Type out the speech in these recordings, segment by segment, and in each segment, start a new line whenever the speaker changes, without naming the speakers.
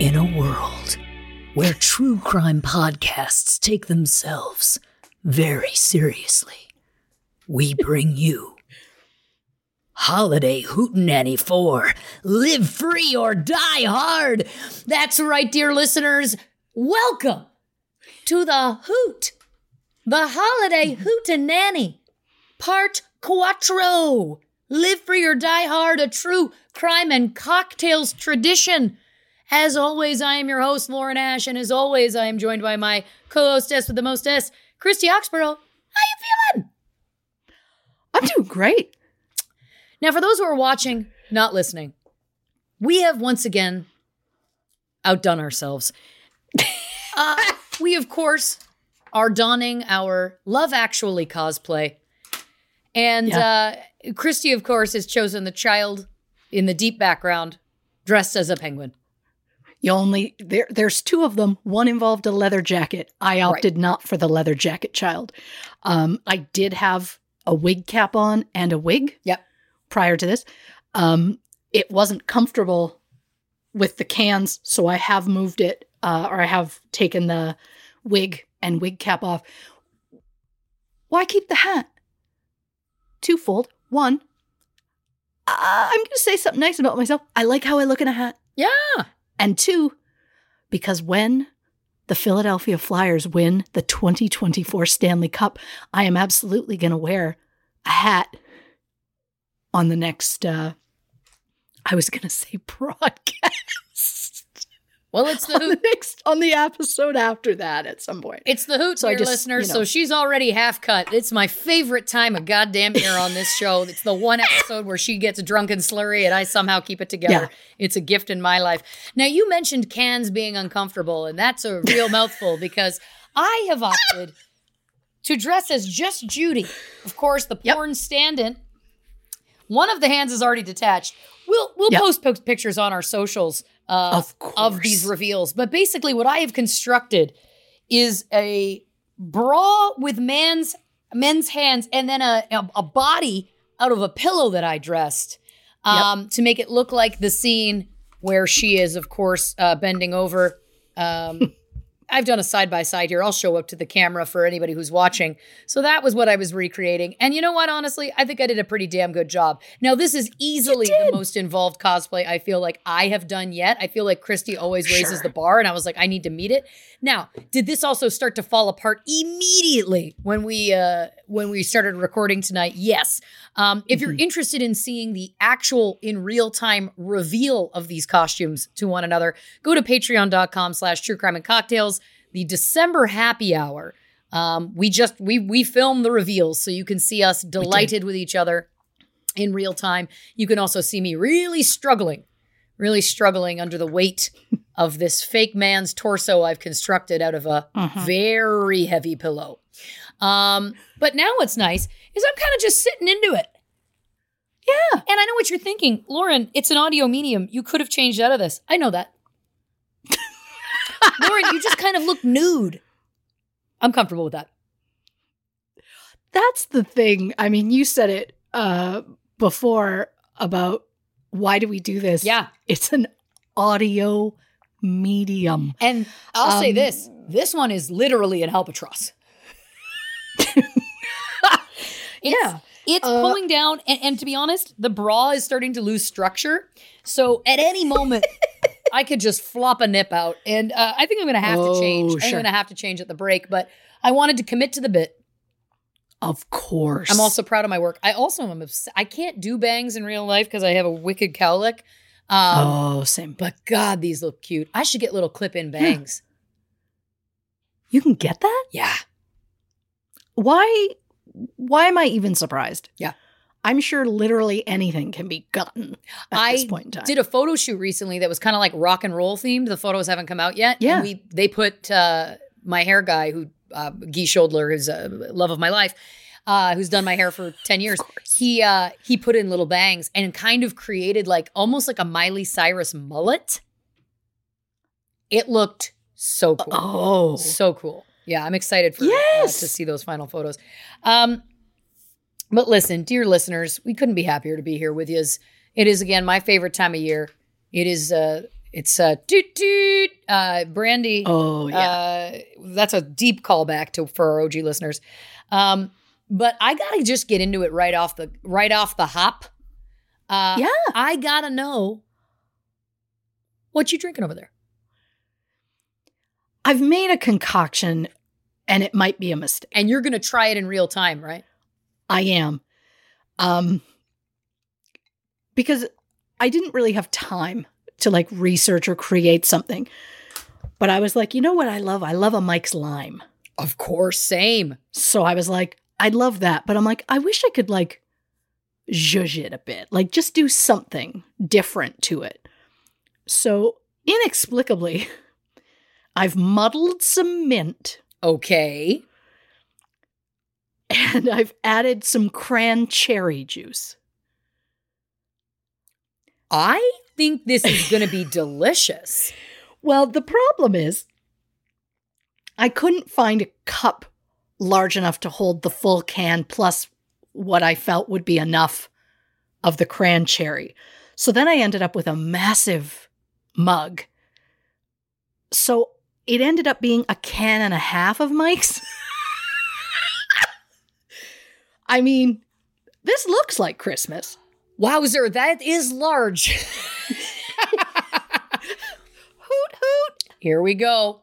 In a world where true crime podcasts take themselves very seriously, we bring you Holiday Hootenanny 4 Live Free or Die Hard. That's right, dear listeners. Welcome to the Hoot, the Holiday Hootenanny, Part Quattro Live Free or Die Hard, a true crime and cocktails tradition. As always, I am your host, Lauren Ash, and as always, I am joined by my co-hostess with the mostess, Christy Oxborough. How you feeling?
I'm doing great.
Now, for those who are watching, not listening, we have once again outdone ourselves. Uh, we, of course, are donning our Love Actually cosplay. And uh, Christy, of course, has chosen the child in the deep background dressed as a penguin.
You only there there's two of them. One involved a leather jacket. I opted not for the leather jacket child. Um I did have a wig cap on and a wig
Yep.
prior to this. Um it wasn't comfortable with the cans, so I have moved it uh or I have taken the wig and wig cap off. Why keep the hat? Twofold. One, uh, I'm going to say something nice about myself. I like how I look in a hat.
Yeah.
And two, because when the Philadelphia Flyers win the 2024 Stanley Cup, I am absolutely going to wear a hat on the next, uh, I was going to say broadcast,
Well, it's the
on
hoot.
the next, on the episode after that at some point.
It's the hoot,
So I
dear
just,
listeners.
you
So
know.
she's already half cut. It's my favorite time of goddamn year on this show. It's the one episode where she gets drunk and slurry, and I somehow keep it together. It's a gift in my life. Now you mentioned cans being uncomfortable, and that's a real mouthful because I have opted to dress as just Judy. Of course, the
Yep.
porn stand-in. One of the hands is already detached. We'll we'll
Yep.
post post pictures on our socials uh,
Of
of these
course.
reveals. But basically, what I have constructed is a bra with man's men's hands, and then a a, a body out of a pillow that I dressed um, to make it look like the scene where she is, of course, uh, bending over. Um, I've done a side by side here. I'll show up to the camera for anybody who's watching. So that was what I was recreating. And you know what? Honestly, I think I did a pretty damn good job. Now, this is easily the most involved cosplay I feel like I have done yet. I feel like Christy always raises
Sure.
the bar, and I was like, I need to meet it. Now, did this also start to fall apart immediately when we uh, when we started recording tonight? Yes. Um, if you're interested in seeing the actual in real time reveal of these costumes to one another, go to patreon.com slash true crime and cocktails, the December happy hour. Um, we just we we film the reveals so you can see us delighted with each other in real time. You can also see me really struggling really struggling under the weight of this fake man's torso I've constructed out of a
Mhm.
Mm-hmm. very heavy pillow. Um, but now what's nice is I'm kind of just sitting into it. Yeah. And I know what you're thinking, Lauren, it's an audio medium. You could have changed out of this. I know that. Lauren, you just kind of look nude. I'm comfortable with that.
That's the thing. I mean, you said it uh, before about why do we do this?
Yeah.
It's an audio medium.
And I'll say
Um,
this this one is literally an albatross. It's-
Yeah.
It's
Uh,
pulling down, and, and to be honest, the bra is starting to lose structure. So at any moment, I could just flop a nip out, and uh, I think I'm going to have to
Oh,
change. I think
sure.
I'm going to have to change at the break, but I wanted to commit to the bit.
Of course.
I'm also proud of my work. I also am obs- I can't do bangs in real life because I have a wicked cowlick. Um,
oh, same. But
But God, these look cute. I should get little clip-in bangs.
you can get that?
Yeah.
Why? Why am I even surprised?
Yeah.
I'm sure literally anything can be gotten at
I
this point in time.
did a photo shoot recently that was kind of like rock and roll themed. The photos haven't come out yet. And
Yeah.
we they put uh, my hair guy who uh, Guy Schodler, who's a love of my life, uh, who's done my hair for ten years. He uh, he put in little bangs and kind of created like almost like a Miley Cyrus mullet. It looked so cool.
oh.
So cool. Yeah, I'm excited for uh,
Yes!
to see those final photos. Um, but listen, dear listeners, we couldn't be happier to be here with you. It is again my favorite time of year. It is uh it's uh toot toot uh Brandy
Oh yeah.
uh, that's a deep callback to for our OG listeners. Um, but I gotta just get into it right off the right off the hop. Uh,
Yeah.
I gotta know what you drinking over there.
I've made a concoction, and it might be a mistake.
And you're gonna try it in real time, right?
I am. Um because I didn't really have time to like research or create something. But I was like, you know what I love? I love a Mike's lime.
Of course, same.
So I was like, I love that, but I'm like, I wish I could like zhuzh it a bit. Like just do something different to it. So inexplicably, I've muddled some mint
Okay.
and I've added some cran cherry juice.
I think this is going to be delicious.
Well, the problem is I couldn't find a cup large enough to hold the full can plus what I felt would be enough of the cran cherry. So then I ended up with a massive mug. So it ended up being a can and a half of Mike's. I mean, this looks like Christmas.
Wowzer, that is large.
Hoot hoot.
Here we go.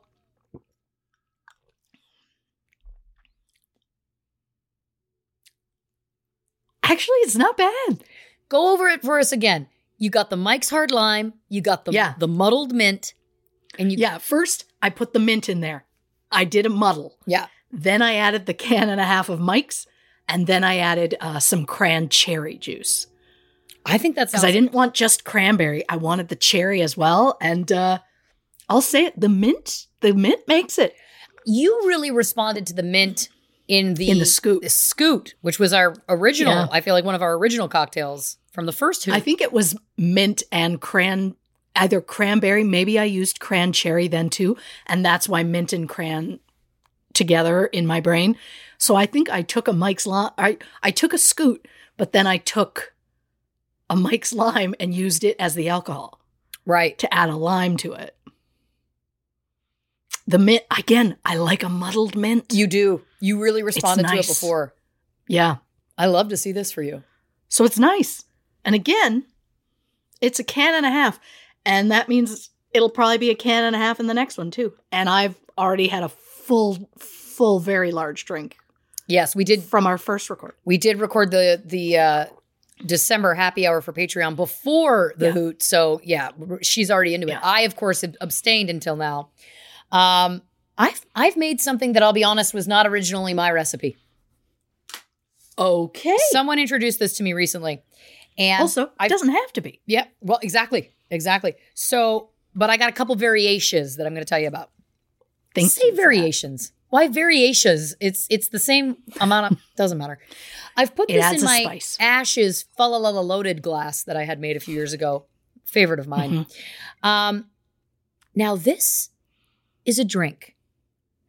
Actually, it's not bad.
Go over it for us again. You got the Mike's hard lime, you got the
Yeah.
the muddled mint, and you
Yeah, first I put the mint in there. I did a muddle.
yeah.
Then I added the can and a half of Mike's, and then I added uh, some cran cherry juice
I think that's
because I didn't want just cranberry. I wanted the cherry as well. And uh, I'll say it: the mint, the mint makes it.
You really responded to the mint in the
In the scoot.
the scoot, which was our original.
Yeah.
I feel like one of our original cocktails from the first two.
I think it was mint and cran, either cranberry. Maybe I used cran cherry then too, and that's why mint and cran together in my brain. So I think I took a Mike's lime. I I took a scoot, but then I took a Mike's lime and used it as the alcohol
right.
to add a lime to it. The mint again. I like a muddled mint.
You do. You really responded
nice.
to it before.
yeah.
I love to see this for you.
So it's nice. And again, it's a can and a half. And that means it'll probably be a can and a half in the next one too. And I've already had a full, full, very large drink
Yes, we did
from our first record.
We did record the the uh, December happy hour for Patreon before the
Yeah.
hoot, so yeah, r- she's already into it.
Yeah.
I, of course, ab- abstained until now. Um, I've I've made something that I'll be honest was not originally my recipe.
Okay.
Someone introduced this to me recently, and
also, it
I
doesn't have to be.
yeah, well, exactly. exactly. So, but I got a couple variations that I'm going to tell you about.
Thank
Say
you for that.
variations. Why variations? It's it's the same amount of doesn't matter. I've put
It
this
adds
in
a
my
spice.
ashes falalala loaded glass that I had made a few years ago. Favorite of mine.
Mm-hmm.
Um, now this is a drink.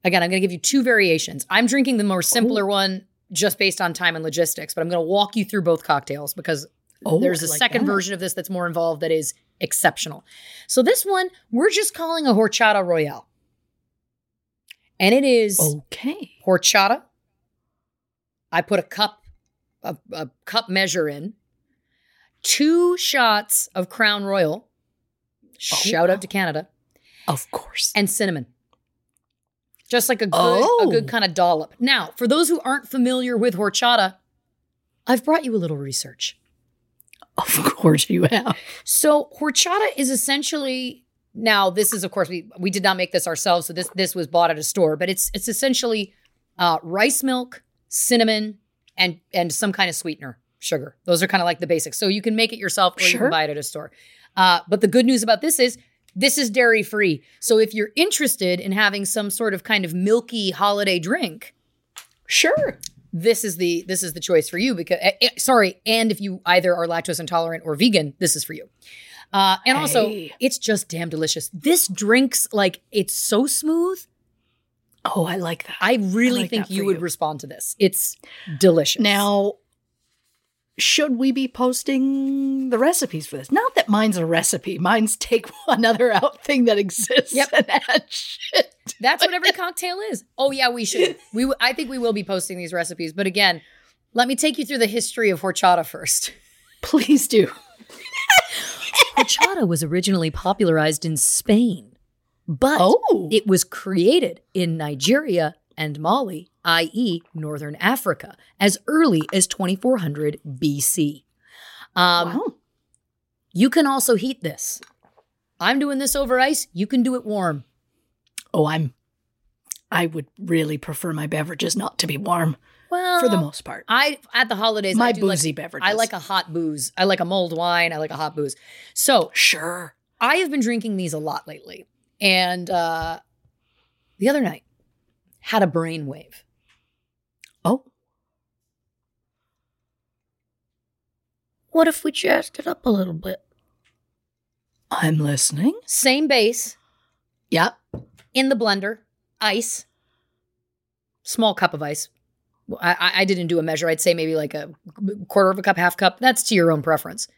Again, I'm going to give you two variations. I'm drinking the more simpler one just based on time and logistics, but I'm going to walk you through both cocktails because
Oh,
there's
I
a
like
second
that.
version of this that's more involved that is exceptional. So this one we're just calling a horchata royale. And it is
Oh, Okay.
horchata. I put a cup, a, a cup measure in, two shots of Crown Royal. Shout
Oh, wow.
out to Canada
Of course.
and cinnamon. Just like a good,
Oh.
a good kind of dollop. Now, for those who aren't familiar with horchata, I've brought you a little research.
of course you have.
So horchata is essentially now this is of course we we did not make this ourselves so this this was bought at a store but it's it's essentially uh, rice milk, cinnamon and and some kind of sweetener, sugar. Those are kind of like the basics. So you can make it yourself or you
Sure.
can buy it at a store. Uh, but the good news about this is this is dairy free. So if you're interested in having some sort of kind of milky holiday drink,
Sure.
this is the this is the choice for you because eh, eh, sorry and if you either are lactose intolerant or vegan this is for you uh, and also
Hey.
it's just damn delicious this drinks like it's so smooth
Oh, I like that.
i really
like
think
that
you
for
would
you.
respond to this it's delicious
Now, should we be posting the recipes for this? Not that mine's a recipe. Mine's take another out thing that exists
Yep.
and add shit.
that's what every cocktail is oh yeah we should we w- i think we will be posting these recipes but again let me take you through the history of horchata first
Please do.
horchata was originally popularized in spain but
Oh,
It was created in Nigeria and Mali, i.e., Northern Africa, as early as 2400 BC. Um,
wow.
You can also heat this. I'm doing this over ice. You can do it warm.
Oh, I'm. I would really prefer my beverages not to be warm
Well,
for the most part.
Uh, I at the holidays, I
my
do like-
boozy beverages.
I like a hot booze. I like a mulled wine. I like a hot booze. So
sure.
I have been drinking these a lot lately, and uh, the other night had a brainwave.
Oh,
What if we jazzed it up a little bit?
I'm listening.
Same base,
Yep.
in the blender, ice, small cup of ice. Well, I, I- I didn't do a measure. I'd say maybe like a quarter of a cup, half cup. That's to your own preference.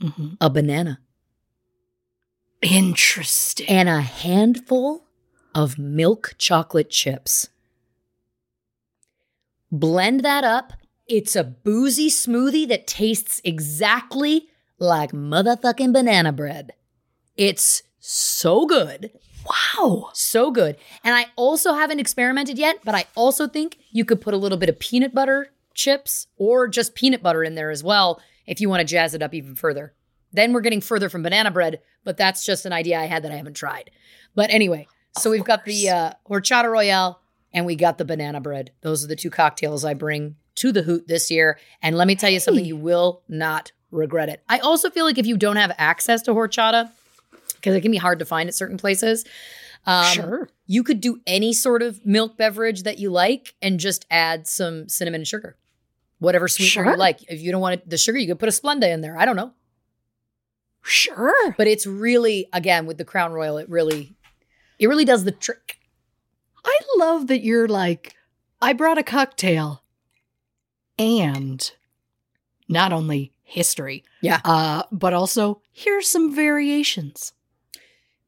hmm
A banana
Interesting.
and a handful of milk chocolate chips. Blend that up. It's a boozy smoothie that tastes exactly like motherfucking banana bread. It's so good.
wow.
So good. And I also haven't experimented yet, but I also think you could put a little bit of peanut butter chips or just peanut butter in there as well if you want to jazz it up even further. Then we're getting further from banana bread, but that's just an idea I had that I haven't tried. But anyway, so
Of
we've got the
course.
uh, horchata royale and we got the banana bread. Those are the two cocktails I bring to the hoot this year. And let me tell you something,
Hey.
you will not regret it. I also feel like if you don't have access to horchata, because it can be hard to find at certain places, um,
sure.
you could do any sort of milk beverage that you like and just add some cinnamon and sugar. Whatever sweetener
Sure.
you like. If you don't want it, the sugar, you could put a Splenda in there. I don't know.
Sure.
But it's really, again, with the Crown Royal, it really, it really does the trick.
I love that you're like, I brought a cocktail and not only history,
Yeah.
uh, but also here's some variations.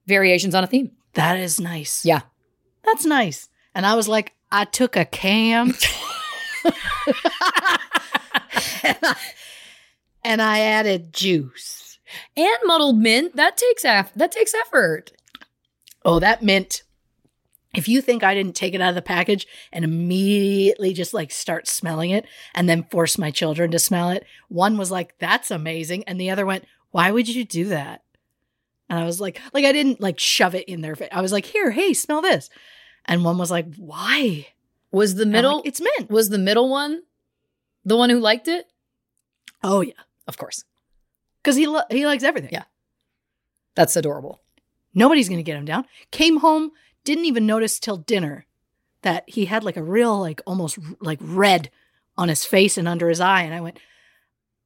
Variations on a theme.
That is nice.
Yeah.
That's nice. And I was like, I took a cam and I added juice.
And muddled mint, that takes af- that takes effort.
Oh, that meant if you think I didn't take it out of the package and immediately just like start smelling it and then force my children to smell it, one was like, that's amazing. And the other went, why would you do that? And I was like, like I didn't like shove it in their face. I was like, here, hey, smell this. And one was like, why?
Was the
And I'm like,
middle
it's mint.
was the middle one the one who liked it?
Oh yeah.
Of course.
because he lo- he likes everything.
Yeah. That's adorable.
Nobody's going to get him down. Came home, didn't even notice till dinner that he had like a real like almost r- like red on his face and under his eye and I went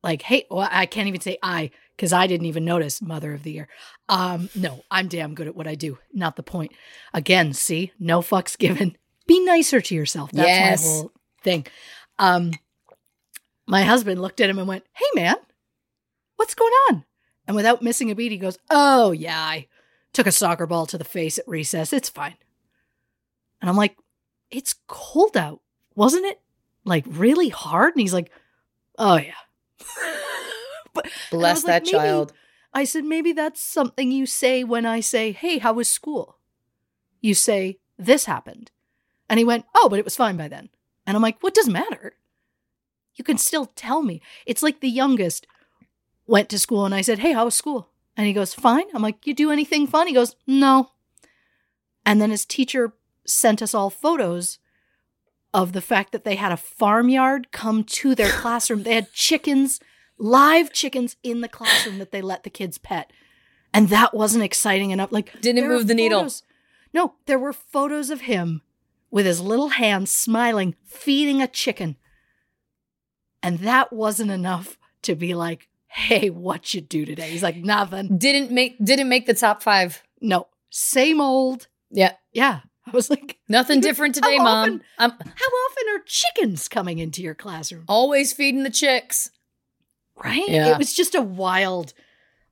like, "Hey, well, I can't even say I cuz I didn't even notice mother of the year." Um no, I'm damn good at what I do. Not the point. Again, see? No fucks given. Be nicer to yourself. That's
Yes.
my whole thing. Um my husband looked at him and went, "Hey man, what's going on?" And without missing a beat, he goes, "Oh, yeah, I took a soccer ball to the face at recess. It's fine." And I'm like, "It's cold out. Wasn't it like really hard?" And he's like, "Oh, yeah." but and I
Bless
was
that
like, "Maybe-"
child.
I said, "Maybe that's something you say when I say, "Hey, how was school?" You say, "This happened." And he went, "Oh, but it was fine by then." And I'm like, "What does matter? You can still tell me." It's like the youngest went to school and I said, Hey, how was school? And he goes, Fine. I'm like, You do anything fun? He goes, No. And then his teacher sent us all photos of the fact that they had a farmyard come to their classroom. They had chickens, live chickens in the classroom that they let the kids pet. And that wasn't exciting enough. Like
Didn't
there
move
were
the needle.
photos- No, there were photos of him with his little hand smiling, feeding a chicken. And that wasn't enough to be like, hey, what you do today? He's like, nothing.
Didn't make didn't make the top five.
No, same old.
Yeah.
Yeah. I was like,
Nothing different today,
How
Mom.
often-
I'm
how often are chickens coming into your classroom?
always feeding the chicks.
Right?
Yeah.
It was just a wild,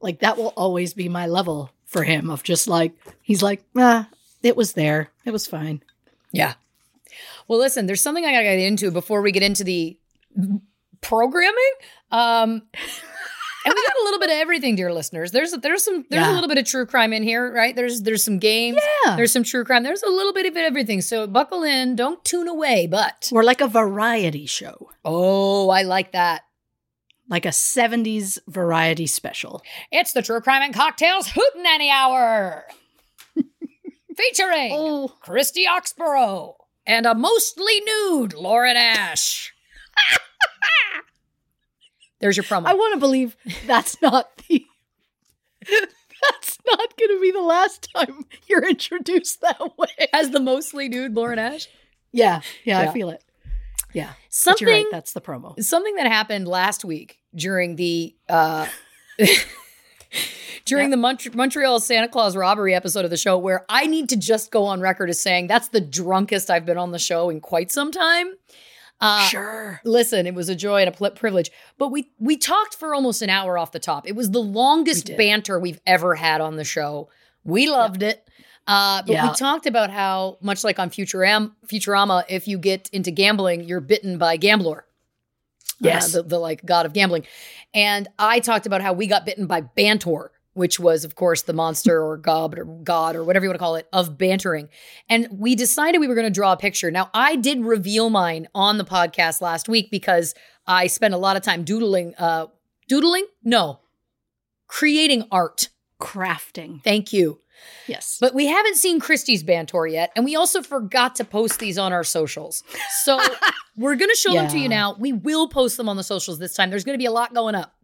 like, that will always be my level for him of just like, he's like, ah, it was there. It was fine.
Yeah. Well, listen, there's something I gotta get into before we get into the programming. Um and we got a little bit of everything, dear listeners. There's there's some there's
Yeah.
a little bit of true crime in here, right? There's there's some games,
Yeah.
there's some true crime, there's a little bit of everything. So buckle in, don't tune away, but
We're like a variety show,
oh, I like that.
like a 70s variety special.
It's the True Crime and Cocktails Hootenanny Hour. Featuring
Oh,
Christy Oxborough and a mostly nude Lauren Ash. There's your promo.
I want to believe that's not the. That's not going to be the last time you're introduced that way.
As the mostly nude Lauren Ash.
Yeah, yeah,
Yeah.
I feel it. Yeah, but
Something
you're right. That's the promo.
something that happened last week during the uh during the Mont- Montreal Santa Claus robbery episode of the show where I need to just go on record as saying that's the drunkest I've been on the show in quite some time. Uh,
sure.
Listen, it was a joy and a pl- privilege, but we we talked for almost an hour off the top. It was the longest
We did.
banter we've ever had on the show. We loved it. Uh, but
Yeah.
we talked about how much like on Futurama, Futurama, if you get into gambling, you're bitten by gambler. Uh,
Yes.
the, the like god of gambling. And I talked about how we got bitten by Bantor, which was, of course, the monster or god or god or whatever you want to call it of bantering. And we decided we were going to draw a picture. Now, I did reveal mine on the podcast last week because I spent a lot of time doodling, uh, doodling? No, creating art.
Crafting.
Thank you.
Yes.
But we haven't seen Christie's Bantor yet, and we also forgot to post these on our socials. So we're gonna show them to you
Yeah.
now. We will post them on the socials this time. There's gonna be a lot going up.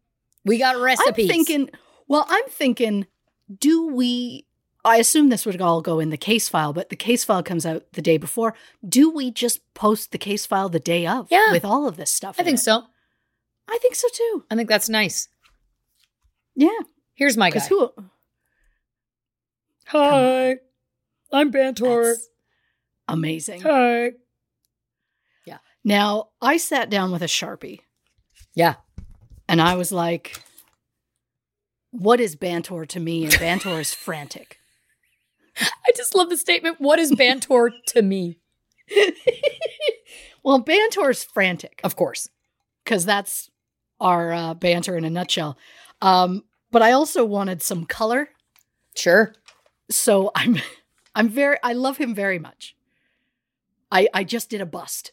We got
I'm
recipes.
thinking. Well, I'm thinking. Do we? I assume this would all go in the case file, but the case file comes out the day before. Do we just post the case file the day of?
Yeah.
With all of this stuff.
I
in
think
it?
so.
I think so too.
I think that's nice.
Yeah.
Here's my guy.
Because who?
Hi, I'm Bantor.
That's amazing.
Hi.
Now, I sat down with a Sharpie
Yeah.
and I was like, what is Bantor to me? And Bantor is frantic.
I just love the statement. What is Bantor to me?
Well, Bantor is frantic
Of course.
because that's our uh, banter in a nutshell. Um, but I also wanted some color.
Sure.
So I'm, I'm very, I love him very much. I, I just did a bust.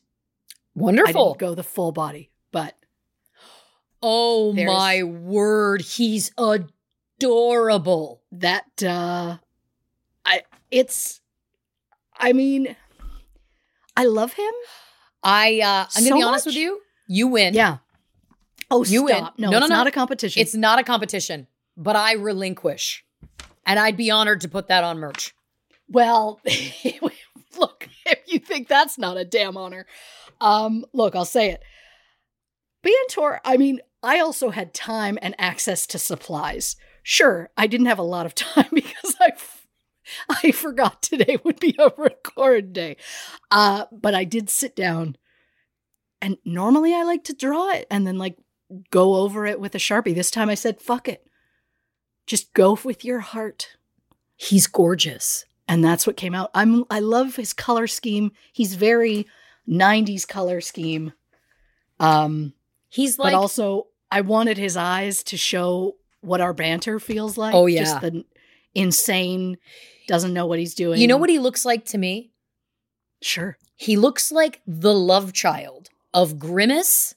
I
Wonderful.
didn't go the full body, but
oh
There's-
my word. He's adorable.
that uh i it's i mean i love him
I uh, I'm
So
uh, gonna be honest
much?
with you. You win.
yeah Oh,
You win.
stop. No,
No, no,
it's
no.
not a competition.
It's not a competition, but I relinquish. And I'd be honored to put that on merch.
Well, look, if you think that's not a damn honor, um, look, I'll say it. Bantor, I mean, I also had time and access to supplies. Sure, I didn't have a lot of time because I, f- I forgot today would be a record day. Uh, but I did sit down, and normally I like to draw it and then like go over it with a sharpie. This time I said, fuck it. Just go with your heart
He's gorgeous.
and that's what came out. I'm I love his color scheme. He's very 90s color scheme. Um
He's
but
like
also I wanted his eyes to show what our banter feels like.
Oh, yeah.
Just the insane doesn't know what he's doing.
You know what he looks like to me?
Sure.
He looks like the love child of Grimace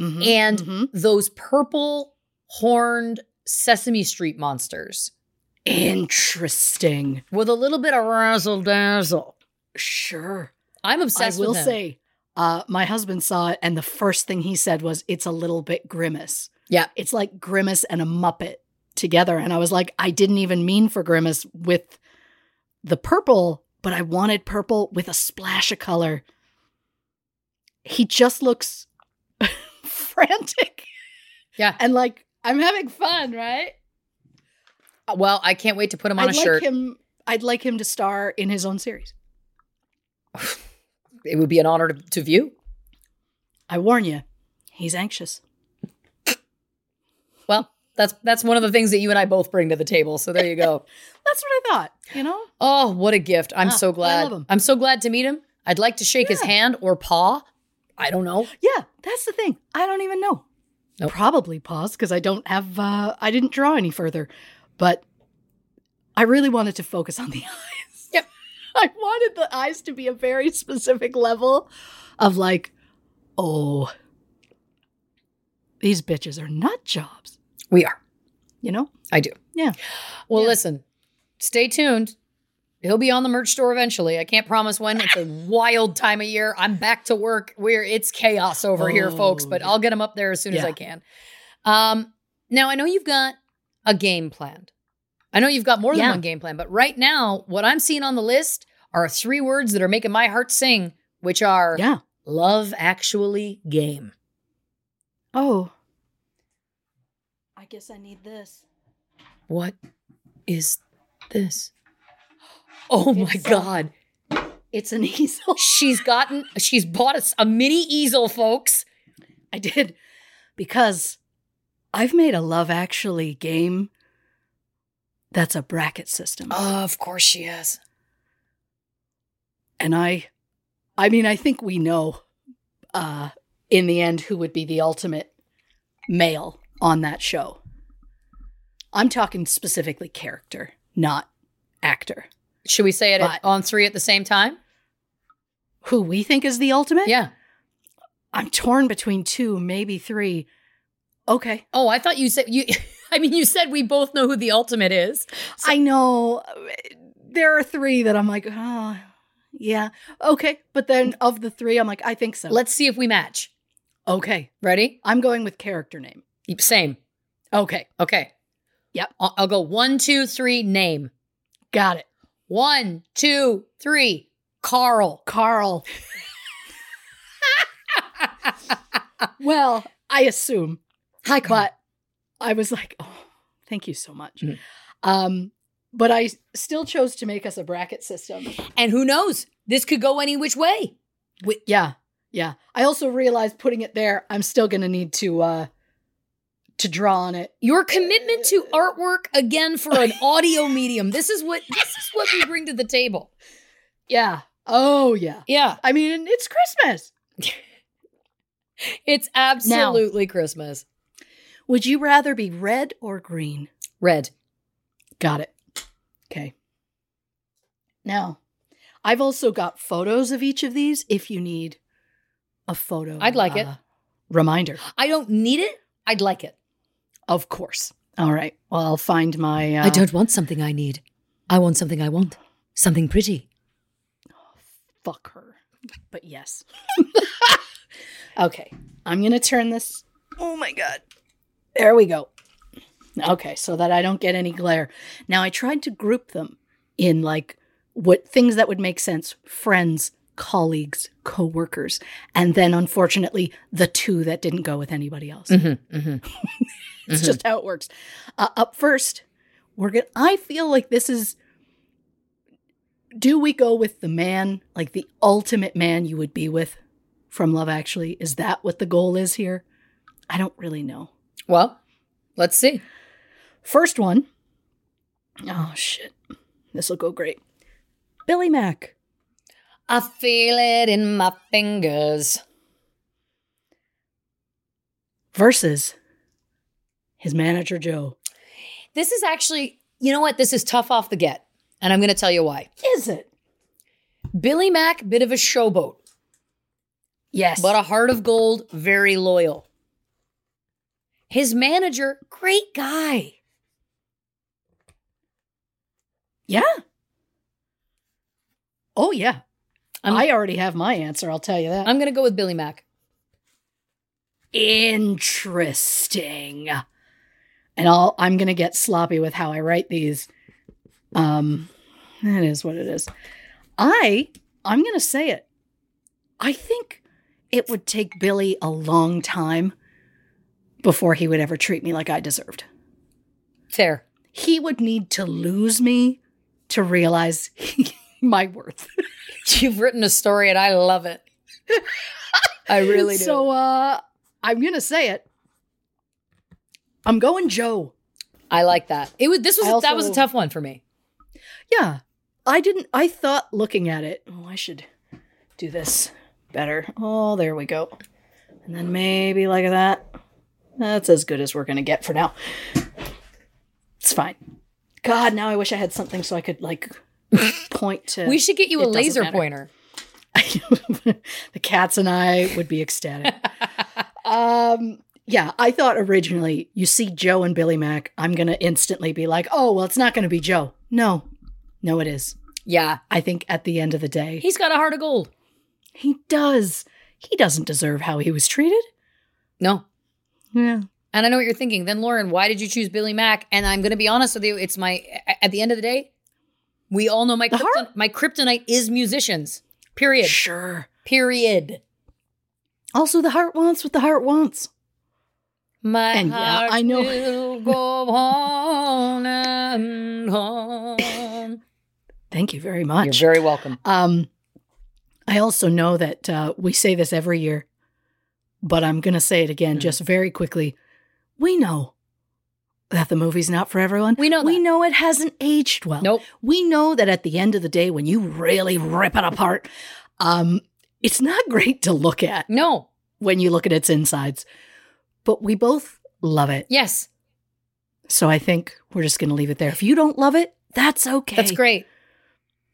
Mhm,
And-
mhm.
those purple horned Sesame Street monsters
interesting.
with a little bit of razzle dazzle.
Sure.
I'm obsessed
I will
with him.
say uh, my husband saw it, and the first thing he said was, "It's a little bit grimace."
Yeah.
it's like grimace and a muppet together, and I was like, I didn't even mean for grimace with the purple, but I wanted purple with a splash of color. He just looks frantic.
Yeah.
and like I'm having fun, right?
Uh, Well, I can't wait to put him on
I'd
a
like
shirt.
him. I'd like him to star in his own series.
It would be an honor to, to view.
I warn you, he's anxious.
Well, that's that's one of the things that you and I both bring to the table. So there you go.
That's what I thought. You know.
oh, what a gift. I'm
Ah, I
so glad.
love him.
I'm so glad to meet him. I'd like to shake his
Yeah.
hand or paw. I don't know.
Yeah, that's the thing. I don't even know.
Nope.
Probably pause because I don't have. Uh, I didn't draw any further, but I really wanted to focus on the eyes.
Yep.
I wanted the eyes to be a very specific level of like, oh, these bitches are nut jobs.
We are.
You know?
I do.
Yeah.
Well,
Yeah.
listen, stay tuned. He'll be on the merch store eventually. I can't promise when. It's a wild time of year. I'm back to work. We're it's chaos over here, folks,
Oh,
but
yeah.
I'll get him up there as soon as
Yeah.
I can. Um, now I know you've got a game planned. I know you've got more than
Yeah.
one game plan, but right now, what I'm seeing on the list are three words that are making my heart sing, which are
Yeah.
love actually game.
Oh. I guess I need this.
What is this? Oh my
It's, uh,
god.
It's an easel.
She's gotten, she's bought us a mini easel, folks.
I did because I've made a Love Actually game that's a bracket system.
of course she is.
And I I mean I think we know uh in the end who would be the ultimate male on that show. I'm talking specifically character, not actor.
Should we say it at-
But-
on three at the same time?
Who we think is the ultimate?
Yeah.
I'm torn between two, maybe three. Okay.
Oh, I thought you said you. I mean, you said we both know who the ultimate is. So-
I know there are three that I'm like, oh, yeah, okay. But then of the three, I'm like, I think so.
Let's see if we match.
okay.
Ready?
I'm going with character name.
Same.
Okay,
Okay.
Yep.
I'll, I'll go one, two, three. Name.
got it.
One, two, three. Carl.
Carl. well, I assume,
Hi,
but I was like, oh, thank you so much.
Mhm.
Um, but I still chose to make us a bracket system.
And who knows? This could go any which way.
Yeah, yeah. I also realized putting it there, I'm still gonna need to uh to draw on it
Your commitment to artwork again for an audio medium. This is what this is what we bring to the table.
Yeah. Oh, yeah.
Yeah,
I mean, it's Christmas.
it's absolutely Christmas.
Would you rather be red or green?
Red.
Got it. Okay. Now, I've also got photos of each of these if you need a photo. uh,
I'd like it.
Reminder.
I don't need it. I'd like it.
Of course. All right. Well, I'll find my. Uh,
want something I need. I want something I want. Something pretty.
Fuck her. But yes. okay. I'm going to turn this Oh my god. There we go. Okay, so that I don't get any glare. Now I tried to group them in like what things that would make sense, friends, colleagues, coworkers, and then unfortunately the two that didn't go with anybody else.
Mm-hmm, mm-hmm.
It's just how it works. Uh, up first, we're gonna. I feel like this is. Do we go with the man, like the ultimate man you would be with from Love Actually? Is that what the goal is here? I don't really know.
Well, let's see.
First one. Oh shit, this will go great. Billy Mack.
I feel it in my fingers.
versus his manager Joe.
This is actually, you know what? This is tough off the get. And I'm going to tell you why.
Is it?
Billy Mack, bit of a showboat,
Yes.
but uh, a heart of gold, very loyal. His manager, great guy.
yeah. Oh yeah.
I'm-
i already have my answer, I'll tell you that.
I'm going to go with Billy Mack.
Interesting. And I'll I'm gonna get sloppy with how I write these. Um that is what it is. I I'm gonna say it. I think it would take Billy a long time before he would ever treat me like I deserved.
Fair.
he would need to lose me to realize my worth.
You've written a story and I love it. I really do.
So uh I'm gonna say it. I'm going Joe.
I like that. It was this was
I
that was a
also-
tough one for me.
Yeah. I didn't I thought looking at it, oh I should do this better. Oh, there we go. And then maybe like that. That's as good as we're gonna get for now. It's fine. God, now I wish I had something so I could like point to
We should get you
It
a
doesn't
laser
matter.
pointer.
the cats and I would be ecstatic. um, yeah, I thought originally you see Joe and Billy Mack, I'm going to instantly be like, oh, well, it's not going to be Joe. No, no, it is.
Yeah.
I think at the end of the day, he,
He's got a heart of gold.
does. He doesn't deserve how he was treated.
No.
Yeah.
And I know what you're thinking. Then Lauren, why did you choose Billy Mack? And I'm going to be honest with you, it's my a- at the end of the day, we all know my
The
krypton- my kryptonite is musicians. Period.
Sure.
Period.
Also, the heart wants what the heart wants.
My
And yeah,
heart
I know.
will go on and on.
Thank you very
You're
much.
very welcome.
Um, I also know that uh, we say this every year, but I'm going to say it again
Mhm.
just very quickly. We know that the movie's not for everyone.
We know
We
that.
know it hasn't aged well.
Nope.
We know that at the end of the day, when you really rip it apart, um, it's not great to look at
No.
when you look at its insides. But we both love it.
Yes.
So I think we're just going to leave it there. If you don't love it, that's okay.
That's great.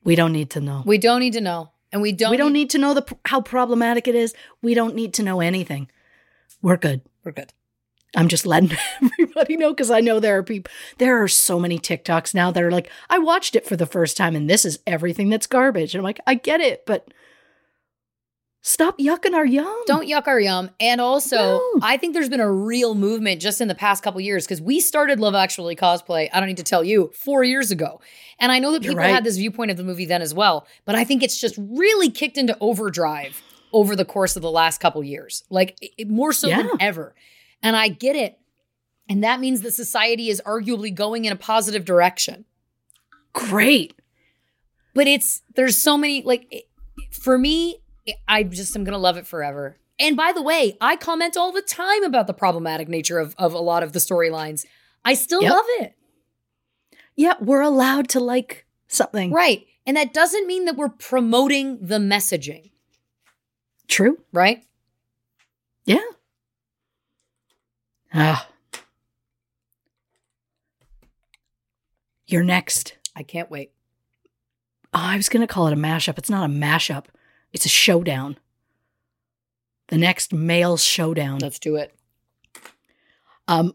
We don't need to know.
We don't need to know. And we don't
we don't need to know the how problematic it is. We don't need to know anything. We're good.
We're good.
I'm just letting everybody know because I know there are people. There are so many TikToks now that are like, I watched it for the first time and this is everything that's garbage. And I'm like, I get it, but stop yucking our yum.
Don't yuck our yum. And also,
No.
I think there's been a real movement just in the past couple years because we started Love Actually cosplay. I don't need to tell you four years ago, and I know that
You're
people
right.
had this viewpoint of the movie then as well. But I think it's just really kicked into overdrive over the course of the last couple years, like it- it- more so than
Yeah.
ever. And I get it, and that means that society is arguably going in a positive direction.
Great.
But it's there's so many like it- for me, I just am gonna love it forever. And by the way, I comment all the time about the problematic nature of of a lot of the storylines. I still
Yep.
love it,
Yeah, we're allowed to like something.
right? And that doesn't mean that we're promoting the messaging,
True.
right?
Yeah. Ah. You're next. Ah,
I can't wait.
I was going to call it a mashup. It's not a mashup, it's a showdown. The next male showdown.
Let's do it.
Um,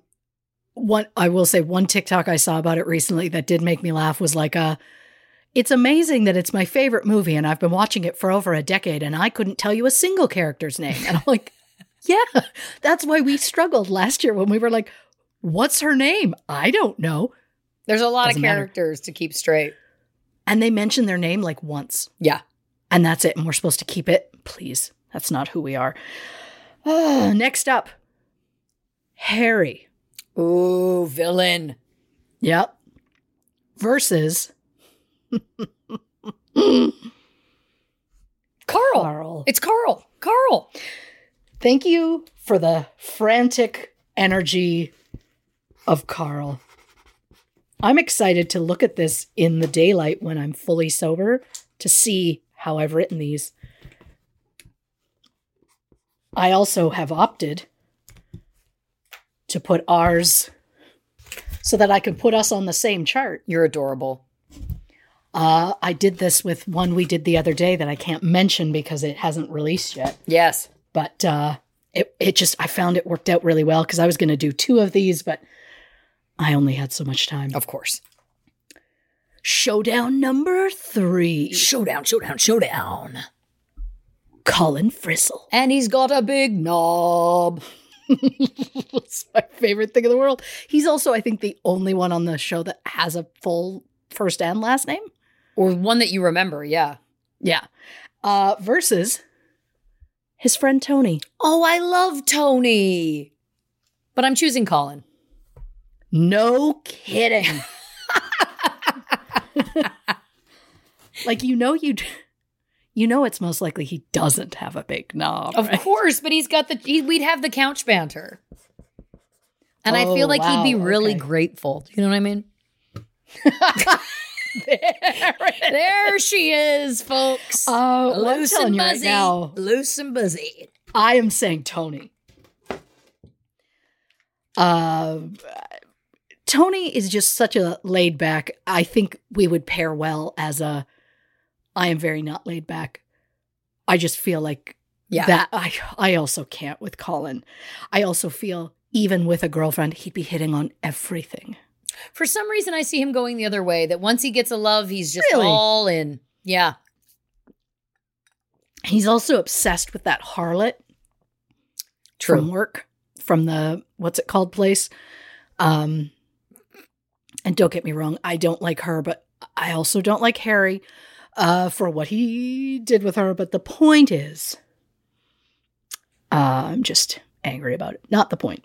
one I will say one TikTok I saw about it recently that did make me laugh was like, uh, it's amazing that it's my favorite movie and I've been watching it for over a decade and I couldn't tell you a single character's name. And I'm like, Yeah. That's why we struggled last year when we were like, what's her name? I don't know.
There's a lot
Doesn't
of
matter.
characters to keep straight.
And they mentioned their name like once.
Yeah.
And that's it. And we're supposed to keep it. Please. That's not who we are. Ah, next up, Harry.
Ooh, villain.
Yep. Versus
Carl.
Carl.
It's Carl. Carl.
Thank you for the frantic energy of Carl. I'm excited to look at this in the daylight when I'm fully sober to see how I've written these. I also have opted to put ours so that I can put us on the same chart.
You're adorable.
Uh, I did this with one we did the other day that I can't mention because it hasn't released yet
Yes.
but uh, it it just I found it worked out really well because I was going to do two of these, but I only had so much time.
Of course.
Showdown number three:
Showdown, showdown, showdown.
Colin Frissell.
And he's got a big knob.
It's my favorite thing in the world. He's also, I think, the only one on the show that has a full first and last name.
Or one that you remember, yeah.
Yeah. Uh, versus his friend Tony.
Oh, I love Tony. But I'm choosing Colin.
No kidding. like you know you you know it's most likely he doesn't have a big knob.
Of
right?
course, but he's got the he, we'd have the couch banter. And I
Oh,
feel like he'd be
wow,
really
okay.
grateful. You know what I mean? there she is, folks.
Uh, well, I'm
Loose
telling
and
you right
buzzy.
now,
Loose and buzzy.
I am saying Tony. Uh, Tony is just such a laid back. I think we would pair well as a. I am very not laid back. I just feel like
Yeah.
that I I also can't with Colin. I also feel even with a girlfriend, he'd be hitting on everything.
For some reason, I see him going the other way. That once he gets a love, he's just
Really?
all in. Yeah.
He's also obsessed with that harlot from work, from the what's it called place. Um, and don't get me wrong, I don't like her, but I also don't like Harry uh, for what he did with her. But the point is, uh, I'm just angry about it. Not the point.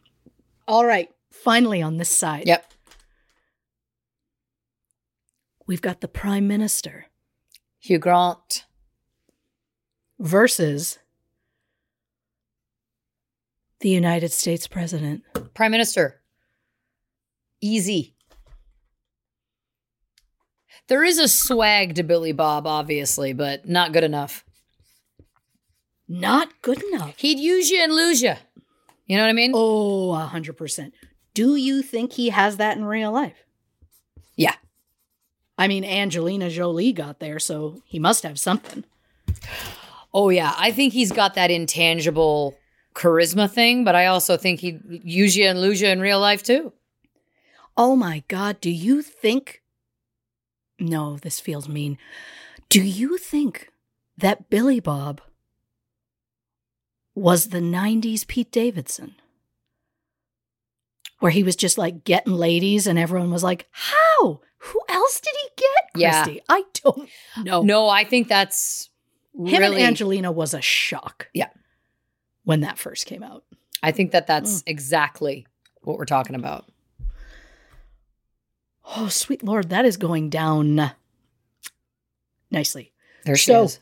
All right, finally on this side,
Yep.
we've got the prime minister
Hugh Grant.
versus the United States president.
Prime Minister. Easy. There is a swag to Billy Bob, obviously, but not good enough.
Not good enough.
He'd use you and lose you. You know what I mean?
Oh, a 100%. Do you think he has that in real life?
Yeah.
I mean, Angelina Jolie got there, so he must have something.
Oh, yeah. I think he's got that intangible charisma thing, but I also think he'd use you and lose you in real life, too.
Oh my God, do you think? No, this feels mean. Do you think that Billy Bob was the 90s Pete Davidson? Where he was just like getting ladies, and everyone was like, How? Who else did he get?
Yeah.
Christy? I don't know.
No, I think that's
Him
really.
and Angelina was a shock.
Yeah.
When that first came out.
I think that that's
Mm.
exactly what we're talking about.
Oh, sweet Lord, that is going down nicely.
There she
So-
is.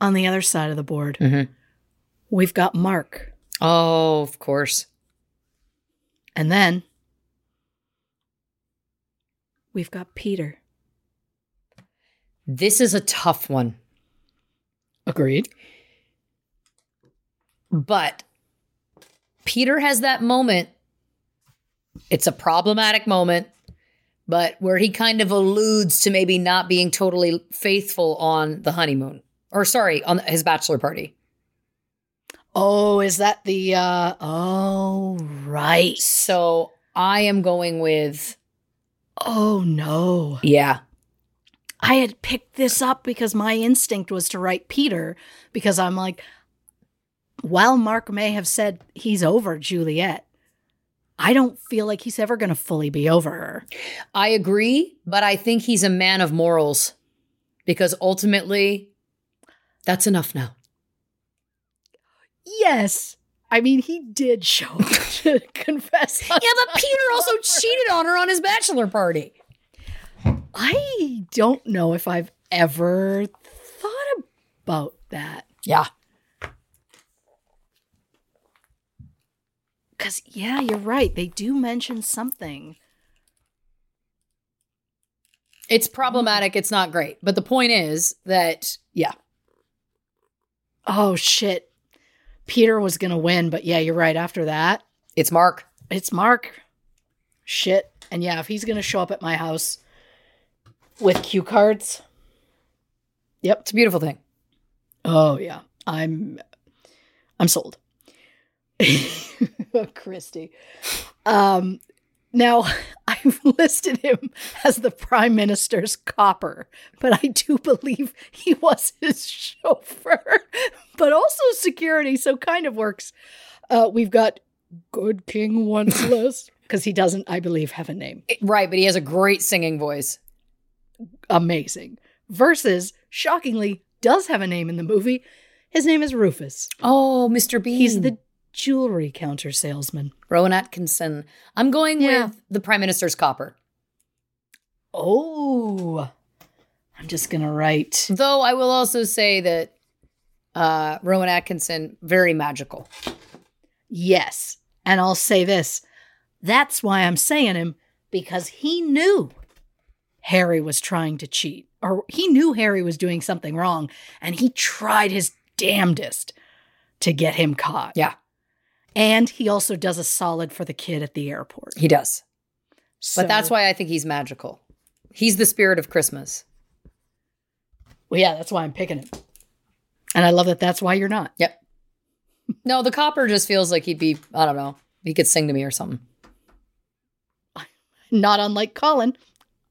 On the other side of the board,
Mhm.
we've got Mark.
Oh, of course.
And then we've got Peter.
This is a tough one,
Agreed.
but Peter has that moment. It's a problematic moment, but where he kind of alludes to maybe not being totally faithful on the honeymoon, or sorry, on his bachelor party.
Oh, is that the uh oh right.
So I am going with,
Oh no.
yeah,
I had picked this up because my instinct was to write Peter because I'm like while Mark may have said he's over Juliet, I don't feel like he's ever going to fully be over her.
I agree, but I think he's a man of morals because ultimately that's enough now.
Yes. I mean, he did show up to confess. Yeah,
Yeah, but Peter also cheated on her on his bachelor party.
I don't know if I've ever thought about that.
Yeah.
Because, yeah, you're right. They do mention something.
It's problematic. It's not great. But the point is that, yeah.
Oh, shit. Peter was going to win, but yeah, you're right. After that,
It's Mark.
it's Mark. Shit. And yeah, if he's going to show up at my house with cue cards. Yep.
It's a beautiful thing.
Oh yeah, I'm I'm sold. Christy. Um now I've listed him as the prime minister's copper, but I do believe he was his chauffeur, but also security, so kind of works. Uh, we've got good king once less because he doesn't, I believe, have a name.
It- right. But he has a great singing voice.
Amazing. Versus, shockingly, does have a name in the movie. His name is Rufus.
Oh, Mr. Bean.
He's the jewelry counter salesman.
Rowan Atkinson. I'm going
Yeah.
with the prime minister's copper.
Oh, I'm just gonna write.
Though I will also say that uh, Rowan Atkinson, very magical.
Yes, and I'll say this. That's why I'm saying him because he knew Harry was trying to cheat, or he knew Harry was doing something wrong, and he tried his damnedest to get him caught.
Yeah,
And he also does a solid for the kid at the airport.
he does.
So-
But that's why I think he's magical. He's the spirit of Christmas.
Well, yeah, that's why I'm picking him. And I love that. That's why you're not.
Yep. No, the copper just feels like he'd be, I don't know, he could sing to me or something.
Not unlike Colin.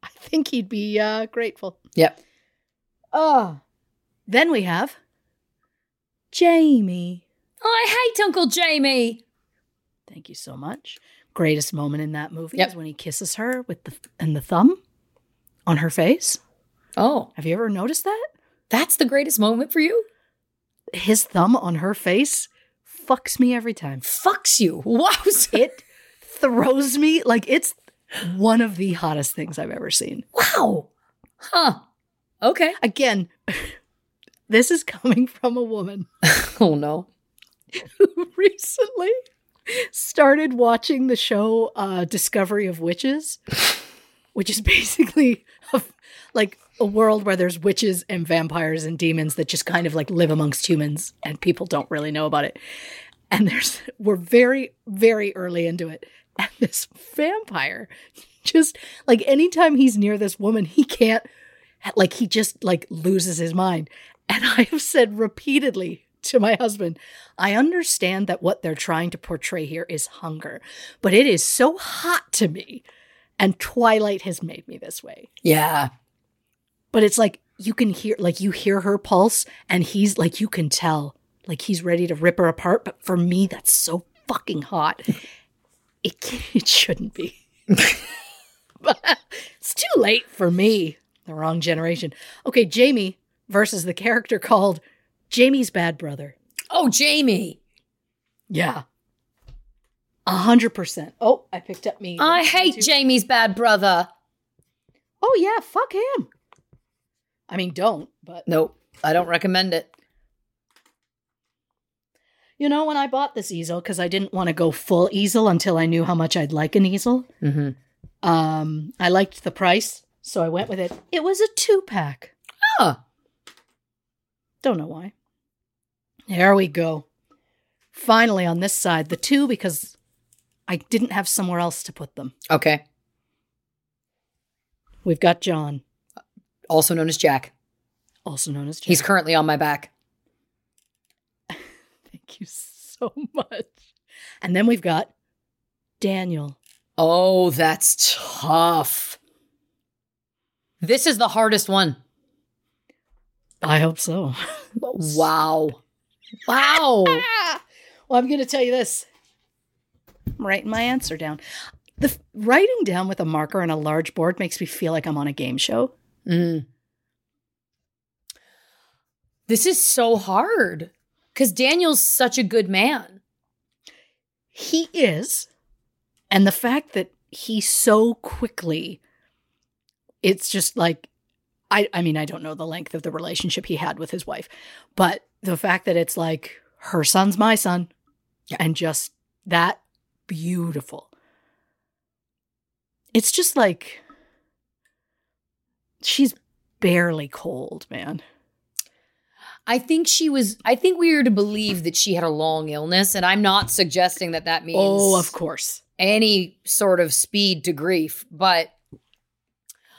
I think he'd be uh, grateful.
Yep. Ah.
Oh. Then we have Jamie.
Oh, I hate Uncle Jamie.
Thank you so much. Greatest moment in that movie
Yep.
is when he kisses her with the and the thumb on her face.
Oh,
Have you ever noticed that?
that's the greatest moment for you?
His thumb on her face fucks me every time.
Fucks you. Wow.
It throws me like it's one of the hottest things I've ever seen.
Wow. Huh. Okay.
Again, this is coming from a woman
Oh, no.
who recently started watching the show uh, Discovery of Witches, which is basically a, like a world where there's witches and vampires and demons that just kind of like live amongst humans and people don't really know about it. And there's we're very very early into it. And this vampire just like anytime he's near this woman, he can't like he just like loses his mind. And I have said repeatedly to my husband, I understand that what they're trying to portray here is hunger, but it is so hot to me. And Twilight has made me this way.
Yeah.
But it's like you can hear like you hear her pulse and he's like you can tell like he's ready to rip her apart, but for me that's so fucking hot. It can, it shouldn't be. but it's too late for me. The wrong generation. Okay, Jamie versus the character called Jamie's bad brother.
Oh, Jamie.
Yeah. A hundred percent. Oh, I picked up me.
I hate Jamie's bad brother.
Oh yeah, fuck him. I mean, don't. But
Nope. I don't recommend it.
you know, when I bought this easel because I didn't want to go full easel until I knew how much I'd like an easel.
Mm-hmm.
Um, I liked the price, so I went with it. It was a two pack.
Huh.
Don't know why. There we go. Finally, on this side, the two because I didn't have somewhere else to put them.
Okay.
We've got John,
Also known as Jack.
also known as Jack.
He's currently on my back.
Thank you so much. And then we've got Daniel.
Oh, that's tough. This is the hardest one.
I hope so.
Wow. Wow.
Ah! Well, I'm going to tell you this. I'm writing my answer down. The f- writing down with a marker and a large board makes me feel like I'm on a game show.
Mm. This is so hard because Daniel's such a good man.
He is, and the fact that he so quickly, it's just like, I I mean, I don't know the length of the relationship he had with his wife, but the fact that it's like her son's my son,
Yeah.
and just that beautiful. It's just like she's barely cold, man.
I think she was, I think we are to believe that she had a long illness, and I'm not suggesting that that means
Oh, of course.
any sort of speed to grief, but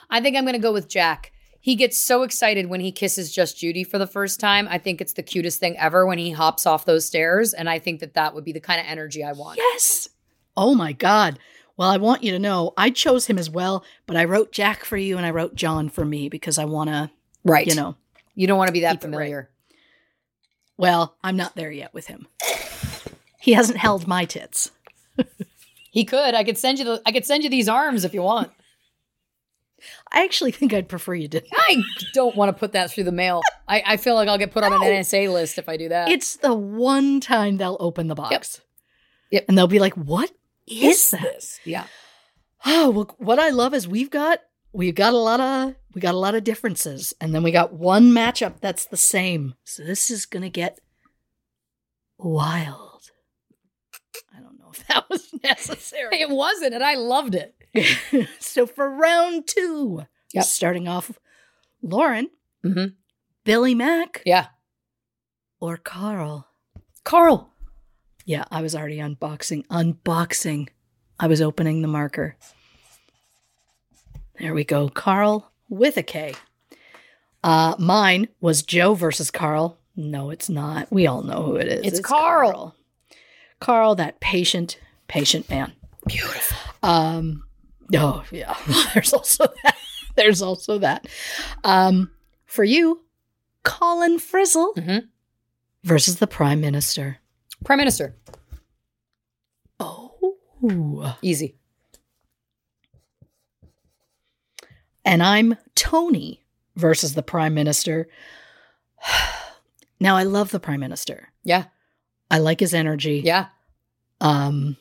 I think I'm going to go with Jack. He gets so excited when he kisses Just Judy for the first time. I think it's the cutest thing ever when he hops off those stairs, and I think that that would be the kind of energy I want.
Yes. Oh my God. Well, I want you to know I chose him as well, but I wrote Jack for you and I wrote John for me because I want to,
Right.
you know.
you don't want to be that
Keep it right.
familiar.
Well, I'm not there yet with him. He hasn't held my tits.
He could. I could send you the. I could send you these arms if you want.
I actually think I'd prefer you didn't.
I don't want to put that through the mail. I, I feel like I'll get put on an NSA list if I do that.
It's the one time they'll open the box.
Yep.
And they'll be like, what is that?
yeah.
Oh, well, what I love is we've got we've got a lot of we got a lot of differences, and then we got one matchup that's the same. So this is gonna get wild. I don't know if that was necessary.
It wasn't, and I loved it.
so for round two,
Yep.
starting off, Lauren,
Mhm.
Billy Mack,
Yeah,
or Carl.
Carl.
Yeah, I was already unboxing. Unboxing. I was opening the marker. There we go. Carl with a K. Uh, mine was Joe versus Carl. No, it's not. We all know who it is.
It's Carl.
Carl. Carl, that patient, patient man. Beautiful. Um, oh yeah. There's also that. There's also that. Um, for you, Colin Frizzle
Mhm.
versus the Prime Minister.
Prime Minister.
Oh.
Easy.
And I'm Tony versus the Prime Minister. now I love the Prime Minister.
Yeah.
I like his energy.
Yeah.
Um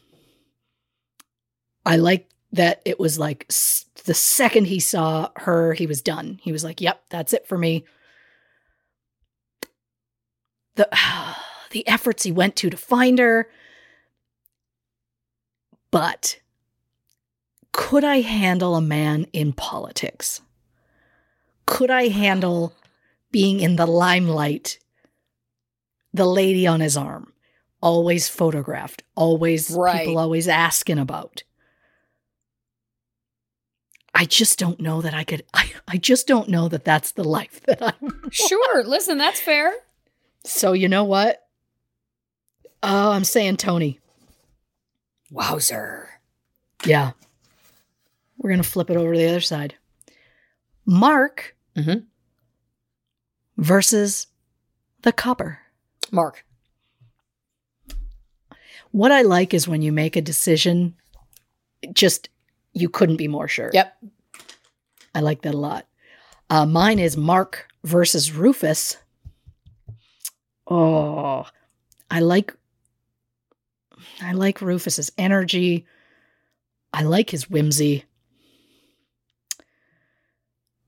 I like that it was like s- the second he saw her, he was done. He was like, "Yep, that's it for me." The the efforts he went to to find her, but could I handle a man in politics? Could I handle being in the limelight? The lady on his arm, always photographed, always
Right.
people always asking about. I just don't know that I could. I, I just don't know that that's the life that I.
Sure. Listen, that's fair.
So you know what? Oh, I'm saying Tony.
Wowzer.
Yeah. We're going to flip it over to the other side. Mark
Mhm.
versus the copper.
Mark.
What I like is when you make a decision, just you couldn't be more sure.
Yep.
I like that a lot. Uh, mine is Mark versus Rufus. Oh, I like I like Rufus's energy. I like his whimsy.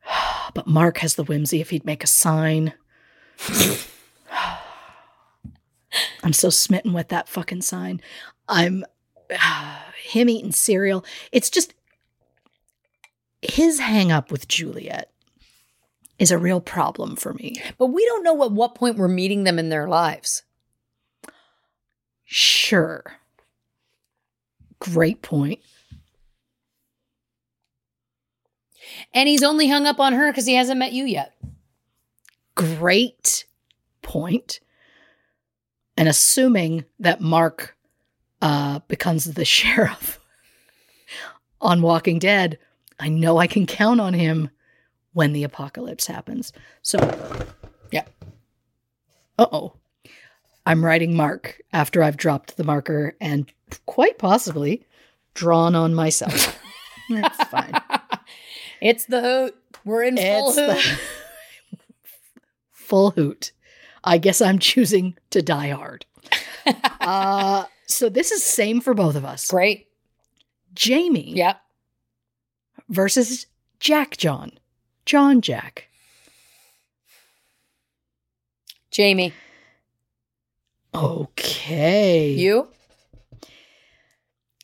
But Mark has the whimsy if he'd make a sign. I'm so smitten with that fucking sign. I'm him eating cereal. It's just his hang up with Juliet is a real problem for me.
But we don't know at what point we're meeting them in their lives.
Sure. Great point.
And he's only hung up on her because he hasn't met you yet.
Great point. And assuming that Mark uh, becomes the sheriff on Walking Dead, I know I can count on him when the apocalypse happens. So,
Yep.
Uh oh. I'm writing mark after I've dropped the marker and quite possibly drawn on myself.
That's fine.
it's the hoot. We're in full
It's the-
hoot.
full hoot. I guess I'm choosing to die hard. uh, so this is same for both of us.
Great.
Jamie
Yep.
versus Jack John. John Jack.
Jamie,
Okay.
you?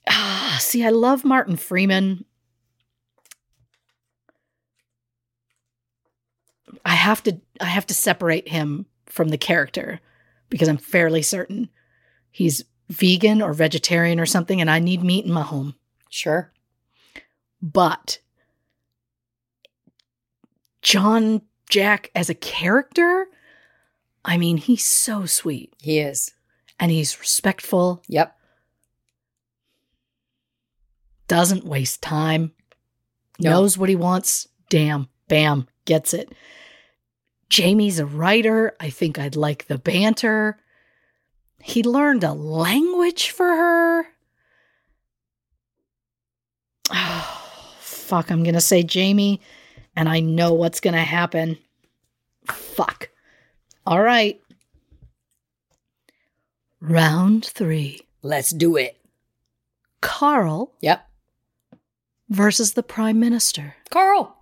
Ah, see, I love Martin Freeman. I have to I have to separate him from the character because I'm fairly certain he's vegan or vegetarian or something and I need meat in my home.
Sure.
But John Jack as a character, I mean, he's so sweet
He is.
and he's respectful,
Yep.
doesn't waste time,
No.
knows what he wants. Damn, bam, gets it. Jamie's a writer. I think I'd like the banter. He learned a language for her. Oh, fuck, I'm going to say Jamie, and I know what's going to happen. Fuck. All right. Round three
Let's do it.
Carl
Yep.
versus the prime minister.
Carl.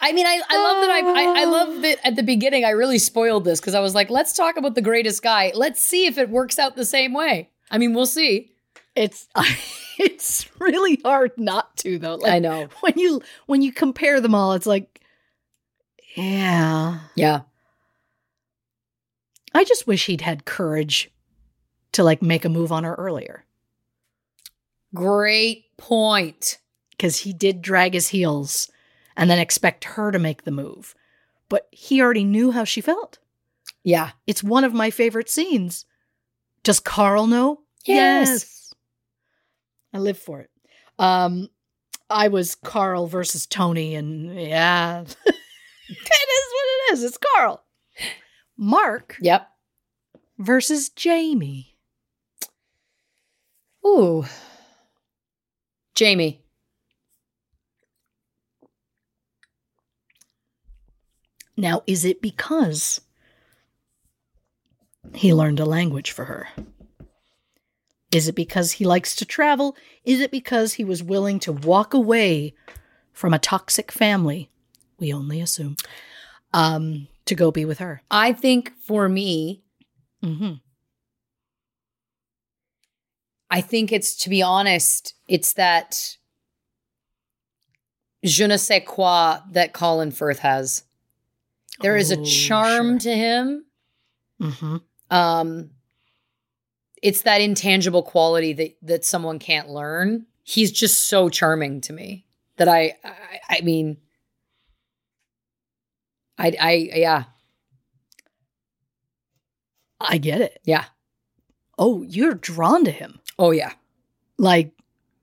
I mean, I, I love that I, I I love that at the beginning I really spoiled this because I was like, let's talk about the greatest guy. Let's see if it works out the same way. I mean, we'll see.
It's it's really hard not to though. Like,
know.
when you when you compare them all, it's like, yeah.
Yeah.
I just wish he'd had courage to like make a move on her earlier
Great point.
because he did drag his heels and then expect her to make the move, but he already knew how she felt.
Yeah.
It's one of my favorite scenes. Does Carl know?
Yes.
I live for it. Um, I was Carl versus Tony, and yeah, it is what it is. It's Carl. Mark
Yep.
versus Jamie.
Ooh. Jamie.
Now, is it because he learned a language for her? Is it because he likes to travel? Is it because he was willing to walk away from a toxic family? We only assume. Um, to go be with her.
I think for me,
Mm-hmm.
I think it's to be honest, it's that je ne sais quoi that Colin Firth has. There is a
Oh,
charm to him.
Mm-hmm.
Um, it's that intangible quality that that someone can't learn. He's just so charming to me that I, I, I mean, I, I, yeah,
I get it.
yeah,
Oh, you're drawn to him.
oh yeah,
Like,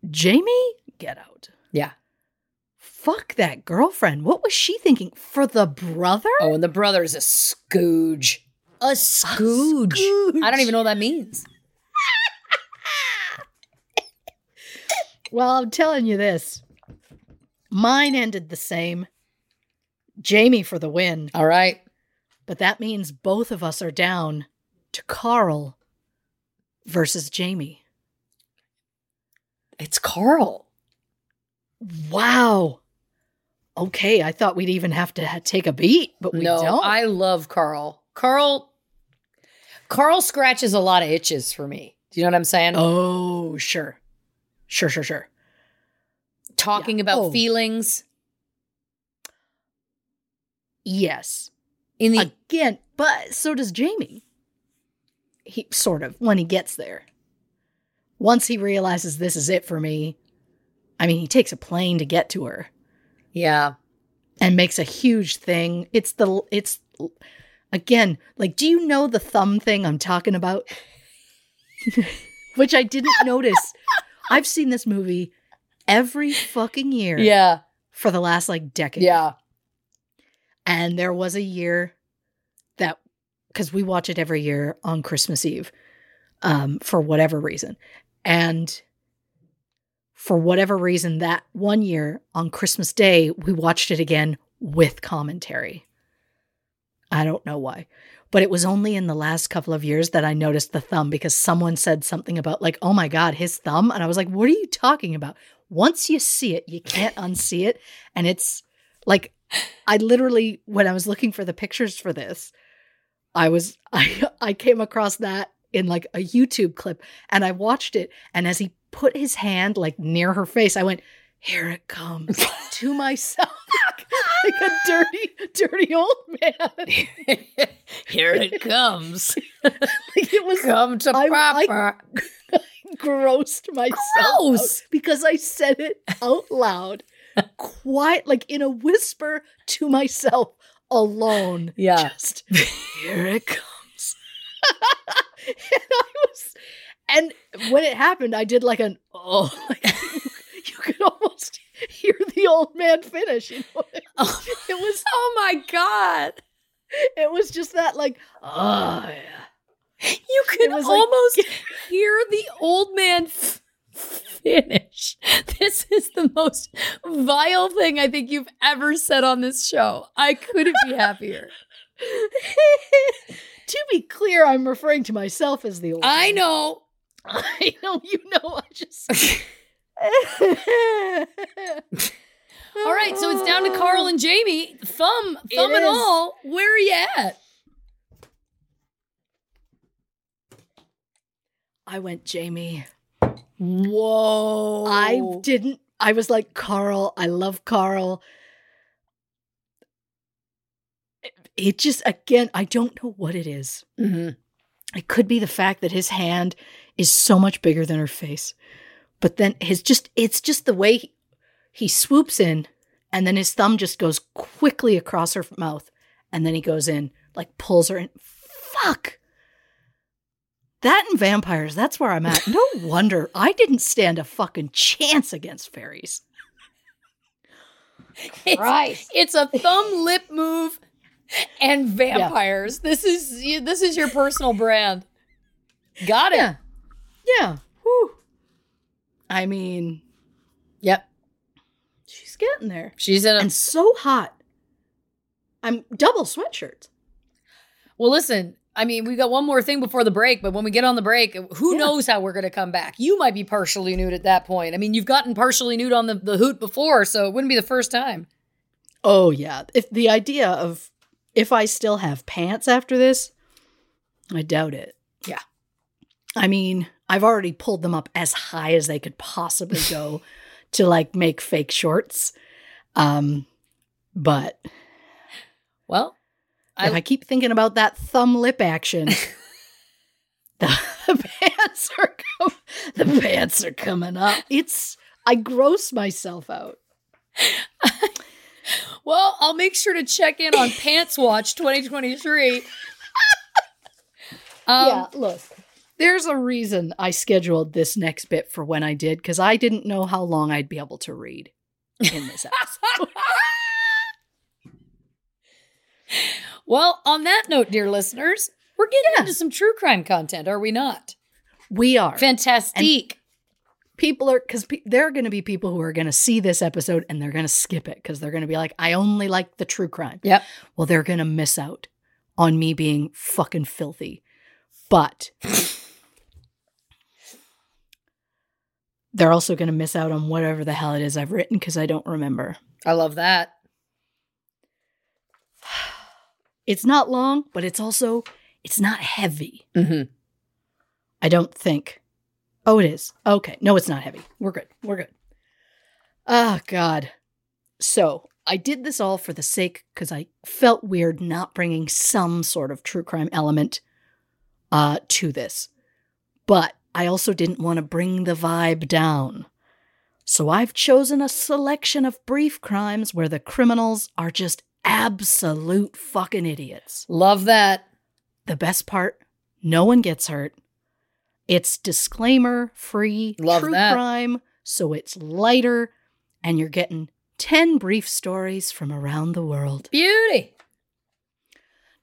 Jamie, get out.
yeah.
Fuck that girlfriend. What was she thinking? For the brother?
Oh, and the brother is a scooge, a scooge. I don't even know what that means.
Well, I'm telling you this. Mine ended the same. Jamie for the win,
All right.
but that means both of us are down to Carl versus Jamie.
It's Carl.
Wow. Okay, I thought we'd even have to ha- take a beat, but we
no,
don't.
I love Carl. Carl Carl scratches a lot of itches for me. Do you know what I'm saying?
oh, sure. Sure, sure, sure.
Talking
yeah.
about
Oh.
feelings
Yes.
in the
Again, but so does Jamie. He sort of when he gets there. Once he realizes this is it for me, I mean, he takes a plane to get to her
Yeah.
and makes a huge thing. It's the it's again, like do you know the thumb thing I'm talking about? Which I didn't notice. I've seen this movie every fucking year
Yeah.
for the last like decade.
Yeah.
And there was a year that, because we watch it every year on Christmas Eve um, for whatever reason. And for whatever reason, that one year on Christmas Day, we watched it again with commentary. I don't know why. But it was only in the last couple of years that I noticed the thumb because someone said something about, like, oh my God, his thumb. And I was like, what are you talking about? Once you see it, you can't unsee it. And it's like, I literally, when I was looking for the pictures for this, I was, I, I came across that in like a YouTube clip and I watched it. And as he put his hand like near her face, I went, here it comes to myself. like a dirty, dirty old man.
Here it comes.
Like it was
Come to
I- I-
proper.
grossed myself
Gross.
out because I said it out loud, quiet, like in a whisper to myself alone.
Yeah.
Just here it comes. and I was, and when it happened, I did like an oh, like, you could almost hear the old man finish. You know?
Oh.
It was,
oh my god.
it was just that like oh yeah.
You can
It was like-
almost hear the old man f- finish. This is the most vile thing I think you've ever said on this show. I couldn't be happier.
to be clear, I'm referring to myself as the old.
I
man.
know.
I know. You know. I just.
All right, so it's down to Carl and Jamie. Thumb, thumb and
is.
all. Where are you at?
I went, Jamie.
Whoa.
I didn't. I was like, Carl. I love Carl. It- It just again. I don't know what it is.
Mhm.
It could be the fact that his hand is so much bigger than her face. But then his just it's just the way he, he swoops in and then his thumb just goes quickly across her mouth and then he goes in like pulls her in. Fuck. That and vampires, that's where I'm at. No wonder I didn't stand a fucking chance against fairies.
It's, it's a thumb lip move and vampires. This is you- this is your personal brand. Got it.
Yeah. Yeah. Whew. I mean,
Yep.
she's getting there.
She's in a
And so hot. I'm double sweatshirt.
Well, listen, I mean, we got one more thing before the break, but when we get on the break, who
Yeah.
knows how we're going to come back? You might be partially nude at that point. I mean, you've gotten partially nude on the, the hoot before, so it wouldn't be the first time.
Oh yeah. If the idea of if I still have pants after this, I doubt it.
Yeah.
I mean, I've already pulled them up as high as they could possibly go to like make fake shorts. Um but
Well,
if
I-
I keep thinking about that thumb lip action, the, the pants are com- the pants are coming up. It's I gross myself out.
well, I'll make sure to check in on Pants Watch 2023. Um,
yeah, look. Um, There's a reason I scheduled this next bit for when I did because I didn't know how long I'd be able to read in this episode.
Well, on that note, dear listeners, we're getting into some true crime content, are we not?
we are
Fantastique.
people are because pe- there are going to be people who are going to see this episode and they're going to skip it because they're going to be like, I only like the true crime.
yep.
Well, they're going to miss out on me being fucking filthy. But they're also going to miss out on whatever the hell it is I've written because I don't remember.
I love that.
It's not long, but it's also it's not heavy.
Mm-hmm.
I don't think. Oh, it is. Okay. No, it's not heavy. We're good. We're good. Oh god. So, I did this all for the sake cuz I felt weird not bringing some sort of true crime element uh to this. But I also didn't want to bring the vibe down. So I've chosen a selection of brief crimes where the criminals are just absolute fucking idiots.
Love that.
The best part, no one gets hurt. It's disclaimer free
Love
true
that.
crime, so it's lighter and you're getting 10 brief stories from around the world.
Beauty.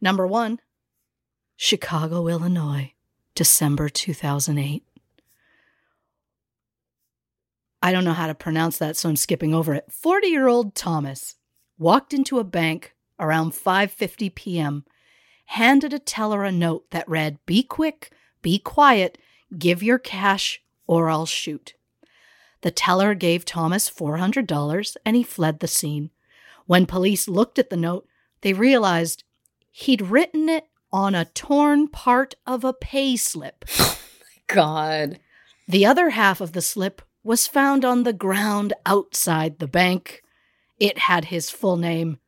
Number one, Chicago, Illinois, December 2008. I don't know how to pronounce that, so I'm skipping over it. 40-year-old Thomas walked into a bank around 5:50 p.m., handed a teller a note that read, "Be quick, be quiet, give your cash or I'll shoot." The teller gave Thomas $400 and he fled the scene. When police looked at the note, they realized he'd written it on a torn part of a pay slip.
God.
The other half of the slip was found on the ground outside the bank. It had his full name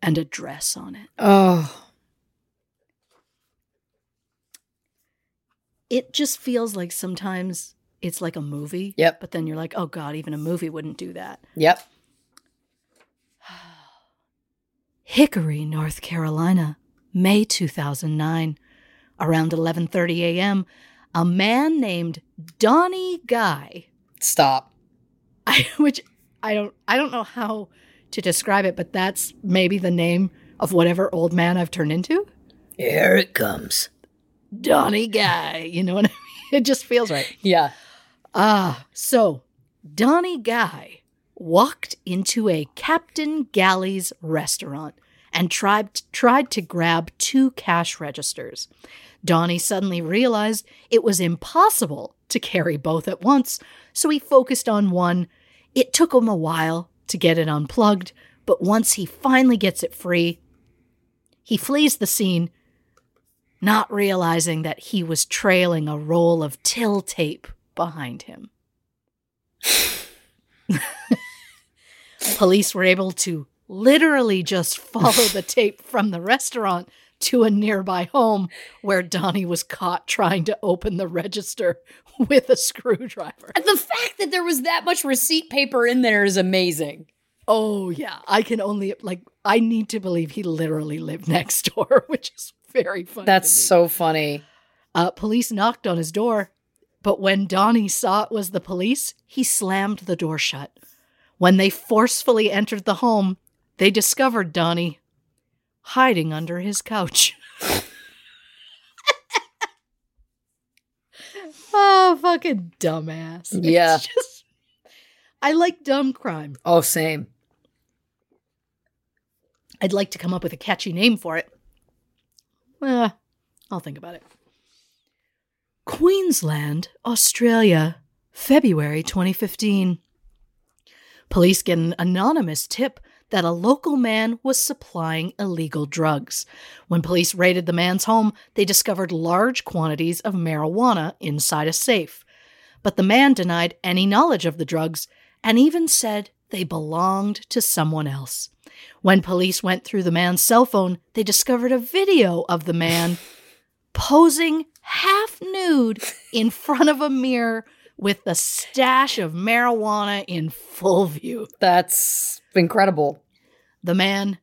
and address on it.
Oh.
It just feels like sometimes it's like a movie.
Yep.
But then you're like, oh God, even a movie wouldn't do that.
Yep.
Hickory, North Carolina, May 2009, around 11:30 a.m., a man named Donnie Guy,
Stop.
I, which I don't I don't know how to describe it, but that's maybe the name of whatever old man I've turned into.
Here it comes.
Donnie Guy, you know what I mean? It just feels right.
Yeah.
Ah, so Donnie Guy walked into a Captain Galley's restaurant and tried, tried to grab two cash registers. Donnie suddenly realized it was impossible to carry both at once, so he focused on one. It took him a while to get it unplugged, but once he finally gets it free, he flees the scene, not realizing that he was trailing a roll of till tape behind him. Police were able to literally just follow the tape from the restaurant to a nearby home where Donnie was caught trying to open the register with a screwdriver.
The fact that there was that much receipt paper in there is amazing.
Oh, yeah. I can only, like, I need to believe he literally lived next door, which is very funny. to
That's
me.
so funny.
Uh, police knocked on his door, but when Donnie saw it was the police, he slammed the door shut. When they forcefully entered the home, they discovered Donnie hiding under his couch. oh, fucking dumbass. It's
Yeah.
just- I like dumb crime.
Oh, same.
I'd like to come up with a catchy name for it. Eh, I'll think about it. Queensland, Australia, February 2015. Police get an anonymous tip that a local man was supplying illegal drugs. When police raided the man's home, they discovered large quantities of marijuana inside a safe. But the man denied any knowledge of the drugs and even said they belonged to someone else. When police went through the man's cell phone, they discovered a video of the man posing half nude in front of a mirror with a stash of marijuana in full view.
That's incredible.
The man,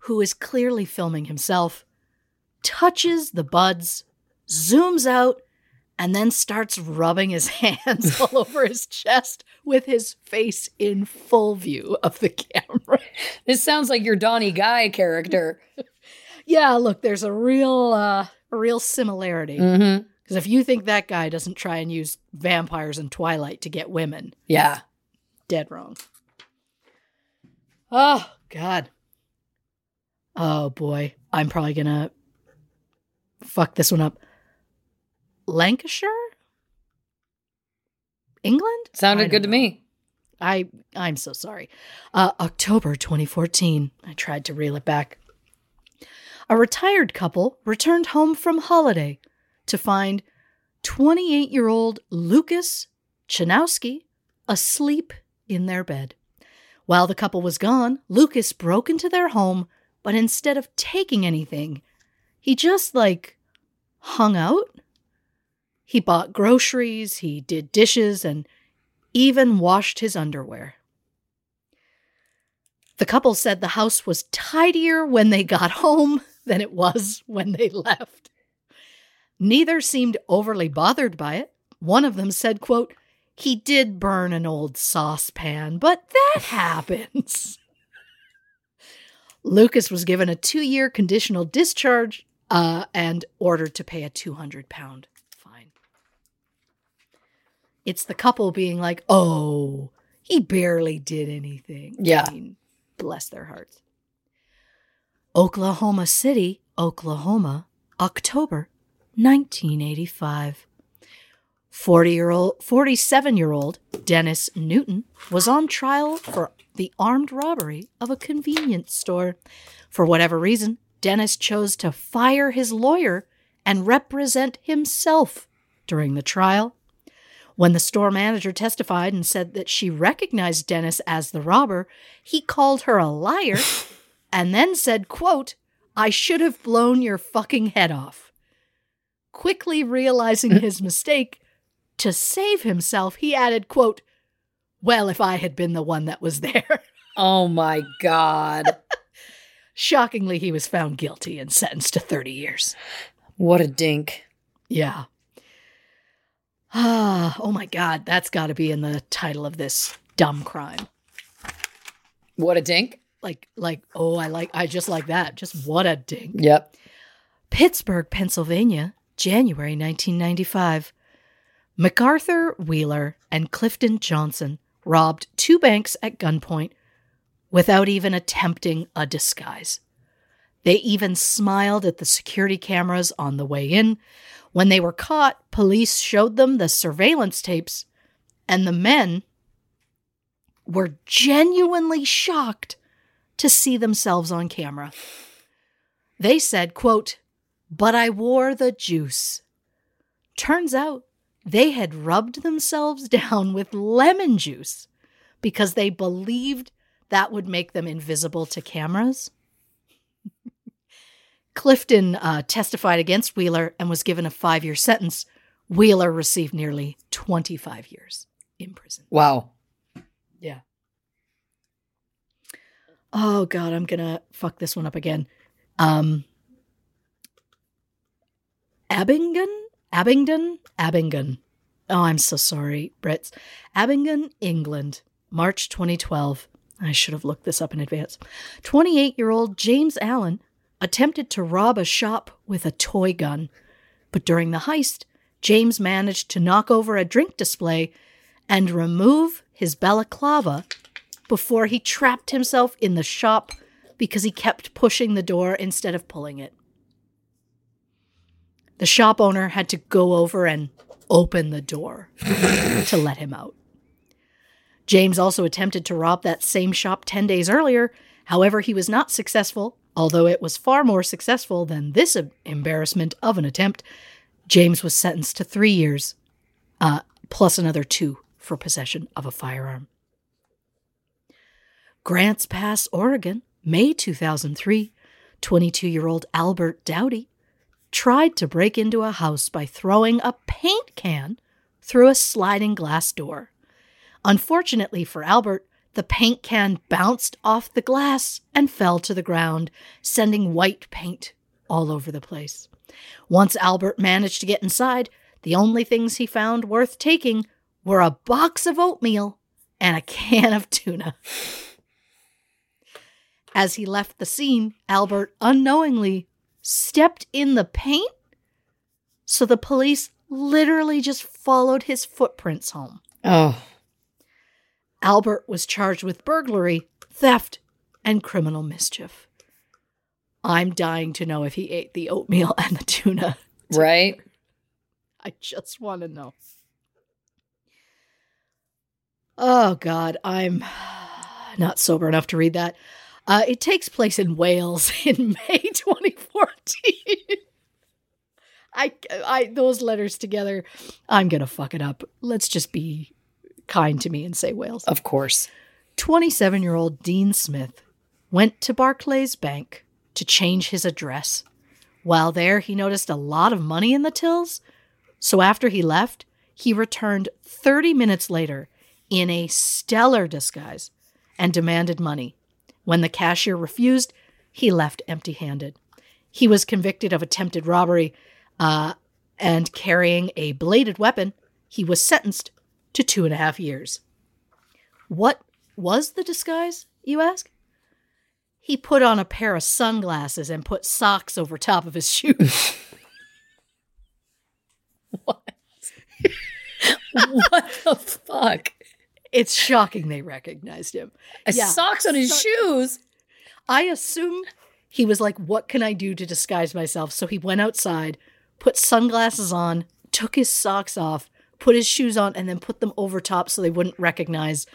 who is clearly filming himself, touches the buds, zooms out, and then starts rubbing his hands all over his chest with his face in full view of the camera.
This sounds like your Donnie Guy character.
Yeah, look, there's a real uh a real similarity. Because
Mm-hmm.
if you think that guy doesn't try and use vampires and Twilight to get women,
Yeah.
dead wrong.
Ah,
Oh God. Oh boy, I'm probably gonna fuck this one up. Lancashire, England. I
Sounded
don't
good to
know.
me.
I I'm so sorry. Uh, October 2014. I tried to reel it back. A retired couple returned home from holiday to find 28-year-old Lucas Chanowski asleep in their bed. While the couple was gone, Lucas broke into their home, but instead of taking anything, he just like hung out. He bought groceries, he did dishes, and even washed his underwear. The couple said the house was tidier when they got home than it was when they left. Neither seemed overly bothered by it. One of them said, quote, he did burn an old saucepan, but that happens. Lucas was given a two year conditional discharge uh, and ordered to pay a 200 pound fine. It's the couple being like, oh, he barely did anything.
Yeah.
I mean, bless their hearts. Oklahoma City, Oklahoma, October 1985. 40 year old 47 year old Dennis Newton was on trial for the armed robbery of a convenience store. For whatever reason, Dennis chose to fire his lawyer and represent himself during the trial. When the store manager testified and said that she recognized Dennis as the robber, he called her a liar and then said, quote, I should have blown your fucking head off. Quickly realizing his mistake, to save himself, he added, quote, Well, if I had been the one that was there.
Oh my God.
Shockingly, he was found guilty and sentenced to 30 years.
what a dink.
Yeah. Ah, oh my God, that's got to be in the title of this dumb crime.
What a dink.
Like, like, oh, I like, I just like that. Just what a ding.
Yep.
Pittsburgh, Pennsylvania, January 1995. MacArthur Wheeler and Clifton Johnson robbed two banks at gunpoint without even attempting a disguise. They even smiled at the security cameras on the way in. When they were caught, police showed them the surveillance tapes, and the men were genuinely shocked to see themselves on camera. They said, quote, but I wore the juice. Turns out they had rubbed themselves down with lemon juice because they believed that would make them invisible to cameras. Clifton uh, testified against Wheeler and was given a five year sentence. Wheeler received nearly 25 years in prison.
Wow.
Yeah. Oh god, I'm gonna fuck this one up again. Um Abingdon? Abingdon? Abingdon. Oh, I'm so sorry, Brits. Abingdon, England, March 2012. I should have looked this up in advance. 28 year old James Allen attempted to rob a shop with a toy gun, but during the heist, James managed to knock over a drink display and remove his balaclava before he trapped himself in the shop because he kept pushing the door instead of pulling it. The shop owner had to go over and open the door to let him out. James also attempted to rob that same shop 10 days earlier. However, he was not successful, although it was far more successful than this em- embarrassment of an attempt. James was sentenced to three years uh, plus another two for possession of a firearm. Grants Pass, Oregon, May 2003, 22 year old Albert Dowdy tried to break into a house by throwing a paint can through a sliding glass door. Unfortunately for Albert, the paint can bounced off the glass and fell to the ground, sending white paint all over the place. Once Albert managed to get inside, the only things he found worth taking were a box of oatmeal and a can of tuna. As he left the scene, Albert unknowingly stepped in the paint, so the police literally just followed his footprints home.
Oh.
Albert was charged with burglary, theft, and criminal mischief. I'm dying to know if he ate the oatmeal and the tuna.
Right?
I just want to know. Oh God, I'm not sober enough to read that. Uh, it takes place in Wales in May 2014. I, I, those letters together, I'm gonna fuck it up. Let's just be kind to me and say Wales.
Of course.
27 year old Dean Smith went to Barclays Bank to change his address. While there, he noticed a lot of money in the tills. So after he left, he returned 30 minutes later in a stellar disguise and demanded money. When the cashier refused, he left empty handed. He was convicted of attempted robbery uh, and carrying a bladed weapon. He was sentenced to two and a half years. What was the disguise, you ask? he put on a pair of sunglasses and put socks over top of his shoes.
what the fuck?
it's shocking they recognized him. Yeah.
Socks on his
So-
shoes.
I assume he was like, What can I do to disguise myself? So he went outside, put sunglasses on, took his socks off, put his shoes on, and then put them over top so they wouldn't recognize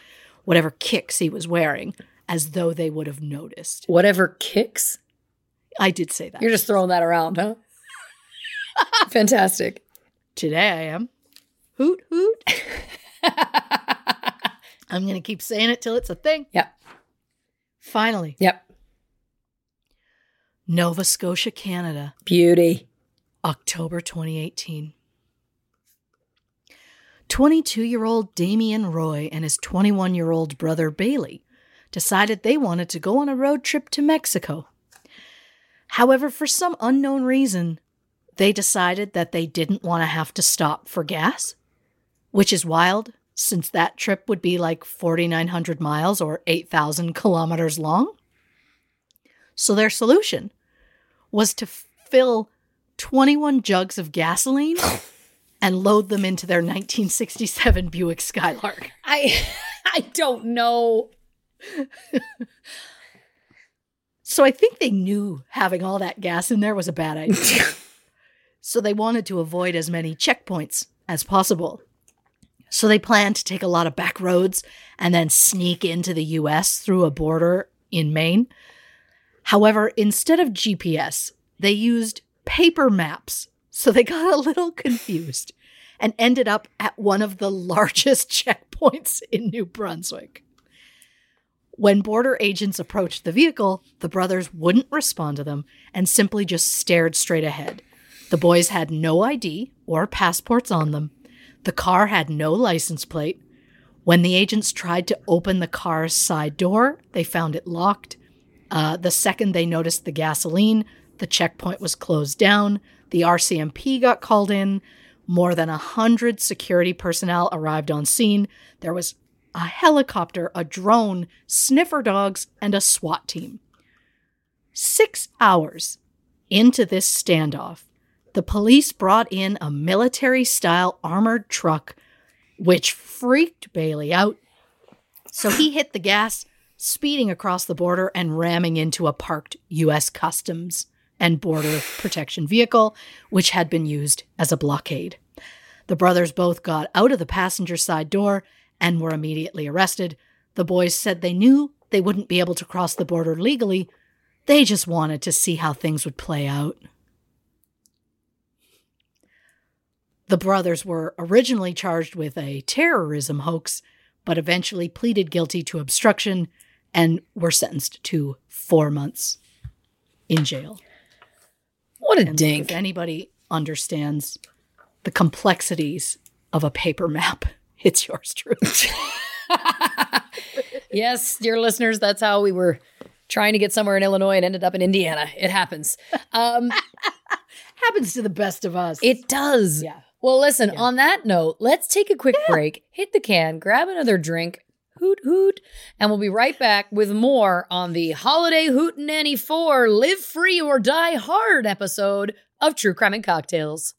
whatever kicks he was wearing as though they would have noticed.
Whatever kicks.
I did say that.
You're just throwing that around, huh? Fantastic.
Today I am. Hoot, hoot. I'm going to keep saying it till it's a thing.
Yep.
Finally,
Yep.
Nova Scotia, Canada.
Beauty.
October 2018. 22 year old Damien Roy and his 21 year old brother Bailey decided they wanted to go on a road trip to Mexico. However, for some unknown reason, they decided that they didn't want to have to stop for gas, which is wild since that trip would be like 4,900 miles or 8,000 kilometers long. So their solution was to f- fill 21 jugs of gasoline and load them into their 1967 Buick Skylark.
I I don't know.
So I think they knew having all that gas in there was a bad idea. so they wanted to avoid as many checkpoints as possible. So they planned to take a lot of back roads and then sneak into the US through a border in Maine. However, instead of GPS, they used paper maps. So they got a little confused and ended up at one of the largest checkpoints in New Brunswick. When border agents approached the vehicle, the brothers wouldn't respond to them and simply just stared straight ahead. The boys had no ID or passports on them. The car had no license plate. When the agents tried to open the car's side door, they found it locked. Uh, the second they noticed the gasoline, the checkpoint was closed down. The RCMP got called in. More than a hundred security personnel arrived on scene. There was a helicopter, a drone, sniffer dogs, and a SWAT team. Six hours into this standoff, the police brought in a military style armored truck, which freaked Bailey out. So he hit the gas, speeding across the border and ramming into a parked U.S. Customs and Border Protection vehicle, which had been used as a blockade. The brothers both got out of the passenger side door and were immediately arrested. The boys said they knew they wouldn't be able to cross the border legally. They just wanted to see how things would play out. The brothers were originally charged with a terrorism hoax, but eventually pleaded guilty to obstruction and were sentenced to four months in jail.
What a
And
dink.
If anybody understands the complexities of a paper map, it's yours truly.
Yes, dear listeners, that's how we were trying to get somewhere in Illinois and ended up in Indiana. It happens. Um,
Happens to the best of us.
it does.
yeah.
Well, listen, on that note, let's take a quick break, hit the can, grab another drink, hoot hoot, and we'll be right back with more on the Holiday Hootenanny 4 Live Free or Die Hard episode of True Crime and Cocktails.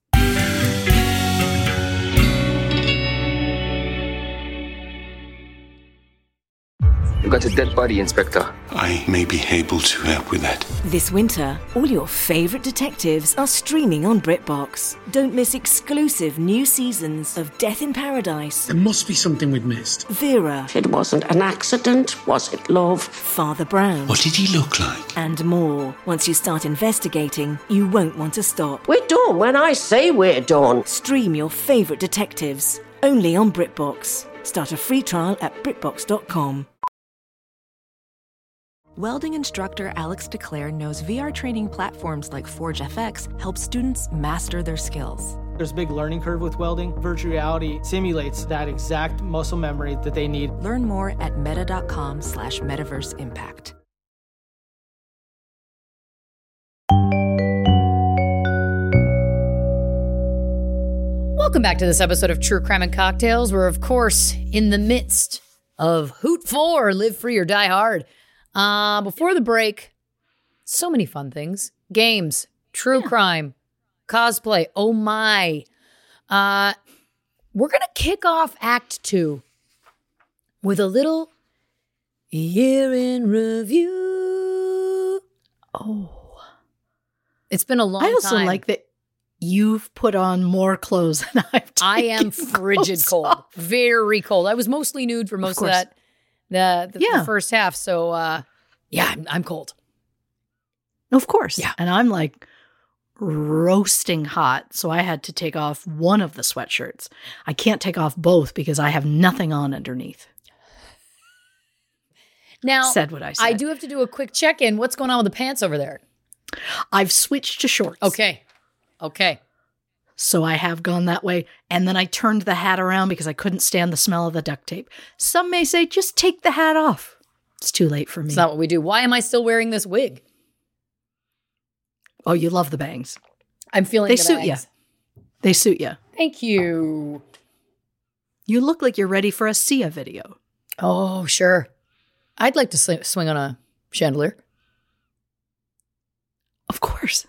You got a dead body, Inspector.
I may be able to help with that.
This winter, all your favourite detectives are streaming on BritBox. Don't miss exclusive new seasons of Death in Paradise,
There must be something we've missed.
Vera,
It wasn't an accident, was it, love?
Father Brown,
What did he look like?
and more. Once you start investigating, you won't want to stop.
We're done when I say we're done.
Stream your favourite detectives only on BritBox. Start a free trial at BritBox.com.
Welding instructor Alex DeClaire knows VR training platforms like Forge FX help students master their skills.
There's a big learning curve with welding. Virtual reality simulates that exact muscle memory that they need.
Learn more at meta.com slash metaverse impact.
Welcome back to this episode of True Crime and Cocktails. We're, of course, in the midst of Hoot 4 Live Free or Die Hard. Uh, before the break, so many fun things games, true crime, cosplay. Oh my. Uh, we're going to kick off Act Two with a little year in review. Oh, it's been a long time.
I also like that you've put on more clothes than I've
I am frigid cold, very cold. I was mostly nude for most of,
course.
that, the, the, the
Yeah.
first half. So, uh, yeah, I'm, I'm cold.
Of course. Yeah. And I'm like roasting hot. So I had to take off one of the sweatshirts. I can't take off both because I have nothing on underneath.
Now,
Said what I
I
said.
do have to do a quick check in. What's going on with the pants over there?
I've switched to shorts.
Okay, okay.
So I have gone that way. And then I turned the hat around because I couldn't stand the smell of the duct tape. Some may say, just take the hat off. It's too late for me.
It's not what we do. Why am I still wearing this wig?
oh, you love the bangs.
I'm feeling
They
the
suit ya.
bangs.
They suit you.
Thank you.
You look like you're ready for a Sia video.
Oh, sure. I'd like to sli- swing on a chandelier.
Of course.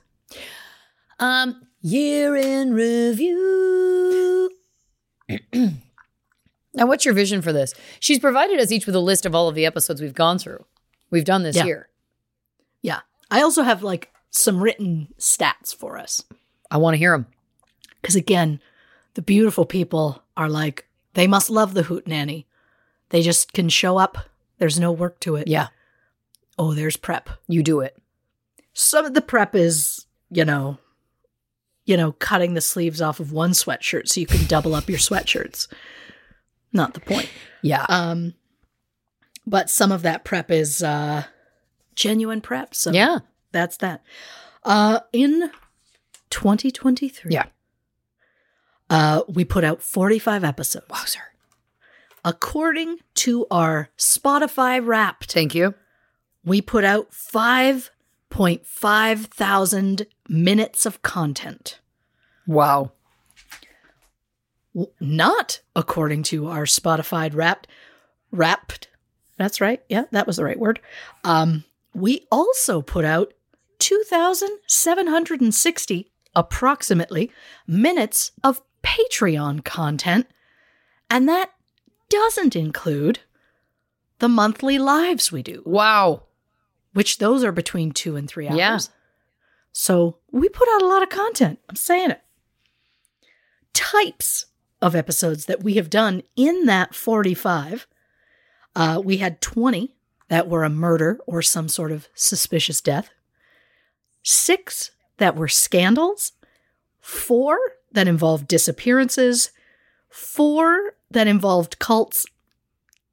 Um, year in review. now, what's your vision for this? She's provided us each with a list of all of the episodes we've gone through. We've done this
Yeah.
year.
Yeah. I also have like some written stats for us.
I want to hear them.
Because again, the beautiful people are like, they must love the Hoot Nanny. They just can show up. There's no work to it.
Yeah,
Oh, there's prep.
you do it.
Some of the prep is, you know, you know, cutting the sleeves off of one sweatshirt so you can double up your sweatshirts. Not the point.
Yeah.
Um, but some of that prep is uh, genuine prep. So
yeah.
that's that. Uh, in 2023,
Yeah.
uh, we put out 45 episodes.
Wow, sir.
According to our Spotify Wrapped,
Thank you.
we put out 5.5 thousand minutes of content.
Wow.
W- Not according to our Spotify Wrapped. Wrapped. That's right. Yeah, that was the right word. Um, we also put out 2,760 approximately minutes of Patreon content. And that doesn't include the monthly lives we do.
Wow.
which those are between two and three hours.
Yeah.
So we put out a lot of content. I'm saying it. Types of episodes that we have done in that 45. Uh, we had 20 that were a murder or some sort of suspicious death, six that were scandals, four that involved disappearances, four that involved cults,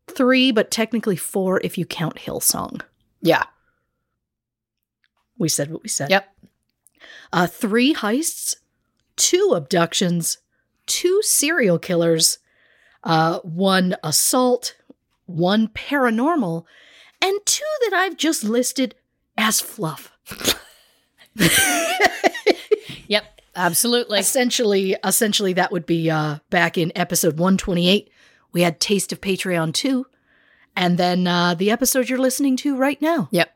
three, but technically four if you count Hillsong.
Yeah.
We said what we said.
Yep.
Uh, three heists, two abductions, two serial killers, uh, one assault, one paranormal, and two that I've just listed as fluff.
Yep. Absolutely.
essentially, essentially that would be uh, back in episode 128. We had Taste of Patreon 2, and then uh, the episode you're listening to right now.
Yep.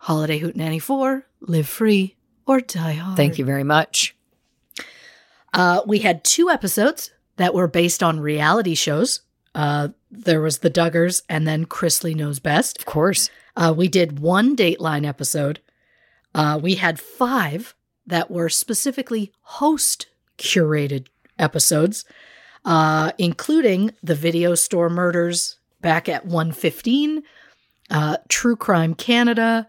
Holiday Hootenanny 4, Live Free or Die Hard.
Thank you very much.
Uh, we had two episodes that were based on reality shows. Uh, there was The Duggars and then Chrisley Knows Best.
Of course.
Uh, we did one Dateline episode. Uh, we had five that were specifically host curated episodes, uh, including the video store murders back at 115, uh, True Crime Canada.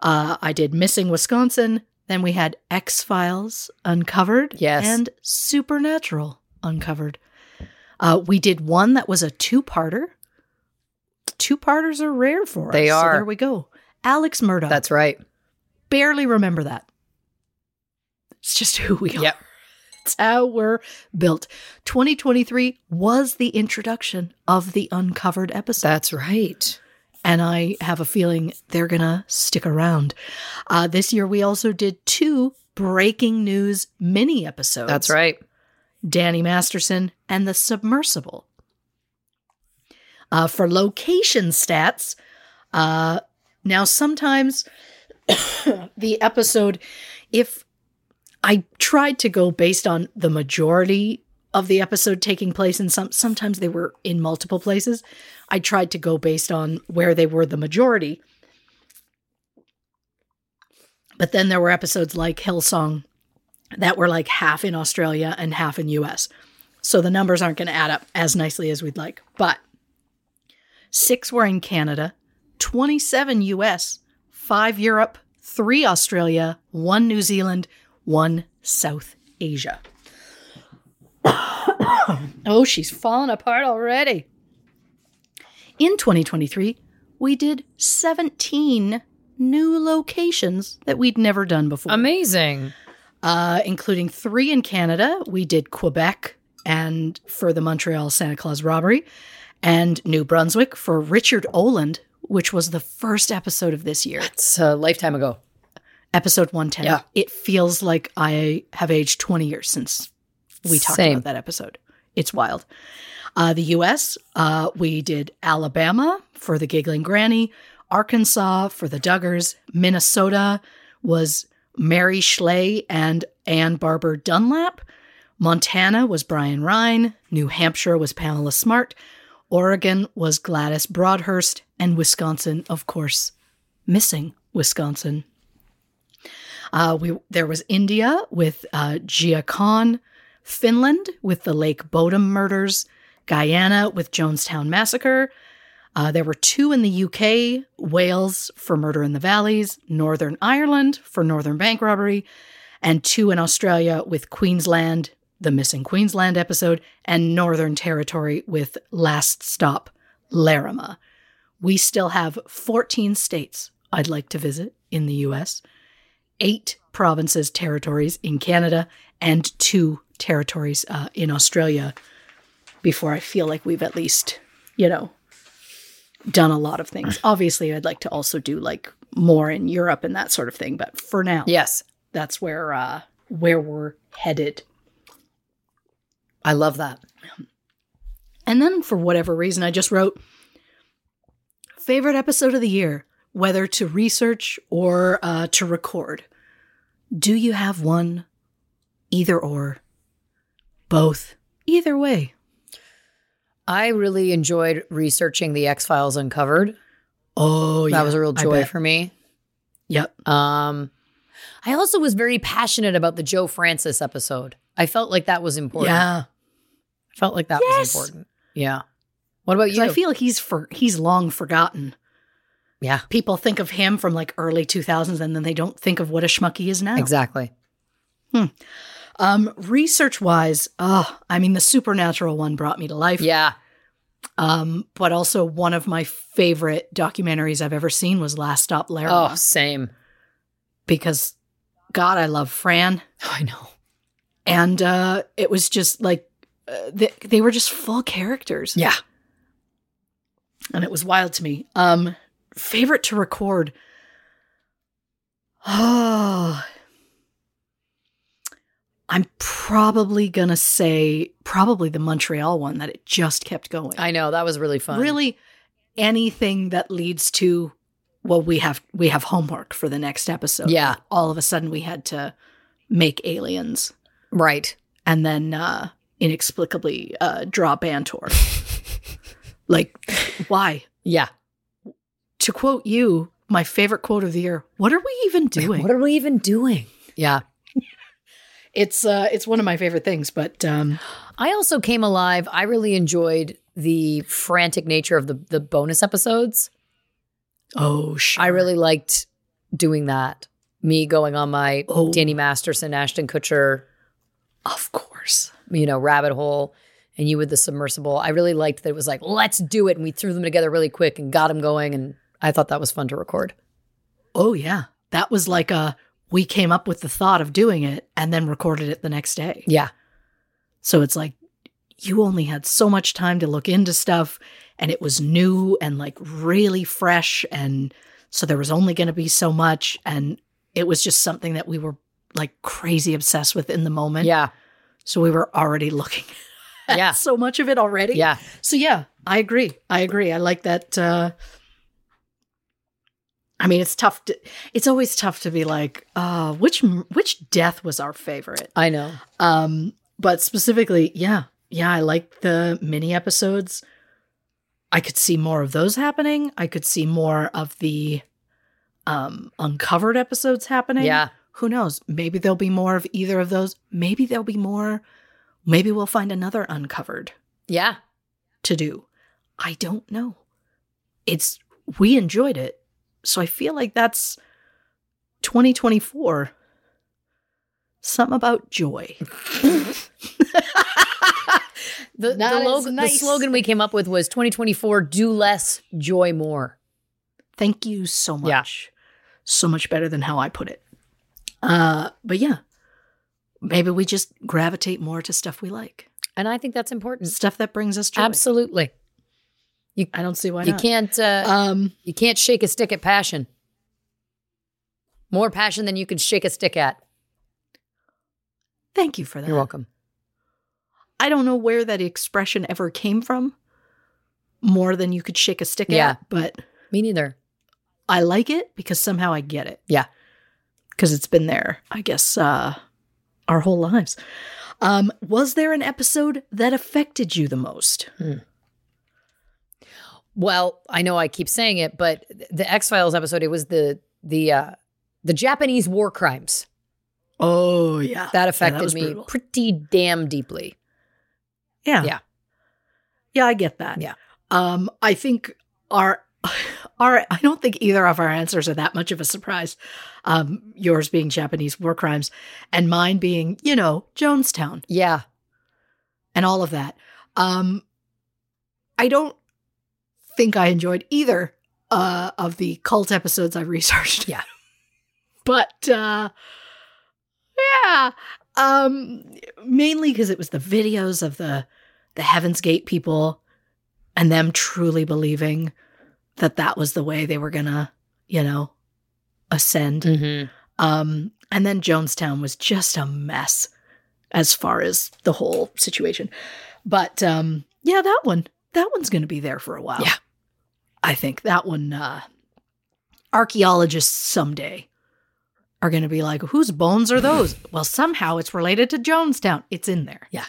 Uh, I did Missing Wisconsin. Then we had X Files Uncovered
Yes.
and Supernatural Uncovered. Uh, we did one that was a two parter. Two parters are rare for us.
They
so
are.
there we go. Alex Murdoch.
That's right.
barely remember that. It's just who we are.
Yep.
It's how we're built. 2023 was the introduction of the uncovered episode.
That's right.
and I have a feeling they're going to stick around. Uh, this year, we also did two breaking news mini episodes.
That's right.
Danny Masterson, and the submersible. Uh, for location stats, Uh, now, sometimes the episode, if I tried to go based on the majority of the episode taking place in some, sometimes they were in multiple places. I tried to go based on where they were the majority. But then there were episodes like Hillsong that were like half in Australia and half in US. So the numbers aren't going to add up as nicely as we'd like. But six were in Canada, 27 US, five Europe, three Australia, one New Zealand, one South Asia. oh, she's falling apart already. In 2023, we did 17 new locations that we'd never done before.
Amazing.
Uh, including three in Canada. We did Quebec and for the Montreal Santa Claus robbery, and New Brunswick for Richard Oland, which was the first episode of this year.
It's a lifetime ago.
Episode 110.
Yeah.
It feels like I have aged 20 years since we talked
Same.
about that episode. It's wild. Uh, the US, uh, we did Alabama for the Giggling Granny, Arkansas for the Duggars, Minnesota was Mary Schley and Ann Barber Dunlap, Montana was Brian Ryan, New Hampshire was Pamela Smart, Oregon was Gladys Broadhurst, and Wisconsin, of course, missing Wisconsin. Uh, we there was India with uh, Gia Khan, Finland with the Lake Bodom murders, Guyana with Jonestown massacre. Uh, there were two in the UK: Wales for Murder in the Valleys, Northern Ireland for Northern Bank robbery, and two in Australia with Queensland, the missing Queensland episode, and Northern Territory with Last Stop, Larima. We still have 14 states I'd like to visit in the US, eight provinces, territories in Canada, and two territories uh, in Australia before I feel like we've at least, you know, done a lot of things. Obviously, I'd like to also do like more in Europe and that sort of thing, but for now,
Yes.
that's where uh, where we're headed.
I love that.
And then for whatever reason, I just wrote favorite episode of the year, whether to research or uh, to record. Do you have one? Either or, both, either way.
I really enjoyed researching the X Files Uncovered.
Oh, yeah,
that was a real
I
joy
bet.
for me.
Yep.
Um, I also was very passionate about the Joe Francis episode. I felt like that was important.
Yeah,
I felt like that
Yes.
was important. Yeah. What about
'Cause
you?
I feel he's for he's long forgotten.
yeah,
People think of him from like early two thousands, and then they don't think of what a schmuck he is now.
exactly.
Um, research wise, oh, I mean, the supernatural one brought me to life.
Yeah.
Um, but also one of my favorite documentaries I've ever seen was Last Stop Larry
Oh, same.
because God, I love Fran.
I know.
And uh, it was just like uh, they, they were just full characters.
Yeah.
And it was wild to me. Um, favorite to record. Oh, I'm probably gonna say probably the Montreal one that it just kept going.
I know. That was really fun.
really anything that leads to well we have we have homework for the next episode
Yeah.
all of a sudden we had to make aliens
Right.
and then uh inexplicably uh draw bantor like why
Yeah.
to quote you my favorite quote of the year what are we even doing
What are we even doing? Yeah.
it's uh it's one of my favorite things but um
I also came alive. I really enjoyed the frantic nature of the, the bonus episodes.
oh sure.
I really liked doing that. Me going on my
Oh.
Danny Masterson, Ashton Kutcher,
of course
you know, rabbit hole, and you with the submersible. I really liked that it was like, let's do it. And we threw them together really quick and got them going. And I thought that was fun to record.
oh yeah that was like a we came up with the thought of doing it and then recorded it the next day
Yeah.
So it's like you only had so much time to look into stuff and it was new and like really fresh and so there was only going to be so much and it was just something that we were like crazy obsessed with in the moment.
Yeah.
So we were already looking at
Yeah.
so much of it already.
Yeah.
So yeah, I agree. I agree. I like that uh I mean, it's tough. To, it's always tough to be like, uh, which which death was our favorite?
I know.
Um, but specifically, yeah, yeah, I like the mini episodes. I could see more of those happening. I could see more of the um uncovered episodes happening.
Yeah.
Who knows? Maybe there'll be more of either of those. Maybe there'll be more. Maybe we'll find another uncovered
Yeah.
to do. I don't know. It's we enjoyed it. So I feel like that's 2024. Something about joy.
The,
Not
the,
as
logo, the
nice.
slogan we came up with was 2024 do less, joy more.
Thank you so
Yeah.
much. So much better than how I put it. Uh, but yeah, maybe we just gravitate more to stuff we like,
And I think that's important.
stuff that brings us joy.
Absolutely.
I don't see why
you
not.
can't uh,
Um,
you can't shake a stick at passion. More passion than you can shake a stick at.
thank you for that.
You're welcome.
I don't know where that expression ever came from. More than you could shake a stick
Yeah.
at, but
Me neither.
I like it because somehow I get it.
Yeah.
Because it's been there, I guess, uh, our whole lives. Um, was there an episode that affected you the most?
Well, I know I keep saying it, but th- the X Files episode it was the the uh, the Japanese war crimes
Oh, yeah.
that affected
was
me
brutal.
pretty damn deeply.
Yeah.
Yeah.
Yeah, I get that.
Yeah.
Um, I think our our I don't think either of our answers are that much of a surprise. Um, yours being Japanese war crimes and mine being, you know, Jonestown
Yeah,
and all of that. Um I don't think I enjoyed either uh of the cult episodes I researched.
Yeah.
but uh yeah. Um mainly because it was the videos of the the Heaven's Gate people and them truly believing that that was the way they were going to, you know, ascend.
mm-hmm.
Um, and then Jonestown was just a mess as far as the whole situation. But um, yeah, that one, that one's going to be there for a while.
Yeah.
I think that one, uh, archaeologists someday are going to be like, whose bones are those? well, somehow it's related to Jonestown. It's in there.
Yeah.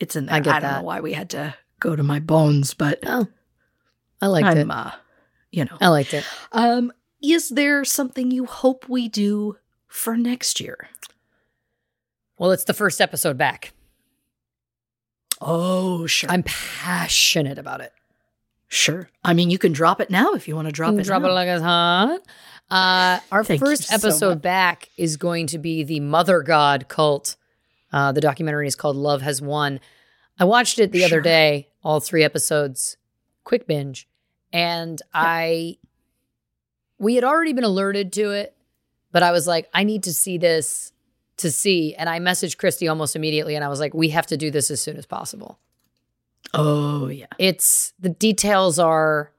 It's in there.
I
I,
get
don't
that.
know why we had to go to my bones, but
I liked
I'm,
it.
uh, you know.
I liked it.
Um, is there something you hope we do for next year?
Well, it's the first episode back.
Oh, sure.
I'm passionate about it.
sure. I mean, you can drop it now if you want to Mm, drop it.
Drop
now.
it like it's hot. Uh, our
Thank you
first
so
episode
much.
back is going to be the Mother God cult. Uh, the documentary is called Love Has Won. I watched it the other
Sure.
day, all three episodes, quick binge, and I we had already been alerted to it, but I was like, I need to see this to see, and I messaged Christy almost immediately, and I was like, we have to do this as soon as possible
Oh, yeah.
it's the details are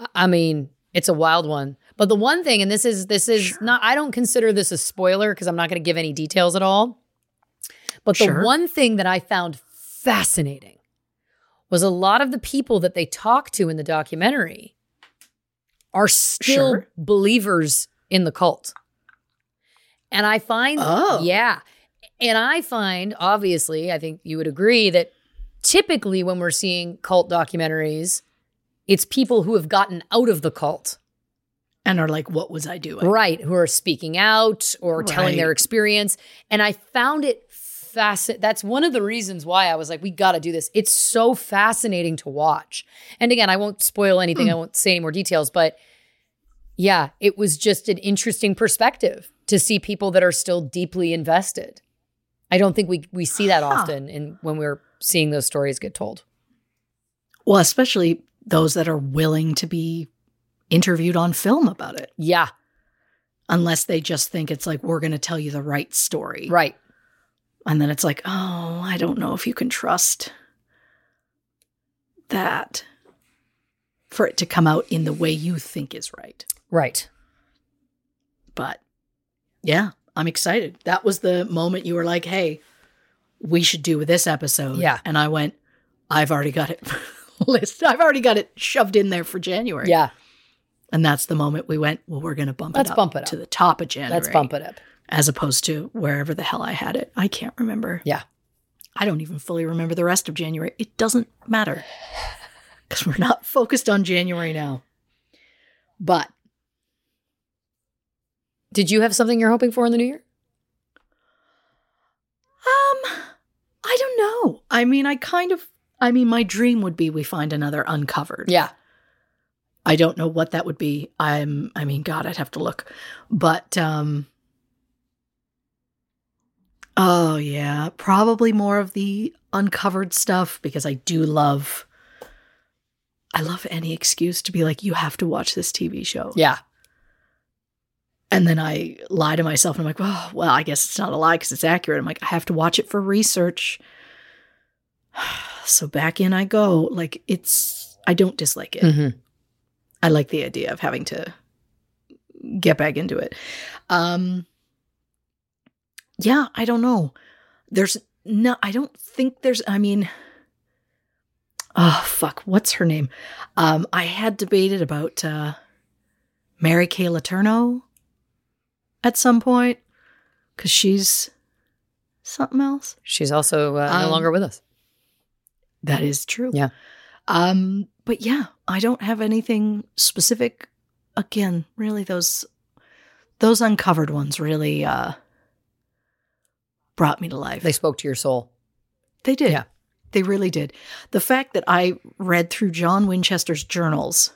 I- i mean it's a wild one but the one thing and this is this is
Sure.
not i don't consider this a spoiler because i'm not going to give any details at all but the
Sure.
one thing that i found fascinating was a lot of the people that they talk to in the documentary are still
Sure.
believers in the cult and i find
Oh.
yeah and I find, obviously, I think you would agree that typically when we're seeing cult documentaries, it's people who have gotten out of the cult,
And are like, what was I doing?
right? Who are speaking out or telling their
Right.
experience. And I found it fascinating. That's one of the reasons why I was like, we got to do this. It's so fascinating to watch. And again, I won't spoil anything,
Hmm.
I won't say any more details, but yeah, it was just an interesting perspective to see people that are still deeply invested. I don't think we we see that
Huh.
often in when we're seeing those stories get told.
Well, especially those that are willing to be interviewed on film about it,
Yeah,
unless they just think it's like, we're going to tell you the right story.
right.
And then it's like, oh, I don't know if you can trust that for it to come out in the way you think is right.
Right.
But yeah, I'm excited. That was the moment you were like, hey, we should do this episode.
Yeah.
And I went, I've already got it. list. I've already got it shoved in there for January.
Yeah.
And that's the moment we went, well, we're going to bump
Let's
it up
bump it up.
to the top of January.
Let's bump it up.
As opposed to wherever the hell I had it. I can't remember.
Yeah.
I don't even fully remember the rest of January. It doesn't matter because we're not focused on January now. But
Did you have something you're hoping for in the new year?
Um, I don't know. I mean, I kind of, I mean, my dream would be we find another uncovered.
Yeah.
I don't know what that would be. I'm, I mean, God, I'd have to look. But, um, oh, yeah, probably more of the uncovered stuff because I do love, I love any excuse to be like, you have to watch this TV show.
Yeah.
And then I lie to myself and I'm like, oh, well, I guess it's not a lie because it's accurate. I'm like, I have to watch it for research. so back in I go. Like, it's, I don't dislike it.
Mm-hmm.
I like the idea of having to get back into it. Um, yeah, I don't know. There's no, I don't think there's, I mean, oh, fuck, what's her name? Um, I had debated about uh, Mary Kay Letourneau at some point because she's something else.
She's also uh, no
Um,
longer with us.
That is true.
Yeah.
Um, but yeah, I don't have anything specific. Again, really those those uncovered ones really uh brought me to life.
They spoke to your soul.
They did.
Yeah.
They really did. The fact that I read through John Winchester's journals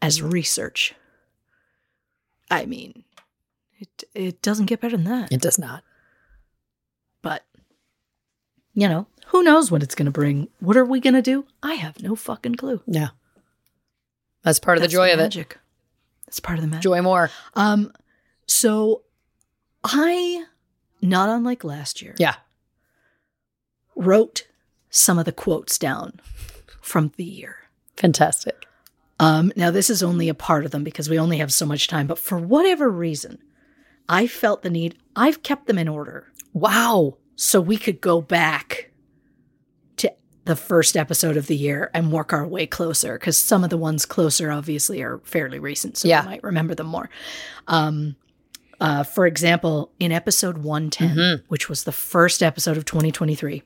as research. I mean, it it doesn't get better than that.
It does not.
but you know, who knows what it's going to bring? What are we going to do? I have no fucking clue.
Yeah. That's part of the
That's
joy of it.
magic. That's part of the magic.
Joy more.
Um, so I, not unlike last year,
Yeah.
wrote some of the quotes down from the year.
Fantastic.
Um, now this is only a part of them because we only have so much time, but for whatever reason, I felt the need. I've kept them in order. Wow. So we could go back to the first episode of the year and work our way closer because some of the ones closer obviously are fairly recent, so
Yeah.
we might remember them more. Um, uh, for example, in episode 110, which was the first episode of 2023,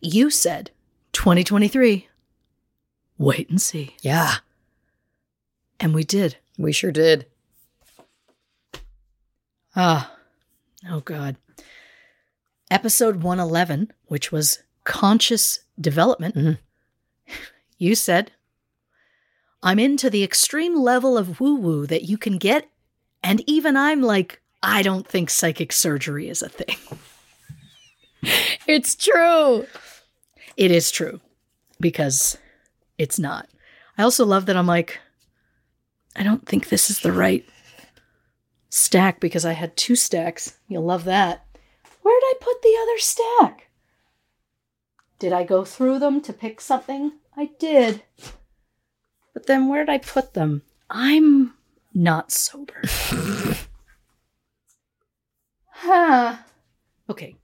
you said 2023, wait and see.
Yeah.
And we did.
We sure did.
Ah, oh God. Episode 111, which was conscious development,
Mhm.
you said, I'm into the extreme level of woo woo that you can get. And even I'm like, I don't think psychic surgery is a thing.
It's true.
It is true because it's not. I also love that I'm like, I don't think this is the right stack because I had two stacks. You'll love that. Where did I put the other stack? Did I go through them to pick something? I did. But then where did I put them? I'm not sober. huh. Okay.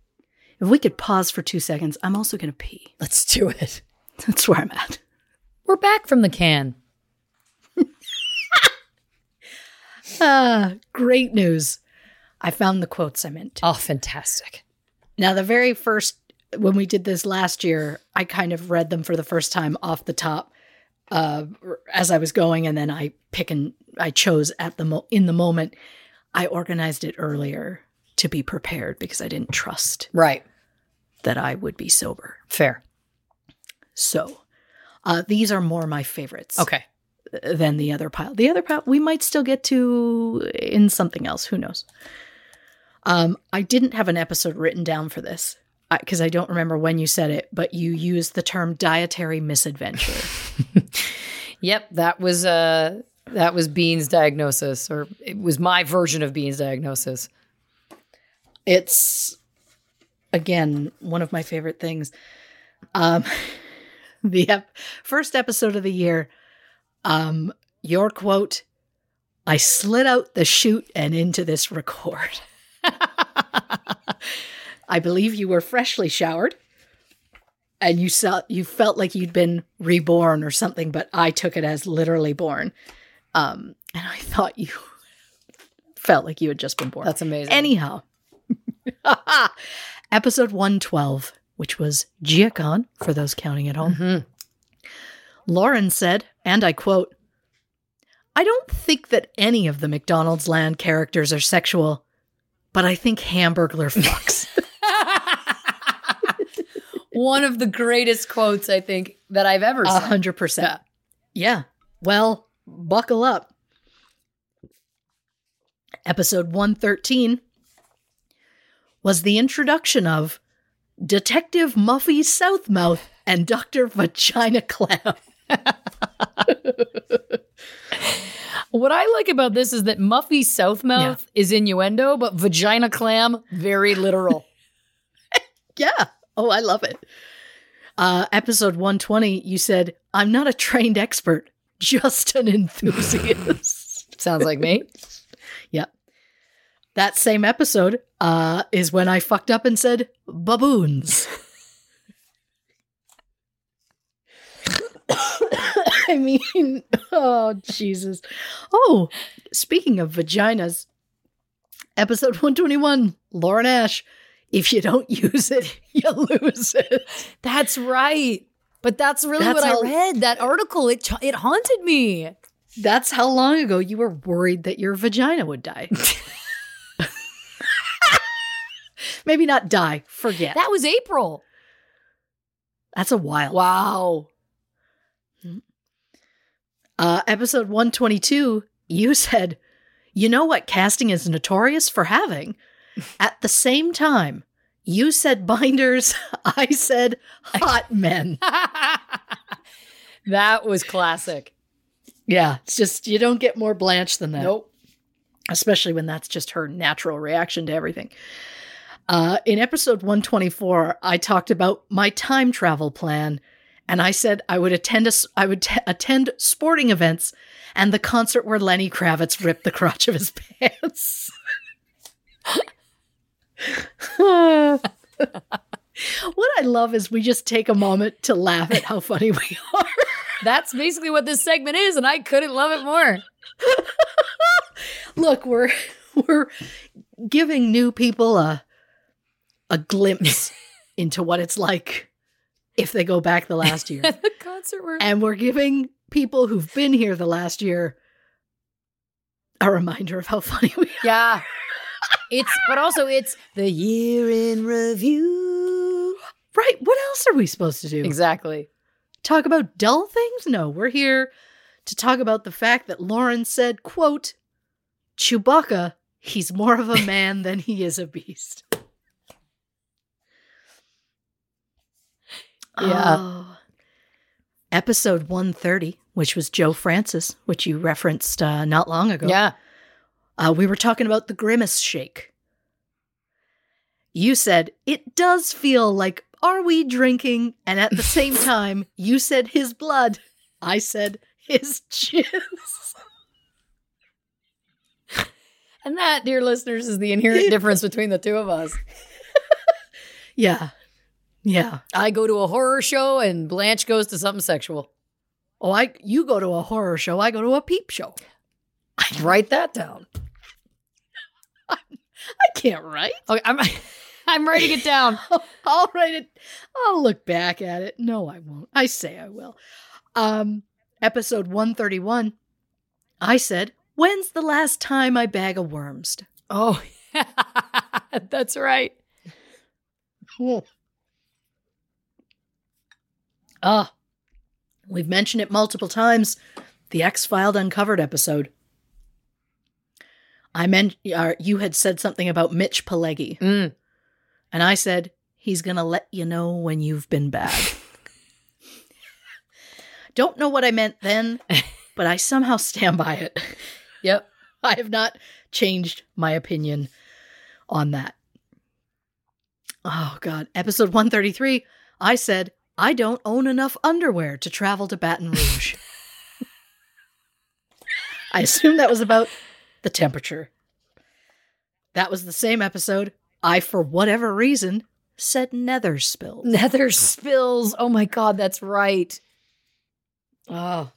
If we could pause for two seconds, I'm also going to pee.
Let's do it.
That's where I'm at.
We're back from the can.
Ah, great news. I found the quotes I meant. to.
Oh, fantastic.
Now, the very first, when we did this last year, I kind of read them for the first time off the top uh, r- as I was going. And then I pick and I chose at the mo- in the moment. I organized it earlier to be prepared because I didn't trust
Right.
that I would be sober.
Fair.
So uh, these are more my favorites.
Okay.
than the other pile. The other pile we might still get to in something else. Who knows? Um, I didn't have an episode written down for this because I, don't remember when you said it, but you used the term dietary misadventure.
Yep. That was uh that was Bean's diagnosis, or it was my version of Bean's diagnosis.
it's again one of my favorite things. Um, the ep- first episode of the year. Um, your quote: "I slid out the chute and into this record." I believe you were freshly showered. and you saw you felt like you'd been reborn or something, but I took it as literally born. Um, and I thought you felt like you had just been born.
That's amazing.
Anyhow, episode 112, which was Giacon, for those counting at home. Lauren said, and I quote, I don't think that any of the McDonald's Land characters are sexual, but I think Hamburglar fucks.
One of the greatest quotes I think that I've ever
A
seen.
hundred percent. Yeah. Well, buckle up. Episode 113 was the introduction of Detective Muffy Southmouth and Dr. Vagina Clam.
What I like about this is that Muffy Southmouth is innuendo, but vagina clam very literal.
Yeah. Oh, I love it. Uh, episode 120, you said, I'm not a trained expert, just an enthusiast.
Sounds like me.
Yep. That same episode uh, is when I fucked up and said baboons. I mean, oh, Jesus. Oh, speaking of vaginas, episode 121, Lauren Ash. If you don't use it, you lose it.
That's right. But that's really
That's
what
how-
I read. That article it cha- it haunted me.
That's how long ago you were worried that your vagina would die. Maybe not die, forget.
That was April.
That's a while.
Wow.
Uh, episode 122, you said, You know what casting is notorious for having? At the same time, you said binders, I said hot men.
That was classic.
Yeah, it's just, you don't get more Blanche than that.
Nope.
especially when that's just her natural reaction to everything. Uh, in episode 124, I talked about my time travel plan, and I said I would attend a s I would t- attend sporting events and the concert where Lenny Kravitz ripped the crotch of his pants. what I love is we just take a moment to laugh at how funny we are.
That's basically what this segment is, and I couldn't love it more.
look we're we're giving new people a a glimpse into what it's like if they go back the last year
the concert where
and we're giving people who've been here the last year a reminder of how funny we are
Yeah. It's but also it's the year in review.
right what else are we supposed to do
Exactly.
talk about dull things no we're here to talk about the fact that lauren said quote chewbacca he's more of a man than he is a beast
Yeah.
Oh. episode 130 which was joe francis which you referenced uh, not long ago
Yeah.
uh, we were talking about the grimace shake. You said it does feel like are we drinking? And at the same time, you said his blood. I said his jizz.
And that, dear listeners, is the inherent difference between the two of us.
Yeah, yeah.
I go to a horror show and Blanche goes to something sexual.
Oh, I you go to a horror show. I go to a peep show.
Write that down.
I can't write.
Okay, I'm I'm writing it down.
I'll write it. I'll look back at it. No, I won't. I say I will. Um, episode one thirty one. I said, "When's the last time I bag a worms?"
Oh, that's right.
Ah, we've mentioned it multiple times. The X Filed Uncovered episode. I meant uh, you had said something about Mitch Pileggi,
Mm.
and I said he's gonna let you know when you've been back. Don't know what I meant then, but I somehow stand by it.
Yep.
I have not changed my opinion on that. Oh, God. Episode 133, I said, I don't own enough underwear to travel to Baton Rouge. I assume that was about the temperature. That was the same episode. I, for whatever reason, said nether spills.
Nether spills. Oh my God, that's right.
Oh.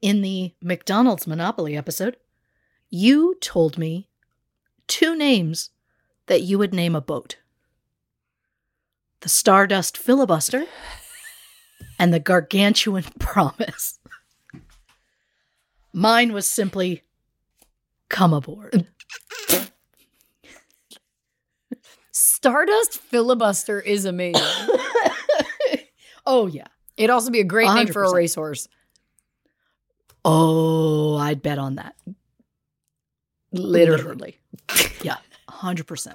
In the McDonald's Monopoly episode, you told me two names that you would name a boat the Stardust Filibuster and the Gargantuan Promise. Mine was simply come aboard.
Stardust filibuster is amazing.
oh, yeah.
It'd also be a great name for a
100%.
racehorse.
Oh, I'd bet on that.
Literally.
yeah, 100%.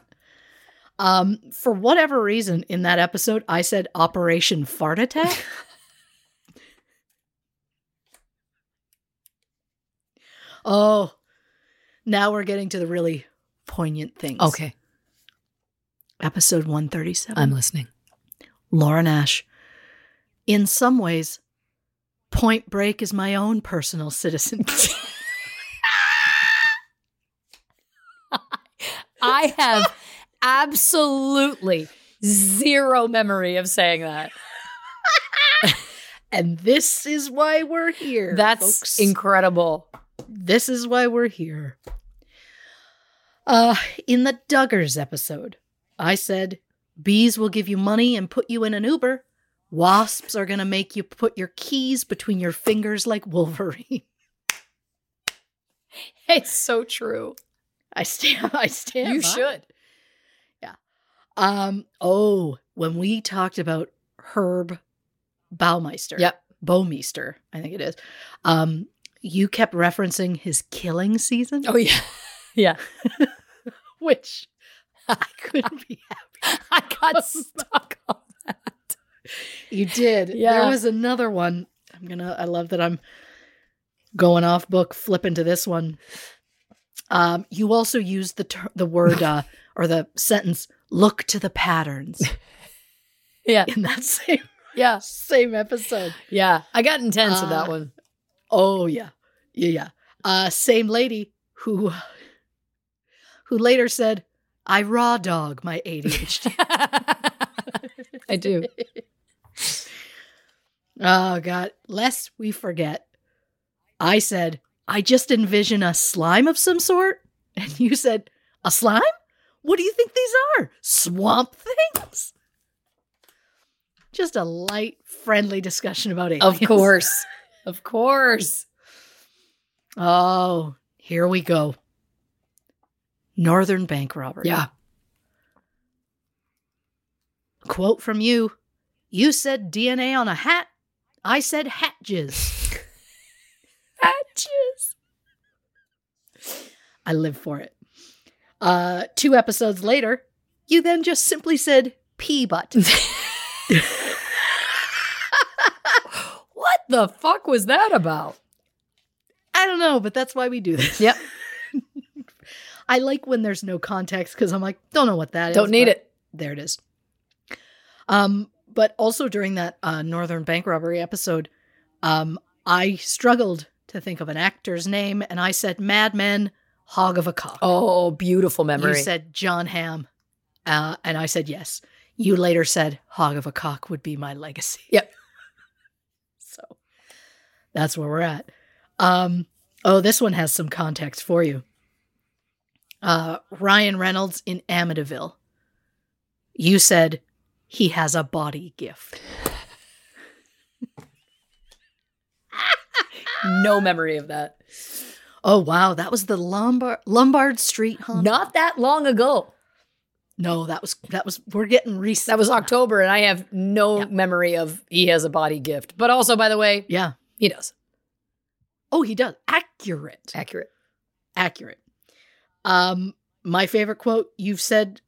Um, for whatever reason, in that episode, I said Operation Fart Attack. oh, now we're getting to the really poignant things.
Okay,
Episode 137.
I'm listening.
Lauren Ash. In some ways, Point Break is my own personal citizen.
I have absolutely zero memory of saying that.
and this is why we're here.
That's
folks.
incredible.
this is why we're here. Uh, in the Duggars episode, I said bees will give you money and put you in an Uber. Wasps are gonna make you put your keys between your fingers like Wolverine.
It's so true.
I stand. I stand.
you
by
should.
Um. Oh, when we talked about Herb Baumeister.
Yep.
Baumeister, I think it is. Um, you kept referencing his killing season,
Oh yeah, yeah.
which I couldn't be happy.
I got stuck on that.
You did.
Yeah.
There was another one. I'm gonna. I love that I'm going off book, flipping to this one. Um, you also used the ter- the word uh, or the sentence "look to the patterns"
Yeah,
in that same
yeah,
same episode.
yeah. I got intense with that
Uh,
one.
Oh yeah. Yeah, yeah. Uh same lady who who later said, I raw dog my ADHD.
I do.
oh god, lest we forget. I said, I just envision a slime of some sort. And you said, A slime? What do you think these are? Swamp things. Just a light, friendly discussion about aliens.
Of course, of course.
Oh, here we go. Northern bank robbery.
Yeah.
Quote from you. You said DNA on a hat. I said hat jizz.
Patches.
I live for it. Uh, two episodes later, you then just simply said pee butt.
What the fuck was that about?
I don't know, but that's why we do this.
Yep.
I like when there's no context because I'm like, don't know what that is.
Don't need
but
it.
There it is. Um, but also during that uh, Northern bank robbery episode, um, I struggled to think of an actor's name, and I said Mad Men, Hog of a Cock.
Oh, beautiful memory.
You said John Hamm, uh, and I said yes. You later said Hog of a Cock would be my legacy.
Yep.
so that's where we're at. Um, oh, this one has some context for you. Uh, Ryan Reynolds in Amityville. You said he has a body gift.
no memory of that.
Oh wow, that was the Lombard Lombard Street haunt.
Not that long ago.
no, that was that was we're getting recent.
That was October, and I have no
Yeah.
memory of he has a body gift. But also, by the way,
Yeah.
he does.
Oh, he does. Accurate.
Accurate.
accurate. Um, my favorite quote you've said,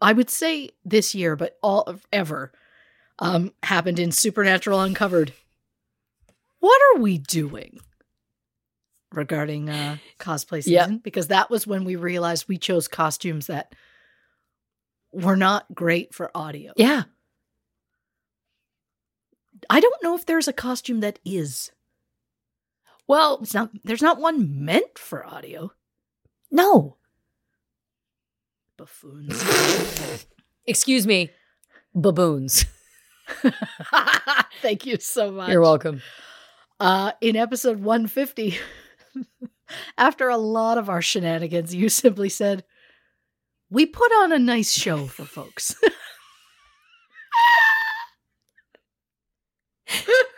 I would say this year, but all of ever, um, happened in Supernatural Uncovered. What are we doing regarding uh, cosplay
Yeah.
season? Because that was when we realized we chose costumes that were not great for audio.
Yeah.
I don't know if there's a costume that is.
Well,
It's not. There's not one meant for audio.
no.
Buffoons.
Excuse me, baboons.
Thank you so much.
You're welcome.
Uh, in episode 150, after a lot of our shenanigans, you simply said, We put on a nice show for folks.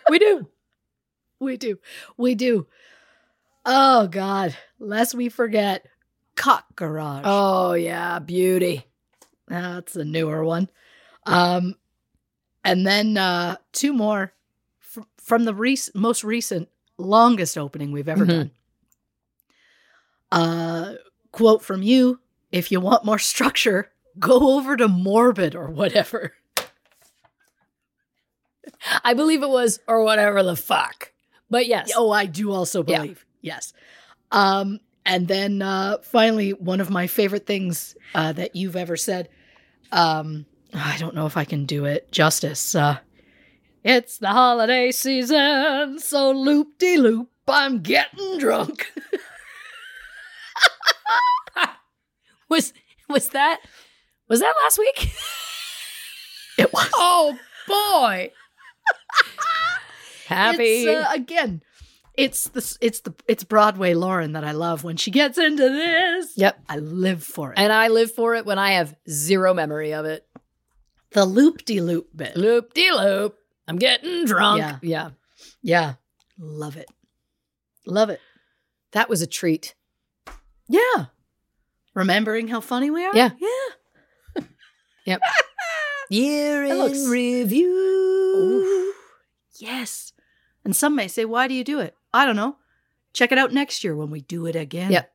we do.
We do. We do. Oh, God. Lest we forget Cock Garage.
Oh, yeah. Beauty.
Ah, That's a newer one. Um, and then uh, two more fr- from the rec- most recent, longest opening we've ever
Mhm.
done. Uh, quote from you If you want more structure, go over to Morbid or whatever.
I believe it was, or whatever the fuck. But yes.
Oh, I do also
Yeah.
believe. Yes. Um, and then uh, finally, one of my favorite things uh, that you've ever said. Um, I don't know if I can do it justice. Uh, it's the holiday season, so loop de loop, I'm getting drunk.
Was was that was that last week?
It was
oh boy. Happy.
It's, uh, again. It's the it's the it's Broadway Lauren that I love when she gets into this.
Yep.
I live for it.
and I live for it when I have zero memory of it.
the loop de loop bit.
Loop de loop. I'm getting drunk.
Yeah.
yeah.
Yeah. Love it. Love it.
That was a treat.
Yeah. Remembering how funny we are?
Yeah.
Yeah.
Year
That
in
looks-
review.
Yes. And some may say, why do you do it? I don't know. Check it out next year when we do it again.
Yep.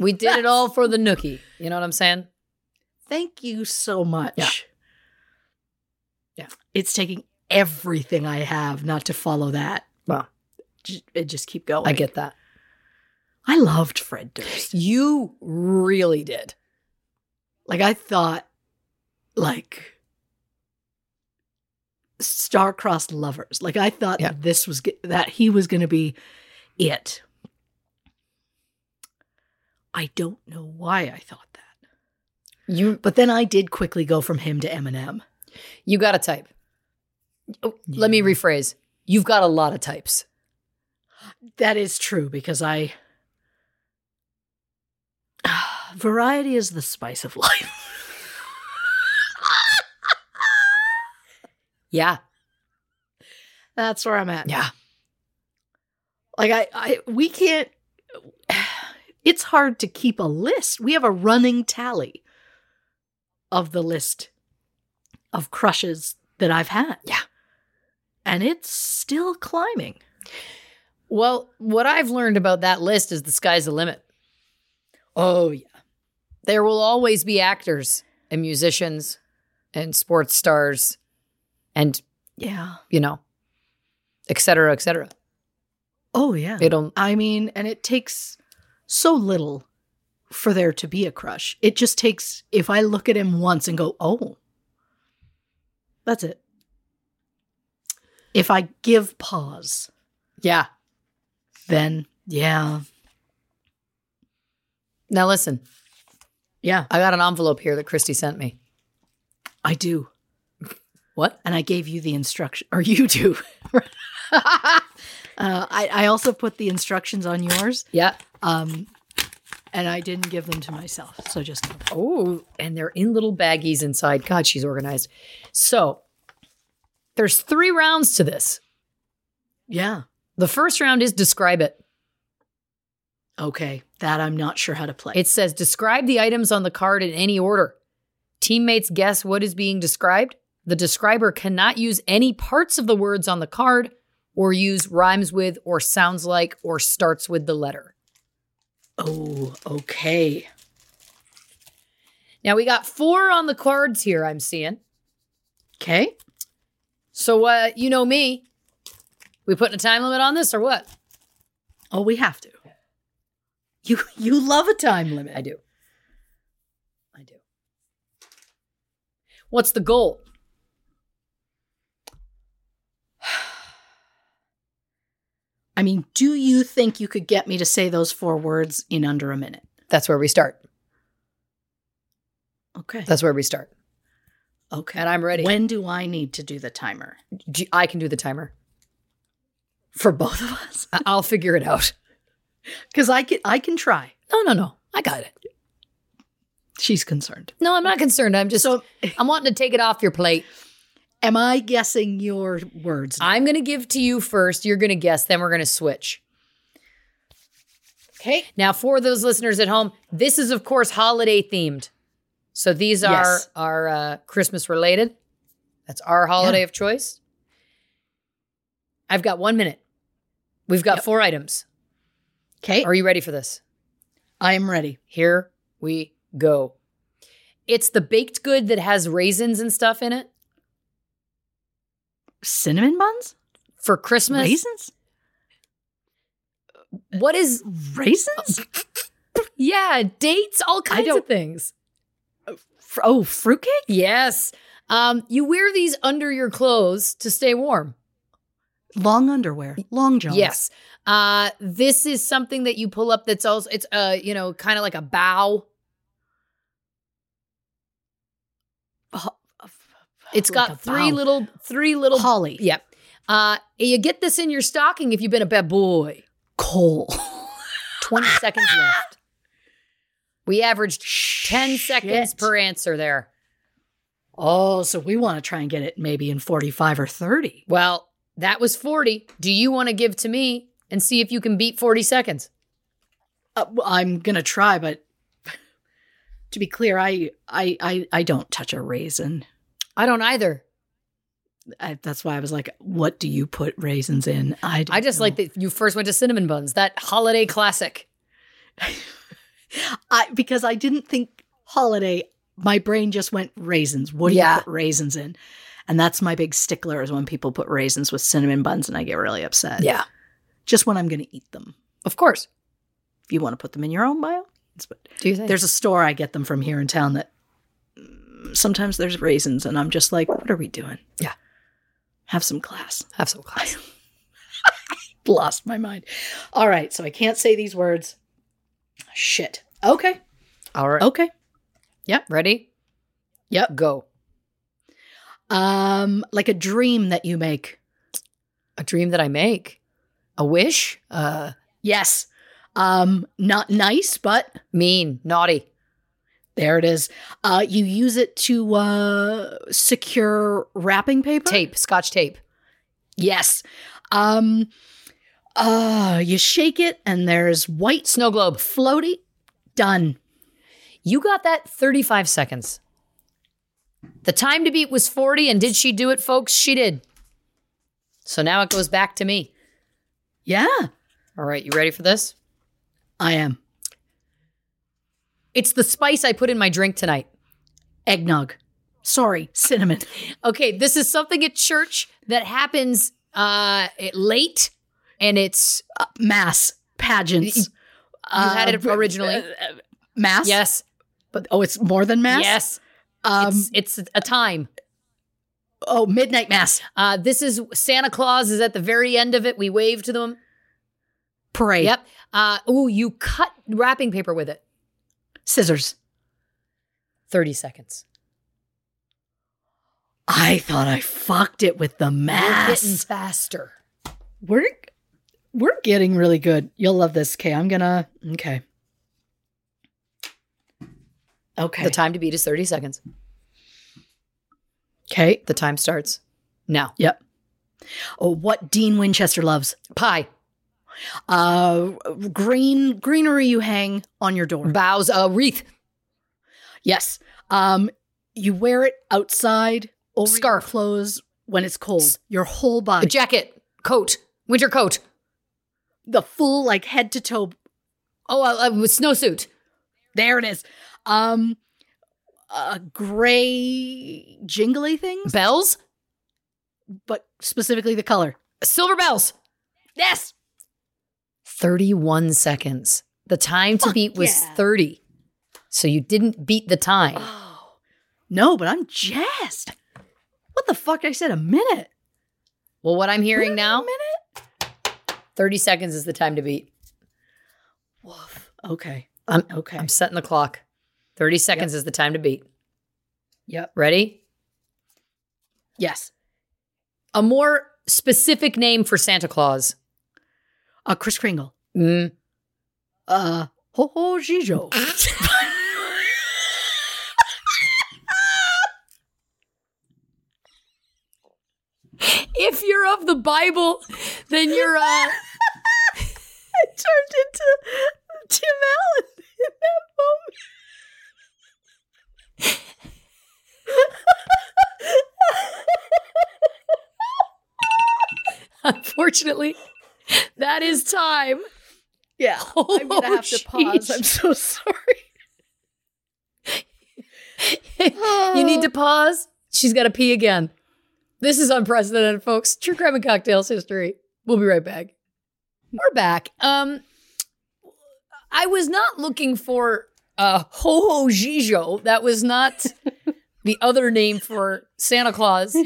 We did it all for the nookie. You know what I'm saying?
Thank you so much.
Yeah.
Yeah. It's taking everything I have not to follow that.
Wow.
Just, it just keep going.
I get that.
I loved Fred Durst.
You really did.
Like I thought like star-crossed lovers. Like I thought
Yeah.
this was g- that he was going to be it. I don't know why I thought that.
You
But then I did quickly go from him to Eminem.
you got a type. Oh, Let me
Yeah.
rephrase. You've got a lot of types.
That is true because I variety is the spice of life.
Yeah.
That's where I'm at.
Yeah.
Like I, I we can't it's hard to keep a list. We have a running tally of the list of crushes that I've had.
Yeah.
And it's still climbing.
Well, what I've learned about that list is the sky's the limit.
Oh yeah.
There will always be actors and musicians and sports stars and,
Yeah.
you know, et cetera, et cetera.
Oh yeah.
It'll,
I mean, and it takes so little for there to be a crush. It just takes if I look at him once and go, "Oh." That's it. If I give pause,
yeah.
then yeah.
Now listen,
Yeah,
I got an envelope here that Christy sent me.
I do.
What?
And I gave you the instruction or you do. uh, I, I also put the instructions on yours.
Yeah.
Um and I didn't give them to myself. So just
Oh, and they're in little baggies inside. God, she's organized. So there's three rounds to this.
yeah.
The first round is describe it.
Okay. That I'm not sure how to play.
It says describe the items on the card in any order. Teammates guess what is being described. The describer cannot use any parts of the words on the card or use rhymes with or sounds like or starts with the letter.
Oh, okay.
Now we got four on the cards here, I'm seeing.
Okay.
So uh, you know me. We putting a time limit on this or what?
Oh, we have to. You you love a time limit.
I do. I do. What's the goal?
I mean, do you think you could get me to say those four words in under a minute?
That's where we start.
Okay.
That's where we start.
Okay.
And I'm ready.
When do I need to do the timer?
G- I can do the timer.
For both of us?
I- I'll figure it out.
Because I can, I can try.
No, no, no. I got it.
She's concerned.
No, I'm not concerned. I'm just,
So-
I'm wanting to take it off your plate.
Am I guessing your words?
I'm going to give to you first. You're going to guess. Then we're going to switch.
okay.
Now, for those listeners at home, this is, of course, holiday themed. So these are
Yes.
are uh, Christmas related. That's our holiday of choice. I've got one minute. We've got four items.
Okay.
Are you ready for this?
I am ready.
Here we go. It's the baked good that has raisins and stuff in it
Cinnamon buns?
for Christmas.
Raisins?
What is?
Raisins?
Yeah, dates, all kinds of
don't-
things.
Fr- oh, fruitcake?
Yes. Um, you wear these under your clothes to stay warm.
Long underwear. Long johns.
Yes. Uh, this is something that you pull up that's also it's uh you know kind of like a bow. It's
Like
got
a
three
bow.
little three little
Holly.
Yep. Uh, you get this in your stocking if you've been a bad boy.
Coal.
20 seconds left. We averaged 10 seconds
Shit.
per answer there.
Oh, so we want to try and get it maybe in 45 or 30.
Well, that was 40. Do you want to give to me and see if you can beat 40 seconds?
Uh, well, I'm going to try, but to be clear, I, I, I, I don't touch a raisin.
I don't either.
I, that's why I was like, what do you put raisins in? I,
I just like
the
that you first went to cinnamon buns, that holiday classic.
I, because I didn't think holiday. My brain just went raisins. What do
Yeah.
you put raisins in? And that's my big stickler is when people put raisins with cinnamon buns and I get really upset. Just when I'm going to eat them.
Of course.
If you want to put them in your own bio, it's but
Do you think?
There's a store I get them from here in town that mm, sometimes there's raisins, and I'm just like, what are we doing?
Yeah.
Have some class.
have some class.
Lost my mind. All right, so I can't say these words. Shit. Okay.
All right.
Okay.
Ready?
Yep.
Go.
Um, like a dream that you make.
A dream that I make. A wish? Uh
Yes. Um, not nice, but
mean, naughty.
there it is. Uh, you use it to uh secure wrapping paper.
Tape, scotch tape.
Yes. Um, uh, you shake it, and there's white
Snow globe.
floaty done
You got that 35 seconds. The time to beat was 40, and did she do it, folks? She did. So now it goes back to me.
yeah
All right, you ready for this?
i am
It's the spice I put in my drink tonight.
eggnog sorry cinnamon
Okay, this is something at church that happens uh it- late, and it's
Uh, mass pageants
You had it originally.
uh, mass
yes,
but oh it's more than mass
yes.
um
it's, it's a time.
oh midnight mass
Uh, this is Santa Claus is at the very end of it. We wave to them.
parade
Yep. Uh, ooh, you cut wrapping paper with it.
scissors
30 seconds.
i thought i fucked it with the
Getting
mass
faster.
we're we're getting really good you'll love this okay i'm gonna okay okay
The time to beat is 30 seconds.
okay
The time starts now.
yep oh what dean winchester loves
Pie,
uh green greenery you hang on your door
bows, a uh, wreath,
yes um you wear it outside over your
Scarf.
clothes when it's cold your whole body
a jacket, coat, winter coat.
the full like head to toe
Oh, a, a snowsuit.
there it is um uh gray jingly things
Bells,
but specifically the color
silver bells.
yes
31 seconds. The time to
Fuck
beat was
yeah.
30. So you didn't beat the time.
oh no but i'm jazzed what the fuck i said a minute
Well, what I'm
Wait
hearing
a
now,
minute
30 seconds is the time to beat.
woof okay
I'm-
okay
I'm setting the clock. 30 seconds is the time to beat.
yep
Ready?
Yes.
A more specific name for Santa Claus.
Uh, Chris Kringle.
Mm.
Uh, Ho Ho Jijo.
If you're of the Bible, then you're uh
it turned into Tim Allen in that moment.
unfortunately that is time.
Yeah.
Oh,
I'm gonna have to pause. I'm so sorry.
you need to pause. She's got to pee again. This is unprecedented, folks. True crime and cocktails history. We'll be right back. We're back. Um, I was not looking for uh, Ho Ho Gijo. That was not the other name for Santa Claus.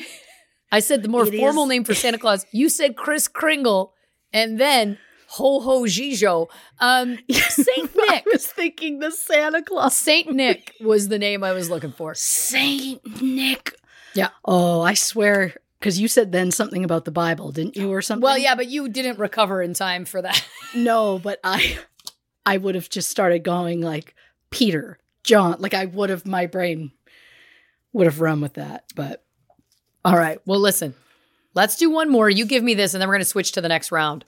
I said the more
It
formal
is.
name for Santa Claus. You said Chris Kringle, and then Ho Ho Gijo. Um, Saint Nick. I was
thinking the Santa Claus.
Saint Nick was the name I was looking for.
Saint Nick.
Yeah.
Oh, I swear, because you said then something about the Bible, didn't you, or something?
Well, yeah, but you didn't recover in time for that.
No, but I, I would have just started going like Peter, John. Like I would have, my brain would have run with that. But
All right. Well, listen, let's do one more. You give me this, and then we're going to switch to the next round.